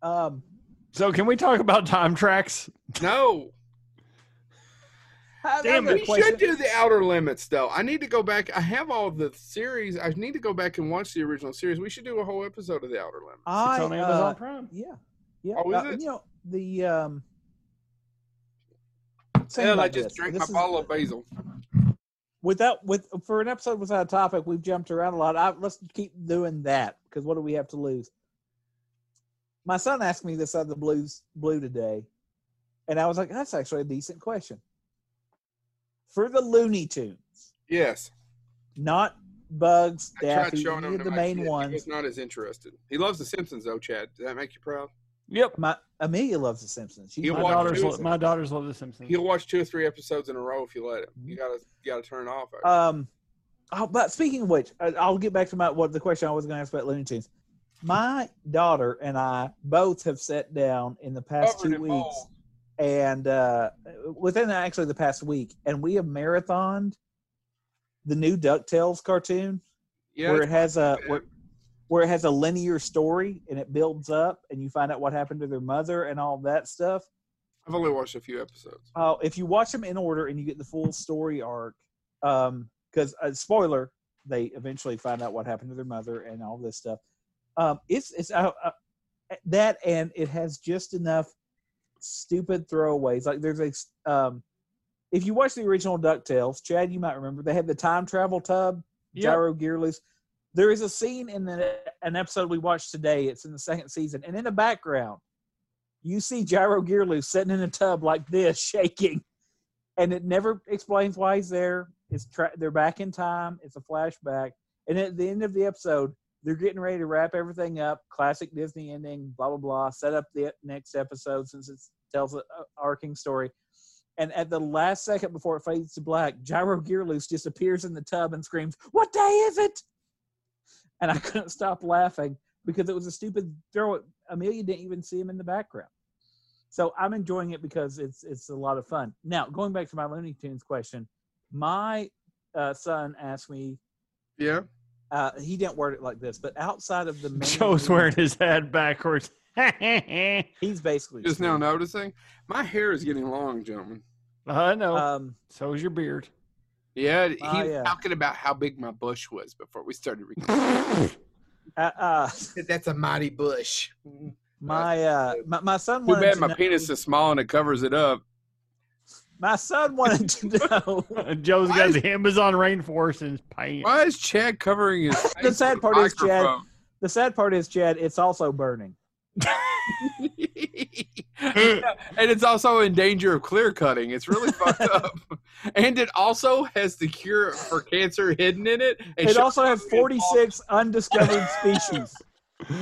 B: Um,
E: So can we talk about time tracks?
A: No,
B: I-
E: Damn
B: I've got a
A: we
B: question.
A: should do the Outer Limits though. I need to go back. I have all the series. I need to go back and watch the original series. We should do a whole episode of the Outer Limits.
B: I,
E: it's on
B: uh,
E: Amazon Prime.
B: Yeah. Yeah.
A: Oh, is
B: uh,
A: it?
B: You know, the um think
A: Hell, I
B: about
A: just
B: this.
A: drank
B: This is-
A: my bottle of basil.
B: without with for an episode without a topic, we've jumped around a lot. I, let's keep doing that because what do we have to lose? My son asked me this out of the blues blue today, and I was like, "That's actually a decent question." For the Looney Tunes,
A: Yes,
B: not Bugs,
A: I tried
B: Daffy,
A: showing
B: any
A: him
B: of
A: to
B: the
A: my
B: main
A: kid. He
B: ones.
A: was not as interested. He loves The Simpsons though. Chad, does that make you proud?
E: Yep.
B: My Amelia loves The Simpsons. She
A: You
E: My
A: watch
E: daughters,
A: Simpsons.
E: lo- my daughters love The
B: Mm.
E: Simpsons.
A: He'll watch two or three episodes in a row if you let him. You
B: Mm-hmm.
A: gotta, you gotta turn it off. actually.
B: Um, oh, but speaking of which, I- I'll get back to my what the question I was going to ask about Looney Tunes. My daughter and I both have sat down in the past
A: Covered
B: two
A: in
B: weeks,
A: mold.
B: and uh, within actually the past week, and we have marathoned the new Ducktales cartoon,
A: Yeah,
B: where it has a
A: bad.
B: where, where it has a linear story and it builds up, and you find out what happened to their mother and all that stuff.
A: I've only watched a few episodes.
B: Oh, if you watch them in order and you get the full story arc, um, because uh, spoiler, they eventually find out what happened to their mother and all this stuff. Um, it's it's uh, uh, that and it has just enough stupid throwaways. Like there's a s- um, if you watch the original Ducktales, Chad, you might remember they had the time travel tub,
E: Yep.
B: gyro gear loose. There is a scene in the, an episode we watched today. It's in the second season, and in the background you see Gyro Gearloose sitting in a tub like this, shaking, and it never explains why he's there. It's tra- they're back in time. It's a flashback, and at the end of the episode, they're getting ready to wrap everything up. Classic Disney ending. Blah blah blah. Set up the next episode since it tells an arcing story. And at the last second before it fades to black, Gyro Gearloose just appears in the tub and screams, "What day is it?" And I couldn't stop laughing because it was a stupid throw. Amelia didn't even see him in the background. So I'm enjoying it because it's it's a lot of fun. Now going back to my Looney Tunes question, my uh, son asked me.
A: Yeah,
B: Uh, he didn't word it like this, but outside of the main,
E: Joe's wearing his head backwards. I
B: He's basically
A: just now noticing my hair is getting long, gentlemen.
E: know.
B: Um,
E: so is your beard.
A: Yeah, he
B: Oh,
A: was
B: yeah.
A: talking about how big my bush was before we started recording.
E: That's
B: uh, uh,
A: That's a mighty bush. Too
B: my, uh, my my son wanted
A: bad
B: to
A: my
B: know-
A: penis is small and it covers it up.
B: My son wanted to know.
E: Joe's
A: Why
E: got
A: is-
E: the Amazon rainforest in his pants.
A: Why is Chad covering his? Face
B: The sad
A: with
B: part is, Chad-
A: microphone?
B: the sad part is, Chad, it's also burning.
A: and it's also in danger of clear cutting. It's really fucked up. And it also has the cure for cancer hidden in it. and
B: It
A: shows
B: also has
A: you it's
B: 46 undiscovered species.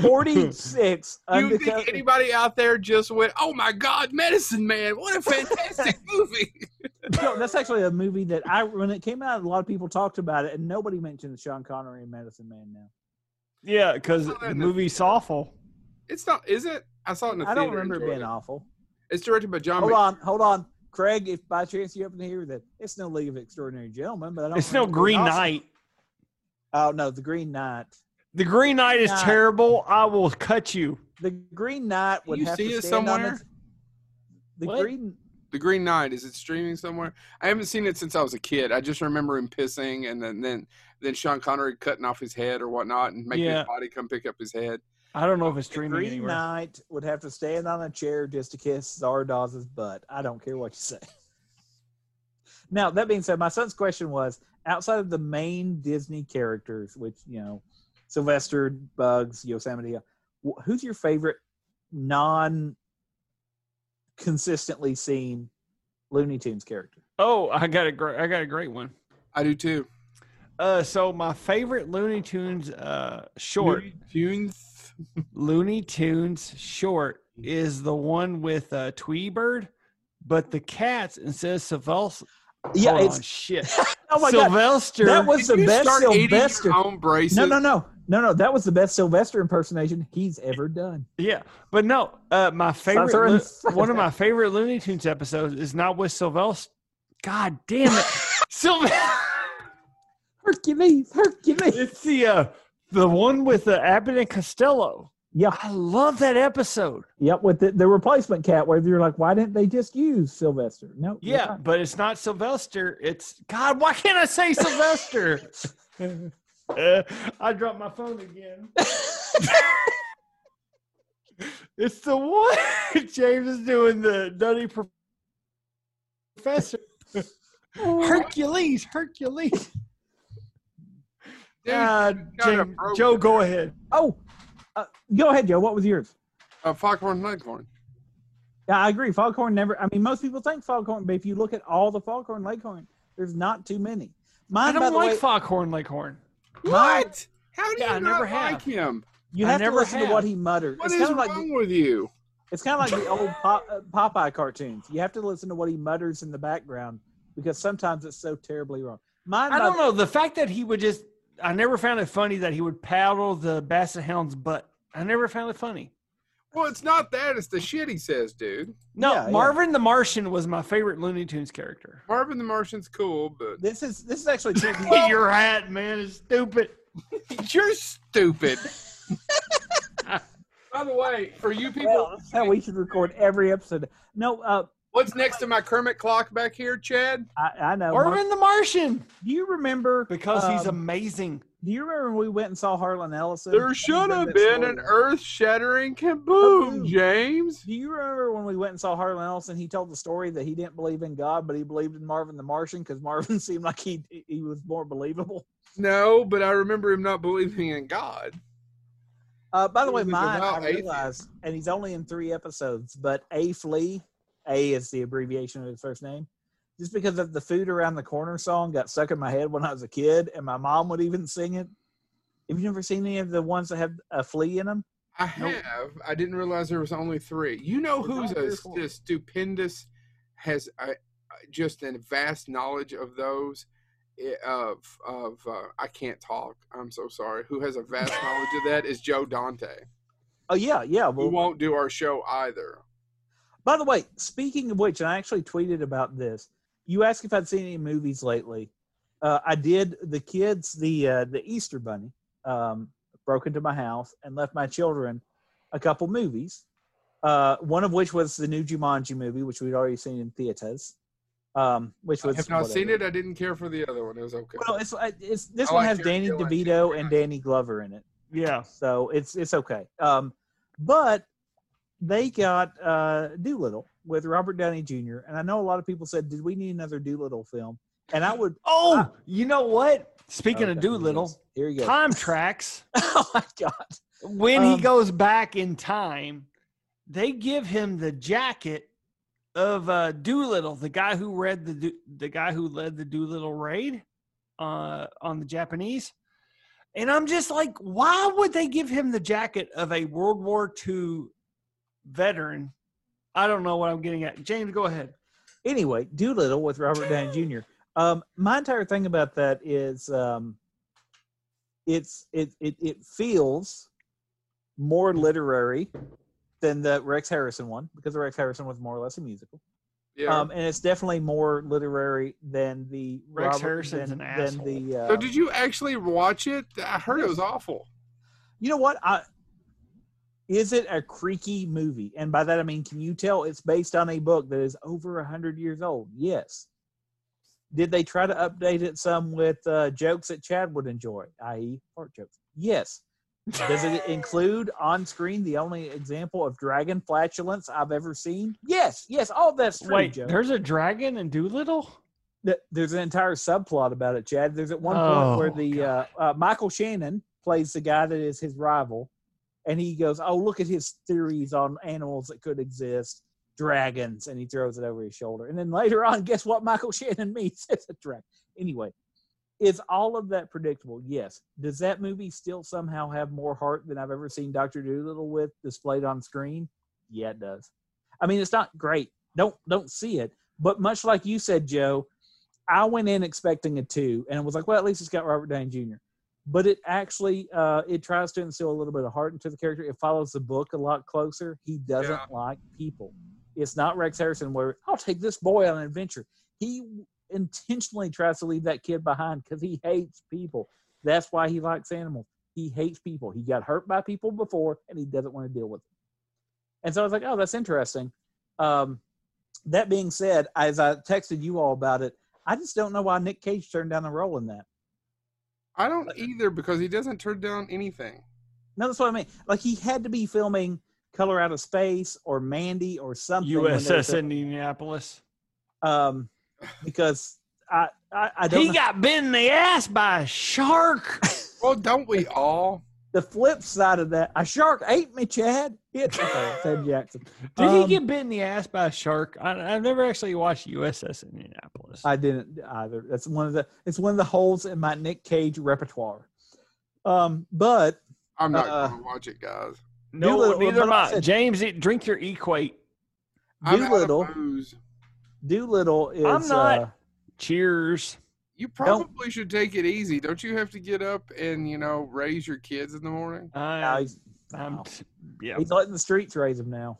B: 46
A: Do you think
B: undiscovered.
A: anybody out there just went, "Oh my God, Medicine Man! What a fantastic movie!"
B: No, that's actually a movie that I when it came out, a lot of people talked about it, and nobody mentioned Sean Connery and Medicine Man. Now
C: Yeah, because
A: Saw that
C: the
A: in the
C: movie's awful.
A: It's not, is it? I saw it in the
B: I
A: theater.
B: don't remember it
A: enjoyed
B: being Oh,
A: it.
B: awful.
A: It's directed by John.
B: Hold
A: Mc-
B: on, hold on, Craig. If by chance you happen to hear that, it's no League of Extraordinary Gentlemen, but I don't.
C: It's no
B: remember it being
C: Green
B: awful.
C: Knight.
B: Oh no, the Green Knight.
C: The Green Knight is
B: Knight.
C: terrible. I will cut you.
B: The Green Knight would
A: you
B: have
A: see
B: to
A: it
B: stand on
A: somewhere?
B: its- The
C: What?
B: Green.
A: The Green Knight is it streaming somewhere? I haven't seen it since I was a kid. I just remember him pissing and then then then Sean Connery cutting off his head or whatnot and making
C: Yeah.
A: his body come pick up his head.
C: I don't know if it's
B: The
C: streaming
B: Green
C: anywhere.
B: Knight would have to stand on a chair just to kiss Zardoz's butt. I don't care what you say. Now that being said, my son's question was: outside of the main Disney characters, which you know, Sylvester, Bugs, Yosemite, wh- who's your favorite non-consistently seen Looney Tunes character?
C: Oh, I got a great. I got a great one.
A: I do too.
C: Uh, so my favorite Looney Tunes uh short,
A: Looney Tunes.
C: Looney Tunes short is the one with uh, Tweety Bird, but the cats instead of Sylvester.
B: Yeah,
C: hold
B: it's
C: on, shit.
B: oh my god,
C: Sylvester.
B: that was
A: Did
B: the
A: you
B: best
A: start eating
B: Sylvester.
A: your own braces?
B: No, no, no, no, no. That was the best Sylvester impersonation he's ever done.
C: Yeah, but no, uh, my favorite
B: Spencer and
C: Lo- one of my favorite Looney Tunes episodes is not with Sylvester. God damn it, Sylvester!
B: Hercules, Hercules.
C: It's the uh, the one with uh, Abbott and Costello.
B: Yeah,
C: I love that episode.
B: Yep, with the, the replacement cat, where you're like, why didn't they just use Sylvester? No, you're
C: Yeah,
B: right.
C: but it's not Sylvester. It's God. Why can't I say Sylvester? Uh, I dropped my phone again. it's the one James is doing the nutty pro- professor. Hercules, Hercules.
A: Dude,
C: Ah,
A: got a
C: James-
A: broken-
C: Joe, go ahead.
B: Oh, uh, go ahead, Joe. What was yours?
A: uh, Foghorn Leghorn.
B: Yeah, I agree. Foghorn never. I mean, most people think Foghorn, but if you look at all the Foghorn Leghorn, there's not too many. Mine, by
C: I don't
B: the
C: like
B: way,
C: Foghorn Leghorn.
A: What? How do
C: Yeah, I
A: you not
C: never have.
A: like him?
B: you
C: I
B: have to
C: never
B: listen
C: have.
B: to what he muttered.
A: What
B: it's
A: is
B: kind of
A: wrong
B: like the,
A: with you?
B: it's kind of like the old Pop, uh, Popeye cartoons. You have to listen to what he mutters in the background because sometimes it's so terribly wrong. Mine,
C: I
B: by
C: don't know. The fact that he would just, I never found it funny that he would paddle the basset hound's butt. I never found it funny.
A: Well, it's not that. It's the shit he says, dude.
C: No,
B: Yeah, yeah.
C: Marvin the Martian was my favorite Looney Tunes character.
A: Marvin the Martian's cool, but
B: This is this is actually tricky.
C: Your hat, man, is stupid.
A: you're stupid. By the way, for you people,
B: Well, that's how we should record every episode. No, uh,
A: What's next to my Kermit clock back here, Chad?
B: I, I know. Mark.
C: Marvin the Martian
B: do you remember?
C: Uh, because he's
B: um,
C: amazing.
B: Do you remember when we went and saw Harlan Ellison?
A: There
B: And
A: should
B: did
A: have
B: that
A: been
B: story?
A: an earth shattering kaboom,
B: Kaboom.
A: James.
B: Do you remember when we went and saw Harlan Ellison? He told the story that he didn't believe in God, but he believed in Marvin the Martian because Marvin seemed like he he was more believable.
A: No, but I remember him not believing in God.
B: Uh, by the
A: He
B: way,
A: was a
B: mine I
A: devout atheist.
B: realized, and he's only in three episodes, but A Flea, A is the abbreviation of his first name. Just because of the food around the corner song got stuck in my head when I was a kid, and my mom would even sing it. Have you never seen any of the ones that have a flea in them?
A: I have. I didn't realize there was only three. You know
B: There's
A: who's
B: only three
A: a,
B: or four.
A: a stupendous, has a, just a vast knowledge of those. eh, Of of uh, I can't talk. I'm so sorry. Who has a vast knowledge of that is Joe Dante,
B: Oh yeah, yeah.
A: who
B: Well,
A: won't do our show either.
B: By the way, speaking of which, and I actually tweeted about this. You asked if I'd seen any movies lately. Uh, I did. The kids, the uh, the Easter Bunny, um, broke into my house and left my children a couple movies. Uh, one of which was the new Jumanji movie, which we'd already seen in theaters. Um, which
A: I
B: was
A: have not seen
B: whatever.
A: it. I didn't care for the other one. It was okay.
B: Well, it's uh, it's this
A: I
B: one
A: like
B: has
A: Terry
B: Danny
A: Gilliam, too.
B: DeVito and Danny Glover in it
C: Yeah,
B: so it's it's okay. Um, but they got uh, Doolittle with Robert Downey Jr. and I know a lot of people said, "Did we need another Doolittle film?" And I would.
C: Oh, you know what? Speaking
B: Oh,
C: of
B: God,
C: Doolittle,
B: here you go.
C: time tracks.
B: oh my god!
C: When
B: Um,
C: he goes back in time, they give him the jacket of uh, Doolittle, the guy who read the Do- the guy who led the Doolittle raid uh, on the Japanese. And I'm just like, why would they give him the jacket of a World War II veteran? I don't know what I'm getting at. James, go ahead.
B: Anyway, Doolittle with Robert Downey Jr. Um, my entire thing about that is um, it's it it, it feels more literary than the Rex Harrison one because the Rex Harrison was more or less a musical.
A: Yeah.
B: Um, and it's definitely more literary than the
C: Rex Harrison's
B: than,
C: an
B: than the. Uh,
A: so did you actually watch it? I heard it was awful.
B: you know what? I, is it a creaky movie? And by that I mean, can you tell it's based on a book that is over a hundred years old? Yes. Did they try to update it some with uh, jokes that Chad would enjoy, i.e., fart jokes? Yes. Does it include on screen the only example of dragon flatulence I've ever seen? Yes, yes, all that's true.
E: Wait,
B: Joe.
E: there's a dragon in Doolittle.
B: Th- there's an entire subplot about it, Chad. There's at one point where
E: Oh,
B: the uh, uh, Michael Shannon plays the guy that is his rival, and he goes, "Oh, look at his theories on animals that could exist, dragons," and he throws it over his shoulder. And then later on, guess what? Michael Shannon meets it's a dragon. Anyway, is all of that predictable? Yes. Does that movie still somehow have more heart than I've ever seen Doctor Doolittle with displayed on screen? Yeah, it does. I mean, it's not great. Don't don't see it. But much like you said, Joe, I went in expecting a two, and was like, well, at least it's got Robert Downey Jr. But it actually uh, it tries to instill a little bit of heart into the character. It follows the book a lot closer. He doesn't
A: Yeah.
B: like people. It's not Rex Harrison where I'll take this boy on an adventure. He intentionally tries to leave that kid behind because he hates people. That's why he likes animals. He hates people. He got hurt by people before, and he doesn't want to deal with it. And so I was like, oh, that's interesting. Um, that being said, as I texted you all about it, I just don't know why Nick Cage turned down the role in that.
A: I don't either because he doesn't turn down anything.
B: No, that's what I mean. Like he had to be filming Color Out of Space or Mandy or something. when they
E: USS
B: said-
E: Indianapolis.
B: um, because I I, I don't.
E: He
B: know.
E: got bit in the ass by a shark.
A: Well, don't we all?
B: the flip side of that, a shark ate me, Chad. It, okay, Sam Jackson.
E: Did
B: Um,
E: he get bit in the ass by a shark? I, I've never actually watched USS Indianapolis.
B: I didn't either. That's one of the. It's one of the holes in my Nick Cage repertoire. Um, but
A: I'm not
B: Uh,
A: going to watch it, guys.
E: no,
B: Doolittle,
E: neither am
B: like I
E: I.
B: said-
E: James, eat- drink your equate.
A: I'm
B: Doolittle.
A: out of booze.
B: Doolittle is.
E: I'm not-
B: Uh,
E: Cheers.
A: You probably should take it easy. Don't you have to get up and you know raise your kids in the morning?
B: now
E: I,
B: he's,
E: I'm,
B: no.
E: yeah.
B: he's letting the streets raise him now.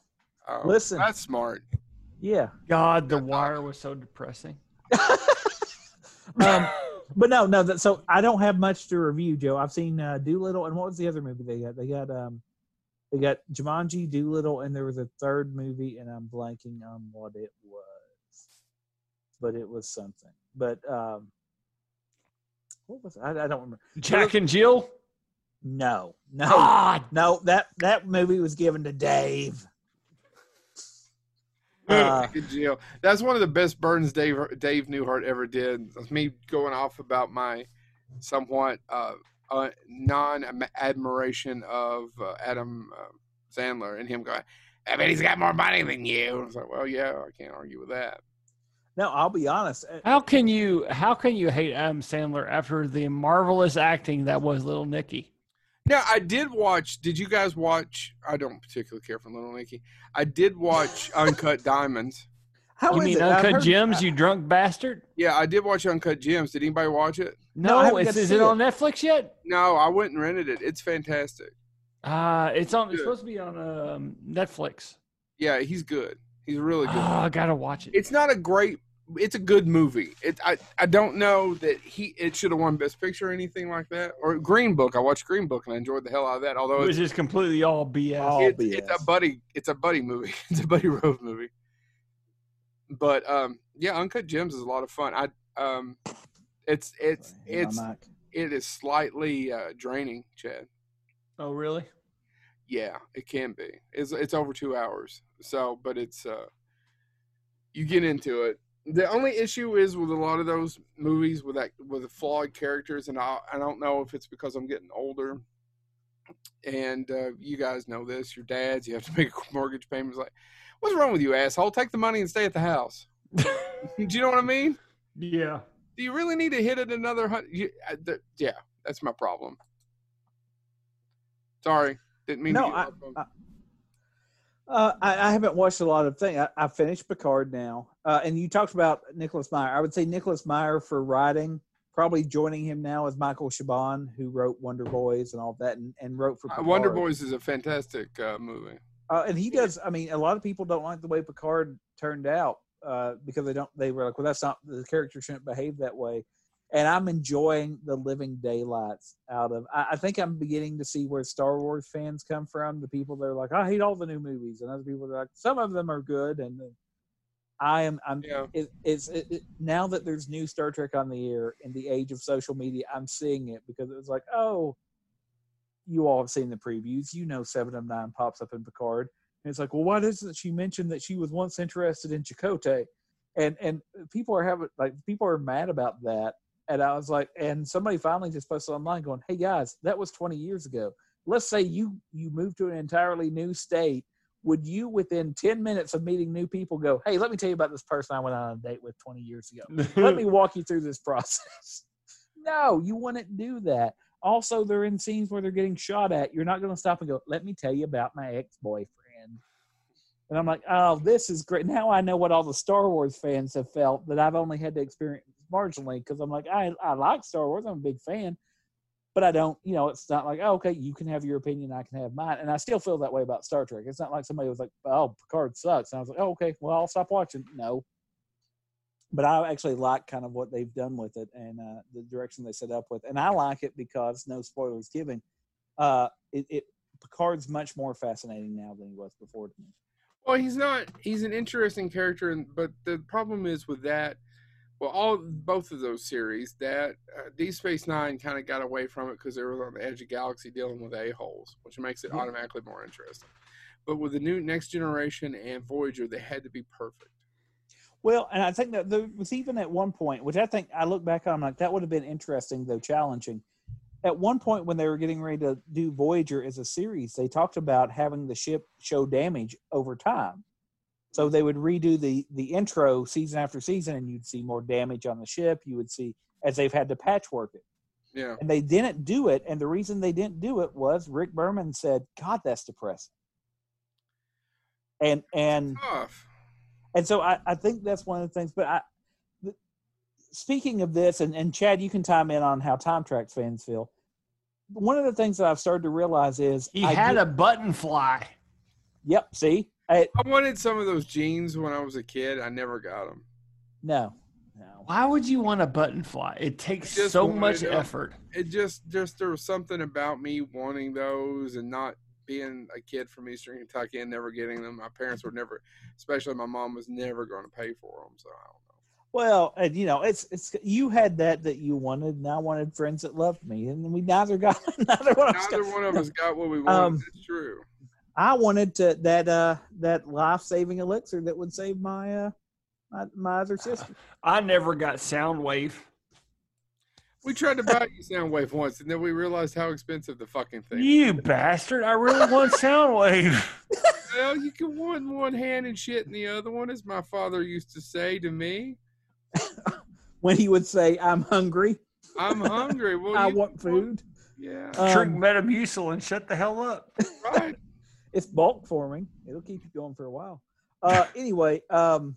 A: Oh,
B: Listen.
A: that's smart.
B: Yeah.
E: God, The Wire was so depressing.
B: Um, but no, no. That, so I don't have much to review, Joe. I've seen uh, Doolittle, and what was the other movie they got? They got um, they got Jumanji, Doolittle, and there was a third movie, and I'm blanking on what it was, but it was something. But um, what was I, I don't remember.
E: Jack and Jill.
B: No, no,
E: God.
B: no. That that movie was given to Dave. Uh,
A: Good deal. That's one of the best burns Dave Dave Newhart ever did. That's me going off about my somewhat uh, uh, non admiration of uh, Adam uh, Sandler and him going, I bet he's got more money than you. I was like, well, yeah, I can't argue with that.
B: No, I'll be honest. Uh,
E: How can you how can you hate Adam Sandler after the marvelous acting that was Little Nicky?
A: Now, I did watch. Did you guys watch? I don't particularly care for Little Nicky. I did watch Uncut Diamonds.
B: How
E: you
B: is
E: mean
B: it? I've
E: Uncut
B: heard-
E: Gems, you drunk bastard?
A: Yeah, I did watch Uncut Gems. Did anybody watch it?
E: No,
B: No, I haven't got
E: it's,
B: to
E: is
B: see
E: it
B: it.
E: on Netflix yet?
A: No, I went and rented it. It's fantastic.
E: Uh it's on
A: Good.
E: it's supposed to be on um, Netflix.
A: Yeah, he's good. He's really
E: Oh,
A: good.
E: I gotta watch it.
A: it's not a great it's a good movie it i, I don't know that he it should have won best picture or anything like that or green book i watched green book and i enjoyed the hell out of that although
E: Which
A: it's,
E: is completely all BS.
B: Oh,
A: it's,
B: BS.
A: it's a buddy it's a buddy movie it's a buddy road movie but um yeah uncut gems is a lot of fun i um it's it's
B: Sorry, my
A: it's
B: mic.
A: it is slightly uh draining chad
E: Oh, really?
A: yeah it can be it's it's over two hours so but it's uh you get into it the only issue is with a lot of those movies with that with the flawed characters and i, I don't know if it's because i'm getting older and uh, you guys know this your dads you have to make mortgage payments like what's wrong with you asshole take the money and stay at the house do you know what i mean
E: Yeah.
A: do you really need to hit it another hundred yeah that's my problem sorry didn't mean
B: No,
A: to get
B: I-
A: off on-
B: I- Uh, I, I haven't watched a lot of things. I, I finished Picard now, uh, and you talked about Nicholas Meyer. I would say Nicholas Meyer for writing probably joining him now is Michael Chabon, who wrote Wonder Boys and all that, and, and wrote for
A: Uh, Wonder
B: Picard.
A: Boys is a fantastic uh, movie.
B: Uh, and he does. I mean, a lot of people don't like the way Picard turned out uh, because they don't. They were like, "Well, that's not the character shouldn't behave that way." And I'm enjoying the living daylights out of. I, I think I'm beginning to see where Star Wars fans come from. The people that are like, "I hate all the new movies," and other people that are like, "Some of them are good," and then I am. I'm.
A: Yeah.
B: It, it's it, it- now that there's new Star Trek on the air in the age of social media. I'm seeing it because it was like, oh, you all have seen the previews. You know, Seven of Nine pops up in Picard, and it's like, well, why doesn't she mention that she was once interested in Chakotay? And and people are having like people are mad about that. And I was like, and somebody finally just posted online going, hey guys, that was 20 years ago. Let's say you you move to an entirely new state would you within 10 minutes of meeting new people go hey let me tell you about this person i went on a date with 20 years ago let me walk you through this process no you wouldn't do that also they're in scenes where they're getting shot at you're not going to stop and go let me tell you about my ex-boyfriend and i'm like oh this is great now i know what all the star wars fans have felt that i've only had to experience marginally because i'm like I, I like star wars i'm a big fan but I don't, you know, it's not like, oh, okay, you can have your opinion, I can have mine. And I still feel that way about Star Trek. It's not like somebody was like, oh, Picard sucks. And I was like, oh, okay, well, I'll stop watching. No. But I actually like kind of what they've done with it and uh, the direction they set up with. And I like it because, no spoilers given, uh, it, it Picard's much more fascinating now than he was before to me.
A: Well, he's not. He's an interesting character, and- but the problem is with that. Well, all both of those series, that uh, Deep Space Nine kind of got away from it because they were on the edge of galaxy dealing with a holes, which makes it automatically more interesting. But with the new Next Generation and Voyager, they had to be perfect.
B: Well, and I think that there was even at one point, which I think I look back on, I'm like, that would have been interesting, though challenging. At one point, when they were getting ready to do Voyager as a series, they talked about having the ship show damage over time. So they would redo the the intro season after season, and you'd see more damage on the ship. You would see as they've had to patchwork it,
A: Yeah,
B: and they didn't do it. And the reason they didn't do it was Rick Berman said, "God, that's depressing." And and
A: tough.
B: and so I, I think that's one of the things. But I, th- speaking of this, and, and Chad, you can time in on how time track fans feel. One of the things that I've started to realize is
E: He
B: I
E: had
B: do-
E: a button fly.
B: yep. See, I,
A: I wanted some of those jeans when I was a kid. I never got them.
B: no, no.
E: Why would you want a button fly? It takes
A: I just
E: so
A: wanted
E: much
A: a-
E: effort.
A: It just, just there was something about me wanting those and not being a kid from Eastern Kentucky and never getting them. My parents were never, especially my mom was never going to pay for them. So I don't know.
B: Well, and you know, it's it's you had that that you wanted, and I wanted friends that loved me, and we neither got neither one of us got.
A: Neither one of us got what we wanted.
B: Um,
A: That's true.
B: I wanted to that uh that life saving elixir that would save my uh my, my other sister.
E: I never got Soundwave.
A: We tried to buy you Soundwave once, and then we realized how expensive the fucking thing. was.
E: You bastard! I really want Soundwave.
A: Well, you can one one hand and shit in the other one, as my father used to say to me.
B: When he would say, "I'm hungry,
A: I'm hungry. Well,
B: I
A: you-
B: want food."
A: Yeah,
E: Drink
B: Um,
E: Metamucil and shut the hell up.
A: right.
B: it's bulk forming. It'll keep you going for a while. Uh, anyway, um,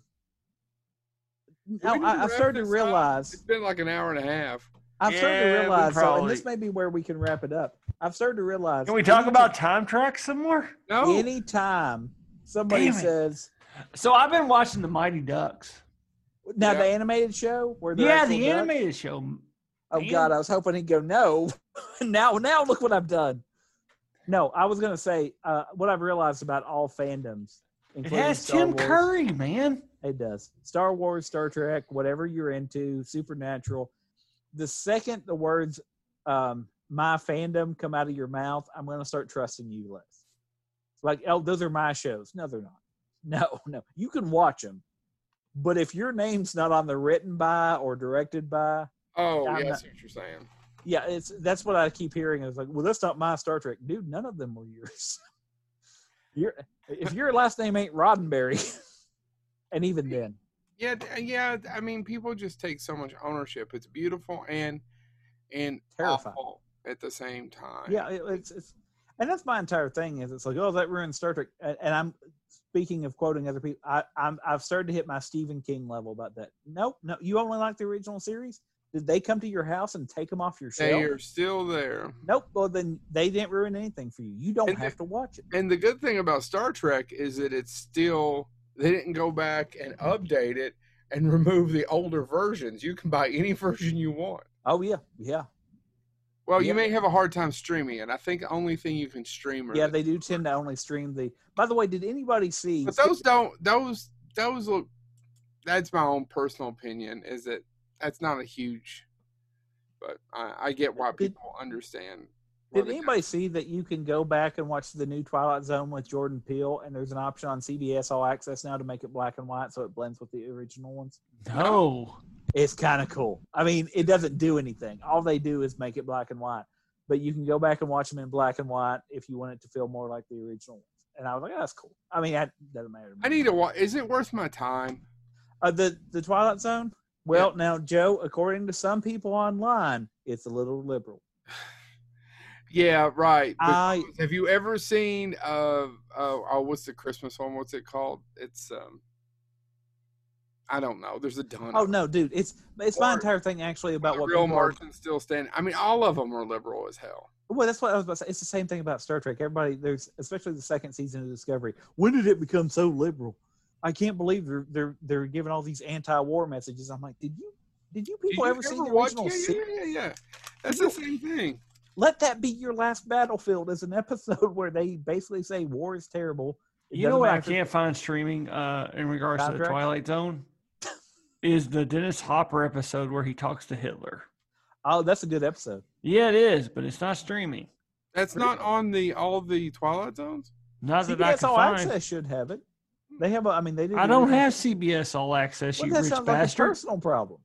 B: no,
A: we need to
B: I, I've
A: wrap
B: started to
A: this up.
B: realize.
A: It's been like an hour and a half.
B: I've started to
E: Yeah, we
B: realize, though, and this
E: probably-
B: may be where we can wrap it up. I've started to realize.
E: Can we talk
B: any-
E: about time track some more?
A: No,
B: anytime somebody
E: Damn it.
B: says
E: So I've been watching the Mighty Ducks.
B: now
A: Yeah.
B: the animated show where they're
E: Yeah,
B: actual
E: the
B: ducks?
E: animated show.
B: Oh
E: Man.
B: God, I was hoping he'd go no. now, now look what I've done. No, I was gonna say uh, what I've realized about all fandoms.
E: It
B: including
E: has
B: Star
E: Tim
B: Wars.
E: Curry, man.
B: It does. Star Wars, Star Trek, whatever you're into, supernatural. The second the words um, "my fandom" come out of your mouth, I'm going to start trusting you less. Like, oh, those are my shows. No, they're not. No, no, you can watch them, but if your name's not on the written by or directed by,
A: Oh,
B: I'm
A: yeah,
B: not-
A: I see what you're saying.
B: yeah, it's that's what I keep hearing. It's like, well, that's not my Star Trek, dude. None of them were yours. your if your last name ain't Roddenberry, and even then.
A: Yeah, th- yeah. I mean, people just take so much ownership. It's beautiful and and
B: Terrifying.
A: awful at the same time.
B: Yeah, it, it's it's, and that's my entire thing is it's like oh that ruined Star Trek, and, and I'm speaking of quoting other people. I I'm, I've started to hit my Stephen King level about that. Nope, no, you only like the original series. Did they come to your house and take them off your shelf?
A: They are still there.
B: Nope. Well, then they didn't ruin anything for you. You don't
A: And
B: have to watch it.
A: And the good thing about Star Trek is that it's still they didn't go back and update it and remove the older versions. You can buy any version you want.
B: Oh yeah, yeah,
A: Well,
B: Yeah.
A: you may have a hard time streaming it. I think the only thing you can stream are
B: yeah.
A: the-
B: They do tend to only stream the. By the way, did anybody see?
A: But those don't those those look that's my own personal opinion is that that's not a huge but I, I get why
B: Did-
A: people understand. where
B: Did
A: they-
B: anybody see that you can go back and watch the new Twilight Zone with Jordan Peele, and there's an option on CBS All Access now to make it black and white so it blends with the original ones?
E: No.
B: It's kind of cool. I mean, it doesn't do anything. All they do is make it black and white, but you can go back and watch them in black and white if you want it to feel more like the original ones. And I was like, oh, that's cool. I mean, that doesn't matter. To me.
A: I need to watch is it worth my time?
B: uh, the the Twilight Zone. Well, now Joe, according to some people online, it's a little liberal.
A: Yeah, right. but
B: I
A: Have you ever seen uh, uh oh what's the Christmas one? What's it called? It's um I don't know. There's a ton.
B: oh
A: of them.
B: no, dude, it's it's my
A: Or-
B: entire thing actually about
A: The
B: what
A: real
B: people are-
A: Martian still standing. I mean, all of them are liberal as hell.
B: Well, that's what I was about to say. It's the same thing about Star Trek. Everybody, there's especially the second season of Discovery. When did it become so liberal? I can't believe they're they're they're giving all these anti-war messages. I'm like, did you did you
A: Do
B: people
A: you
B: ever see the
A: watch-
B: original?
A: yeah,
B: se-
A: yeah, yeah, yeah. That's the same thing.
B: Let that be your last battlefield is an episode where they basically say war is terrible. It
E: You know
B: doesn't
E: what I
B: matter.
E: can't find streaming uh, in regards to the
B: Contract?
E: Twilight Zone is the Dennis Hopper episode where he talks to Hitler.
B: Oh, that's a good episode.
E: Yeah, it is, but it's not streaming.
A: That's not on the all the Twilight Zones.
E: Not that I
B: CBS
E: can
B: All
E: find.
B: Access should have it. They have. A, I mean, they did.
E: I
B: the
E: don't
B: original-
E: have CBS All Access,
B: Well,
E: you
B: that
E: rich
B: sounds like a
E: bastard.
B: personal problem.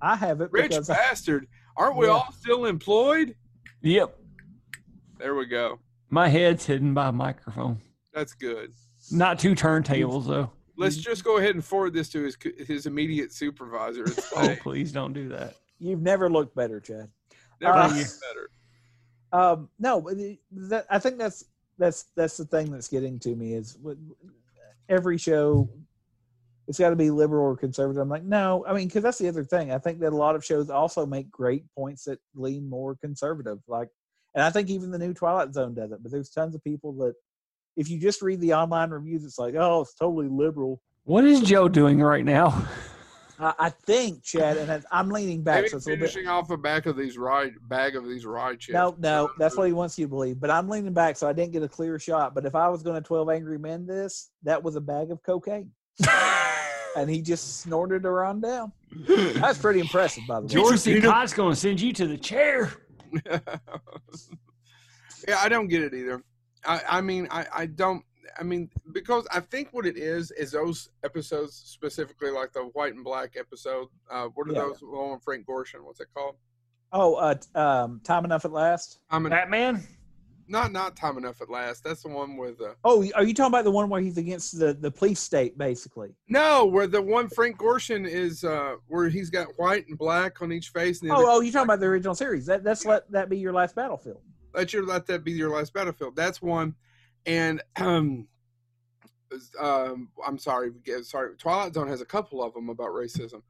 B: I have it
A: Rich
B: because I-
A: bastard, aren't we
B: Yeah.
A: all still employed?
E: Yep.
A: There we go.
E: My head's hidden by a microphone.
A: That's good.
E: Not two turntables, though.
A: Let's
B: Mm-hmm.
A: just go ahead and forward this to his his immediate supervisor. and
E: Oh,
A: say,
E: please don't do that.
B: you've never looked better, Chad.
A: Never
B: uh,
A: been better.
B: Um, no, but the- that, I think that's that's that's the thing that's getting to me is with- every show it's got to be liberal or conservative. I'm like, no, I mean, because that's the other thing. I think that a lot of shows also make great points that lean more conservative, like, and I think even the new Twilight Zone does it. But there's tons of people that, if you just read the online reviews, it's like, oh, it's totally liberal.
E: What is Joe doing right now?
B: I, I think Chad, and I- I'm leaning back,
A: Maybe
B: so it's a little bit.
A: finishing off the back of these ride bag of these ride chips.
B: No, no, that's what he wants you to believe. But I'm leaning back, so I didn't get a clear shot. But if I was going to 12 Angry Men this, that was a bag of cocaine. and he just snorted her on down. That's pretty impressive, by the way.
E: George C. Cott's going to send you to the chair.
A: yeah, I don't get it either. I, I mean, I, I don't. I mean, because I think what it is is those episodes specifically, like the white and black episode. Uh, what are
B: Yeah.
A: those? One with Frank Gorshin. What's it called?
B: Oh, uh, t- um, Time Enough at Last?
A: I'm an,
E: Batman?
A: not not time enough at last. That's the one with uh,
B: Oh, are you talking about the one where he's against the, the police state, basically?
A: no, where the one Frank Gorshin is, uh, where he's got white and black on each face. And the
B: Oh,
A: other-
B: oh, you're talking about the original series. That, that's let that be your last battlefield.
A: let your let that be your last battlefield. That's one, and um, um I'm sorry, g- sorry. Twilight Zone has a couple of them about racism,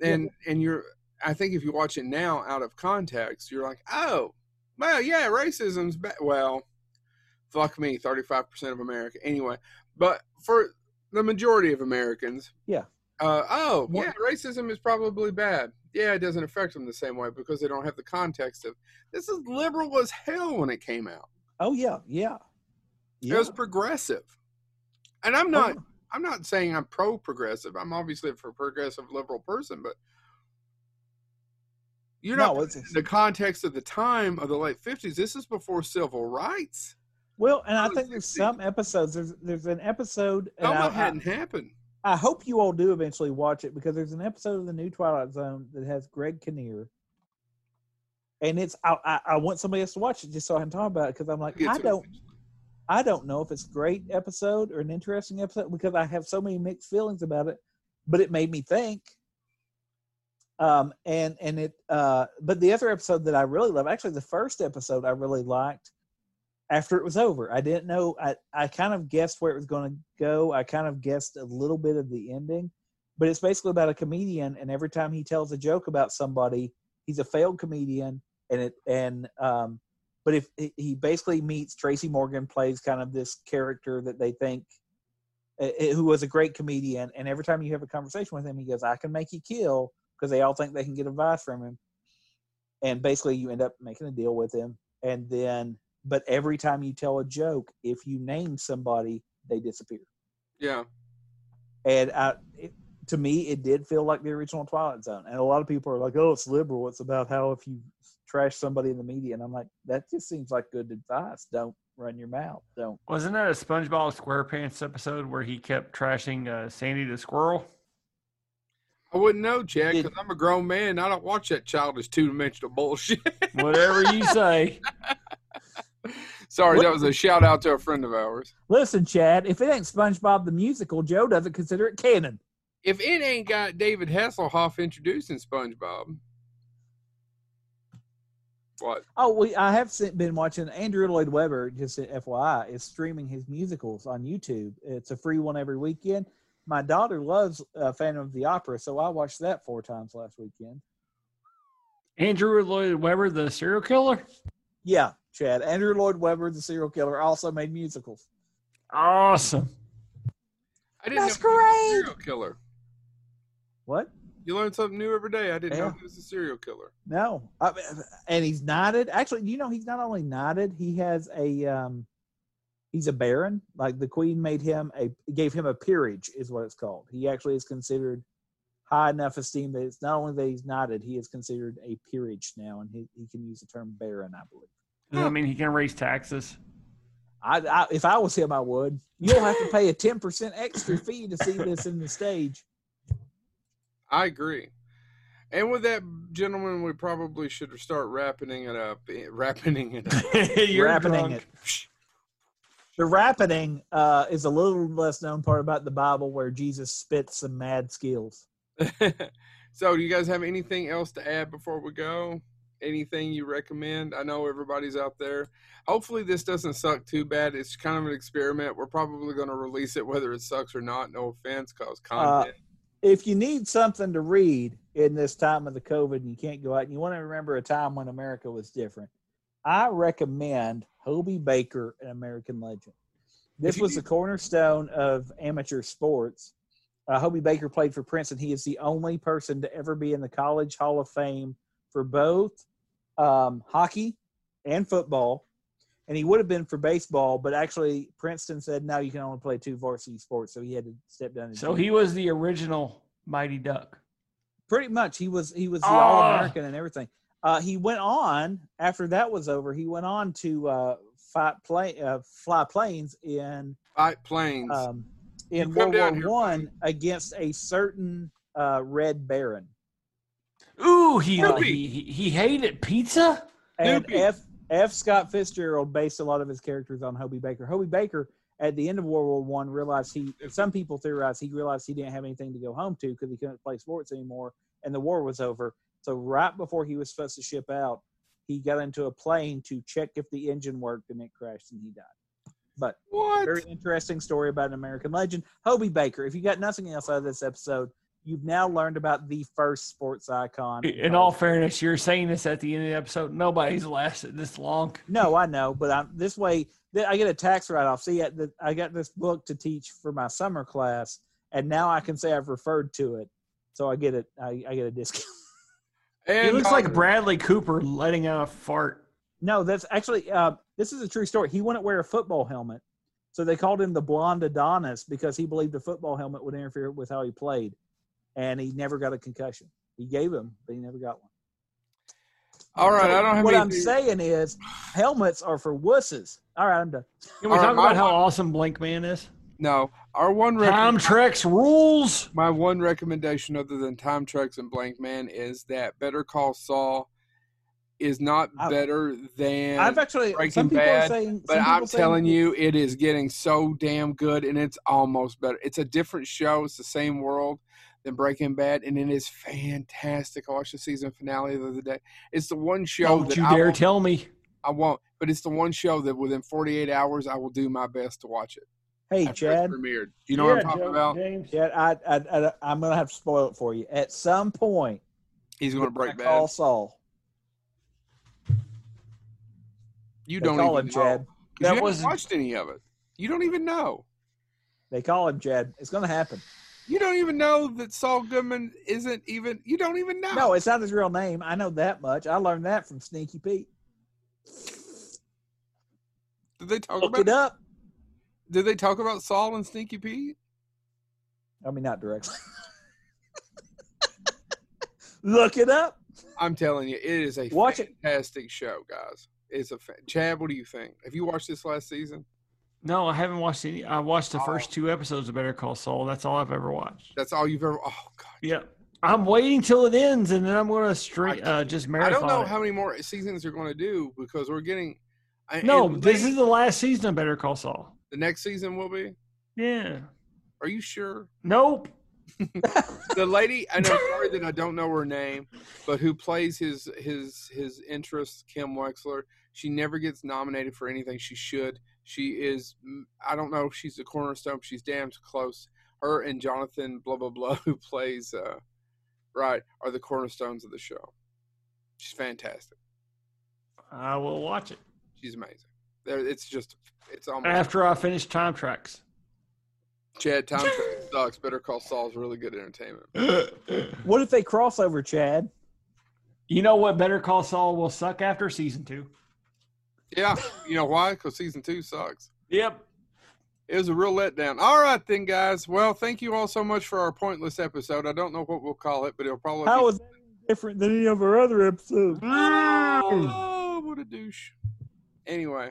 A: and and you're I think if you watch it now out of context, you're like, oh, well, yeah, racism's ba- well, fuck me, 35 percent of America anyway, but for the majority of Americans,
B: Yeah.
A: Uh, oh,
B: One-
A: yeah, racism is probably bad. Yeah, it doesn't affect them the same way because they don't have the context of this is liberal as hell when it came out.
B: Oh, yeah, yeah.
A: It
B: yeah. Oh,
A: was progressive. And I'm not I'm not saying I'm pro progressive. I'm obviously a progressive liberal person, but you're not
B: no, it's,
A: in the context of the time of the late fifties. This is before civil rights.
B: well, and I
A: Oh,
B: think there's
A: 60.
B: some episodes. There's there's an episode. and
A: Selma
B: I- I-
A: hadn't happened.
B: I hope you all do eventually watch it because there's an episode of the new Twilight Zone that has Greg Kinnear, and it's I I, I want somebody else to watch it just so I can talk about it because I'm like
A: Get
B: I
A: to it.
B: don't I don't know if it's a great episode or an interesting episode because I have so many mixed feelings about it, but it made me think. Um and and it uh but the other episode that I really love actually the first episode I really liked after it was over. I didn't know I I kind of guessed where it was going to go. I kind of guessed a little bit of the ending, but it's basically about a comedian, and every time he tells a joke about somebody, he's a failed comedian, and it and um, but if he- he basically meets Tracy Morgan, plays kind of this character that they think eh, eh, who was a great comedian, and every time you have a conversation with him, he goes, "I can make you kill," because they all think they can get advice from him, and basically you end up making a deal with him, and then but every time you tell a joke, if you name somebody, they disappear.
A: Yeah.
B: And I, it, to me, it did feel like the original Twilight Zone. And a lot of people are like, "Oh, it's liberal. It's about how if you trash somebody in the media." And I'm like, that just seems like good advice. Don't run your mouth. Don't.
E: Wasn't that a SpongeBob SquarePants episode where he kept trashing uh, Sandy the squirrel?
A: I wouldn't know, Chad,
B: Did-
A: because I'm a grown man. and I don't watch that childish two dimensional bullshit.
E: Whatever you say.
A: Sorry,
B: What-
A: that was a shout out to a friend of ours.
B: Listen, Chad. If it ain't SpongeBob the musical, Joe doesn't consider it canon.
A: If it ain't got David Hasselhoff introducing SpongeBob, what?
B: Oh, we, I have se- been watching Andrew Lloyd Webber. Just at FYI, is streaming his musicals on YouTube. It's a free one every weekend. My daughter loves uh, Phantom of the Opera, so I watched that four times last weekend.
E: Andrew Lloyd Webber, the serial killer?
B: Yeah, Chad. Andrew Lloyd Webber, the serial killer, also made musicals.
E: Awesome.
A: I didn't
B: That's
A: know he was a
B: great.
A: serial killer.
B: What?
A: You learn something new every day. I didn't know
B: Yeah.
A: he was a serial killer.
B: No. I, and he's knighted. Actually, you know, he's not only knighted, he has a um he's a baron. Like the queen made him a gave him a peerage is what it's called. He actually is considered high enough esteem that it's not only that he's knighted, he is considered a peerage now and he, he can use the term baron, I believe.
E: Does that mean he can raise taxes?
B: I, I if I was him I would. You'll have to pay a ten percent extra fee to see this in the stage.
A: I agree. And with that, gentlemen, we probably should start wrapping it up. eh, Wrapping it up.
E: You're
B: Wrapping
E: drunk.
B: it. The rappening uh, is a little less known part about the Bible where Jesus spits some mad skills.
A: so, do you guys have anything else to add before we go? Anything you recommend? I know everybody's out there. Hopefully, this doesn't suck too bad. It's kind of an experiment. We're probably going to release it whether it sucks or not. No offense,
B: Uh,
A: cause content.
B: If you need something to read in this time of the COVID and you can't go out and you want to remember a time when America was different, I recommend Hobie Baker, an American legend. This
A: If you
B: was
A: need-
B: the cornerstone of amateur sports. Uh, Hobie Baker played for Princeton. He is the only person to ever be in the College Hall of Fame for both um, hockey and football. And he would have been for baseball, but actually Princeton said no, you can only play two varsity sports, so he had to step down. and
E: So
B: do
E: he was the original Mighty Duck.
B: pretty much he was he was the
E: Ah.
B: all American and everything. Uh, he went on after that was over. He went on to uh, fight play uh, fly planes in
A: Fight planes.
B: um,
A: You
B: in
A: come
B: World War
A: down here,
B: One against a certain uh, Red Baron.
E: Ooh, he,
A: Snoopy.
E: he, he, he hated pizza?
B: And
A: Snoopy.
B: F. F. Scott Fitzgerald based a lot of his characters on Hobie Baker. Hobie Baker, at the end of World War One, realized he. Some people theorized he realized he didn't have anything to go home to because he couldn't play sports anymore, and the war was over. So right before he was supposed to ship out, he got into a plane to check if the engine worked, and it crashed, and he died. But
A: what?
B: very interesting story about an American legend, Hobie Baker. If you got nothing else out of this episode, you've now learned about the first sports icon.
E: In
B: of
E: all fairness, you're saying this at the end of the episode. Nobody's lasted this long.
B: No, I know, but I'm this way. Th- I get a tax write-off. See, I, th- I got this book to teach for my summer class, and now I can say I've referred to it, so I get it. I, I get a discount.
A: And
E: He looks
A: uh,
E: like Bradley Cooper letting out a fart.
B: no, that's actually uh, this is a true story. He wouldn't wear a football helmet, so they called him the blonde Adonis because he believed the football helmet would interfere with how he played, and he never got a concussion. He gave him, but he never got one.
A: All right, I don't have
B: what I'm
A: anything-
B: saying is, helmets are for wusses. All right, I'm done.
E: Can we
A: All right,
E: talk
A: my
E: about how
A: one-
E: awesome Blank Man is?
A: No, our one recommendation.
E: Time Trek's rules.
A: my one recommendation other than time trucks and blank man is that better call saul is not
B: I've-
A: better than
B: I've actually
A: Breaking
B: some people
A: Bad,
B: are saying,
A: but i'm telling you it is getting so damn good and it's almost better it's a different show it's the same world than breaking bad and it is fantastic i watched the season finale the other day it's the one show
E: Don't
A: that
E: you
A: I,
E: dare
A: won't,
E: tell me.
A: I won't but it's the one show that within 48 hours i will do my best to watch it
B: Hey,
A: After it
B: Chad.
A: premiered. You know what I'm talking about?
E: James.
B: Chad, I, I, I, I'm going to have to spoil it for you. At some point,
A: He's going to
B: I
A: break
B: call
A: bad.
B: Saul.
A: You
B: They
A: don't
B: call
A: even
B: him Chad.
A: know. 'Cause You
E: That
A: haven't
E: wasn't-
A: watched any of it. You don't even know.
B: They call him Chad. It's going to happen.
A: You don't even know that Saul Goodman isn't even. You don't even know.
B: No, it's not his real name. I know that much. I learned that from Sneaky Pete.
A: Did they talk
B: Look
A: about?
B: it up.
A: Did they talk about Saul and Sneaky Pete?
B: I mean, not directly. Look it up.
A: I'm telling you, it is a
B: Watch it.
A: fantastic show, guys. It's a fa- Chad. What do you think? Have you watched this last season?
E: No, I haven't watched any. I watched the
A: Oh.
E: first two episodes of Better Call Saul. That's all I've ever watched.
A: That's all you've ever. Oh God.
E: Yeah. I'm waiting till it ends, and then I'm going to
A: I
E: stream
A: can't-
E: uh, just
A: I
E: marathon.
A: don't know
E: it.
A: how many more seasons they're going to do because we're getting. I,
E: No,
A: and
E: this
A: maybe
E: is the last season of Better Call Saul.
A: the next season will be.
E: Yeah.
A: Are you sure?
E: Nope.
A: The lady, and I'm sorry that I don't know her name, but who plays his his his interest, Kim Wexler. She never gets nominated for anything she should. She is, mm, I don't know if she's the cornerstone. But she's damn close. Her and Jonathan, blah blah blah, who plays, uh, right, are the cornerstones of the show. She's fantastic.
E: I will watch it
A: She's amazing. There, it's just, it's almost.
E: after I finish Time Tracks.
A: Chad Time Travel sucks. Better Call Saul's really good entertainment.
E: you
B: What if they cross over, Chad?
E: know what Better Call Saul will suck after season two?
A: Yeah, you know why? Because season two sucks.
E: Yep.
A: It was a real letdown. All right, then, guys. Well, thank you all so much for our pointless episode. I don't know what we'll call it, but it'll probably.
B: How
A: be-
B: is that different than any of our other episodes?
A: Oh, what a douche. Anyway,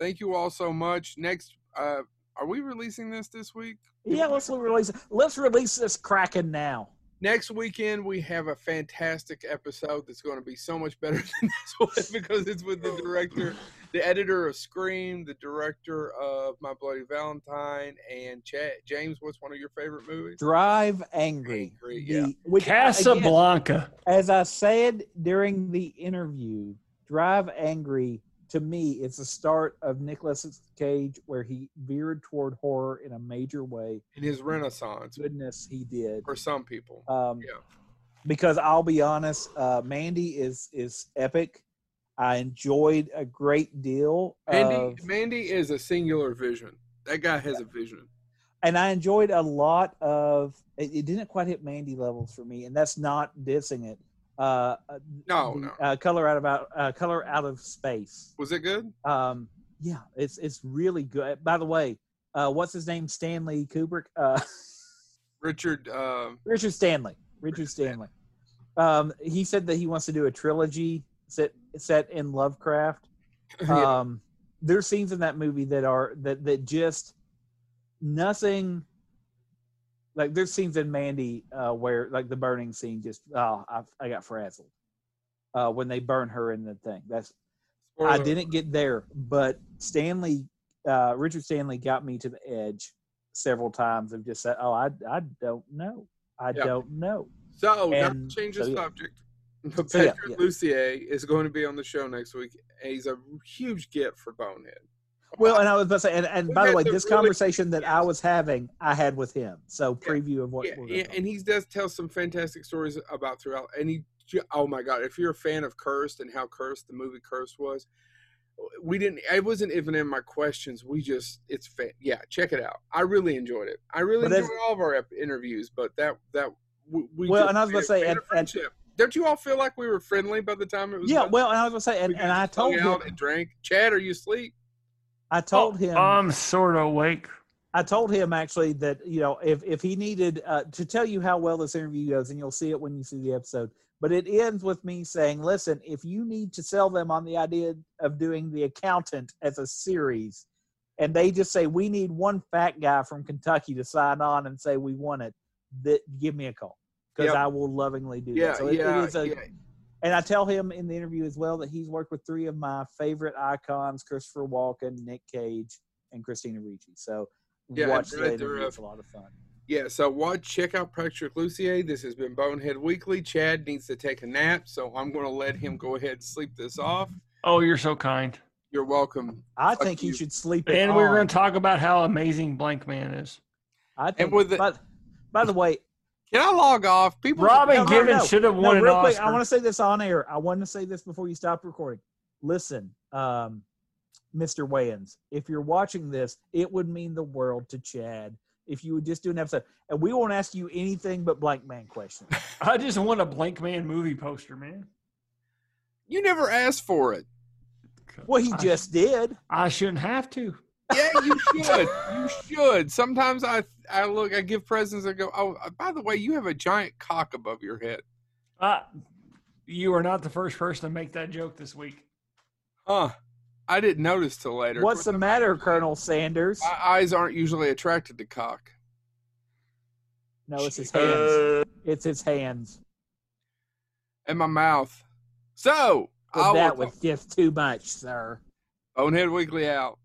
A: thank you all so much. Next, uh, are we releasing this this week?
B: Yeah, let's release. Let's release this Kraken now.
A: Next weekend, we have a fantastic episode that's going to be so much better than this one because it's with the director, the editor of Scream, the director of My Bloody Valentine, and Chad. James, what's one of your favorite movies?
B: Drive angry.
A: Angry, yeah.
B: The- which, again,
E: Casablanca.
B: as I said during the interview, Drive Angry to me it's the start of Nicolas Cage where he veered toward horror in a major way.
A: In his renaissance,
B: Goodness, he did.
A: for some people.
B: Um,
A: Yeah.
B: Because I'll be honest, uh, Mandy is is epic. I enjoyed a great deal,
A: Mandy,
B: of-
A: Mandy is a singular vision. That guy has a vision.
B: and I enjoyed a lot of. It, it didn't quite hit Mandy levels for me, and that's not dissing it. Uh, uh,
A: No,
B: the,
A: Oh, no.
B: Uh, color out of out, uh, color out of space.
A: Was it good?
B: um yeah it's it's really good by the way uh what's his name stanley kubrick uh
A: Richard, uh,
B: richard stanley richard stanley um he said that he wants to do a trilogy set set in lovecraft
A: yeah,
B: um there's scenes in that movie that are that that just nothing like there's scenes in mandy uh where like the burning scene just oh i, I got frazzled uh when they burn her in the thing that's I
A: spoiler.
B: didn't get there, but Stanley, uh, Richard Stanley, got me to the edge several times of just said, "Oh, I, I don't know, I
A: Yeah.
B: don't know."
A: So,
B: And-
A: not to change the
B: so, yeah.
A: subject. But
B: So, yeah,
A: Patrick
B: yeah.
A: Lucier is going to be on the show next week. and He's a huge get for Bonehead.
B: Well, and I was about to say, and, and
A: We
B: by the
A: had
B: way,
A: some
B: this
A: really-
B: conversation that I was having, I had with him. So preview of what
A: yeah,
B: we're
A: yeah,
B: gonna-
A: and he does tell some fantastic stories about throughout. And he, ju- oh my God, if you're a fan of Cursed and how cursed the movie Cursed was, we didn't. It wasn't even in my questions. We just, it's fan. Yeah, check it out. I really enjoyed it. I really
B: But that's-
A: enjoyed all of our ep- interviews, but that that we, we
B: Well,
A: just
B: and I was
A: made
B: about to say,
A: a fan
B: and-
A: of
B: and-
A: friendship. don't you all feel like we were friendly by the time it was?
B: yeah.
A: done?
B: Well, and I was gonna say,
A: We
B: and, and
A: guys
B: I
A: just hung
B: told him,
A: out and drank. Chad, are you asleep?
B: I told him,
E: Oh,
C: Um,
E: I'm sort of awake.
B: I told him actually that you know if if he needed uh, to tell you how well this interview goes, and you'll see it when you see the episode. But it ends with me saying, "Listen, if you need to sell them on the idea of doing the accountant as a series, and they just say we need one fat guy from Kentucky to sign on and say we want it, that give me a call because
A: Yep.
B: I will lovingly do
A: Yeah,
B: that." So it-
A: yeah,
B: it is a,
A: yeah.
B: and I tell him in the interview as well that he's worked with three of my favorite icons: Christopher Walken, Nick Cage, and Christina Ricci. So
A: Yeah,
B: watch
A: and uh,
B: that
A: Brad
B: interview;
A: Dourif.
B: it's a lot of fun.
A: Yeah, so watch, check out Patrick Lucier. This has been Bonehead Weekly. Chad needs to take a nap, so I'm going to let him go ahead and sleep this off.
E: Oh, you're so kind.
A: You're welcome.
B: I
A: Fuck
B: think he
A: you.
B: should sleep it
C: And we're
B: on.
C: going to talk about how amazing Blank Man is.
B: I think,
A: with the-
B: by, by the way,
A: Can I log off? People,
C: Robin
B: no, no,
C: Givens
B: no.
C: should have
B: no,
C: won an
B: real
C: Oscar.
B: quick, I want to say this on air. I want to say this before you stop recording. Listen, um, Mr. Wayans, if you're watching this, it would mean the world to Chad if you would just do an episode. And we won't ask you anything but blank man questions.
C: I just want a Blank Man movie poster, man.
A: you never asked for it.
B: Well, he
C: I-
B: just did.
C: I shouldn't have to.
A: Yeah, you should. you should. Sometimes I, I look, I give presents, I go, oh, by the way, you have a giant cock above your head.
C: Uh, you are not the first person to make that joke this week.
A: Huh. I didn't notice till later.
B: What's the matter, Colonel Sanders?
A: My eyes aren't usually attracted to cock.
B: No, it's his hands. It's his hands.
A: And my mouth. So,
B: But
A: I
B: that
A: will.
B: was just too much, sir.
A: Bonehead Weekly out.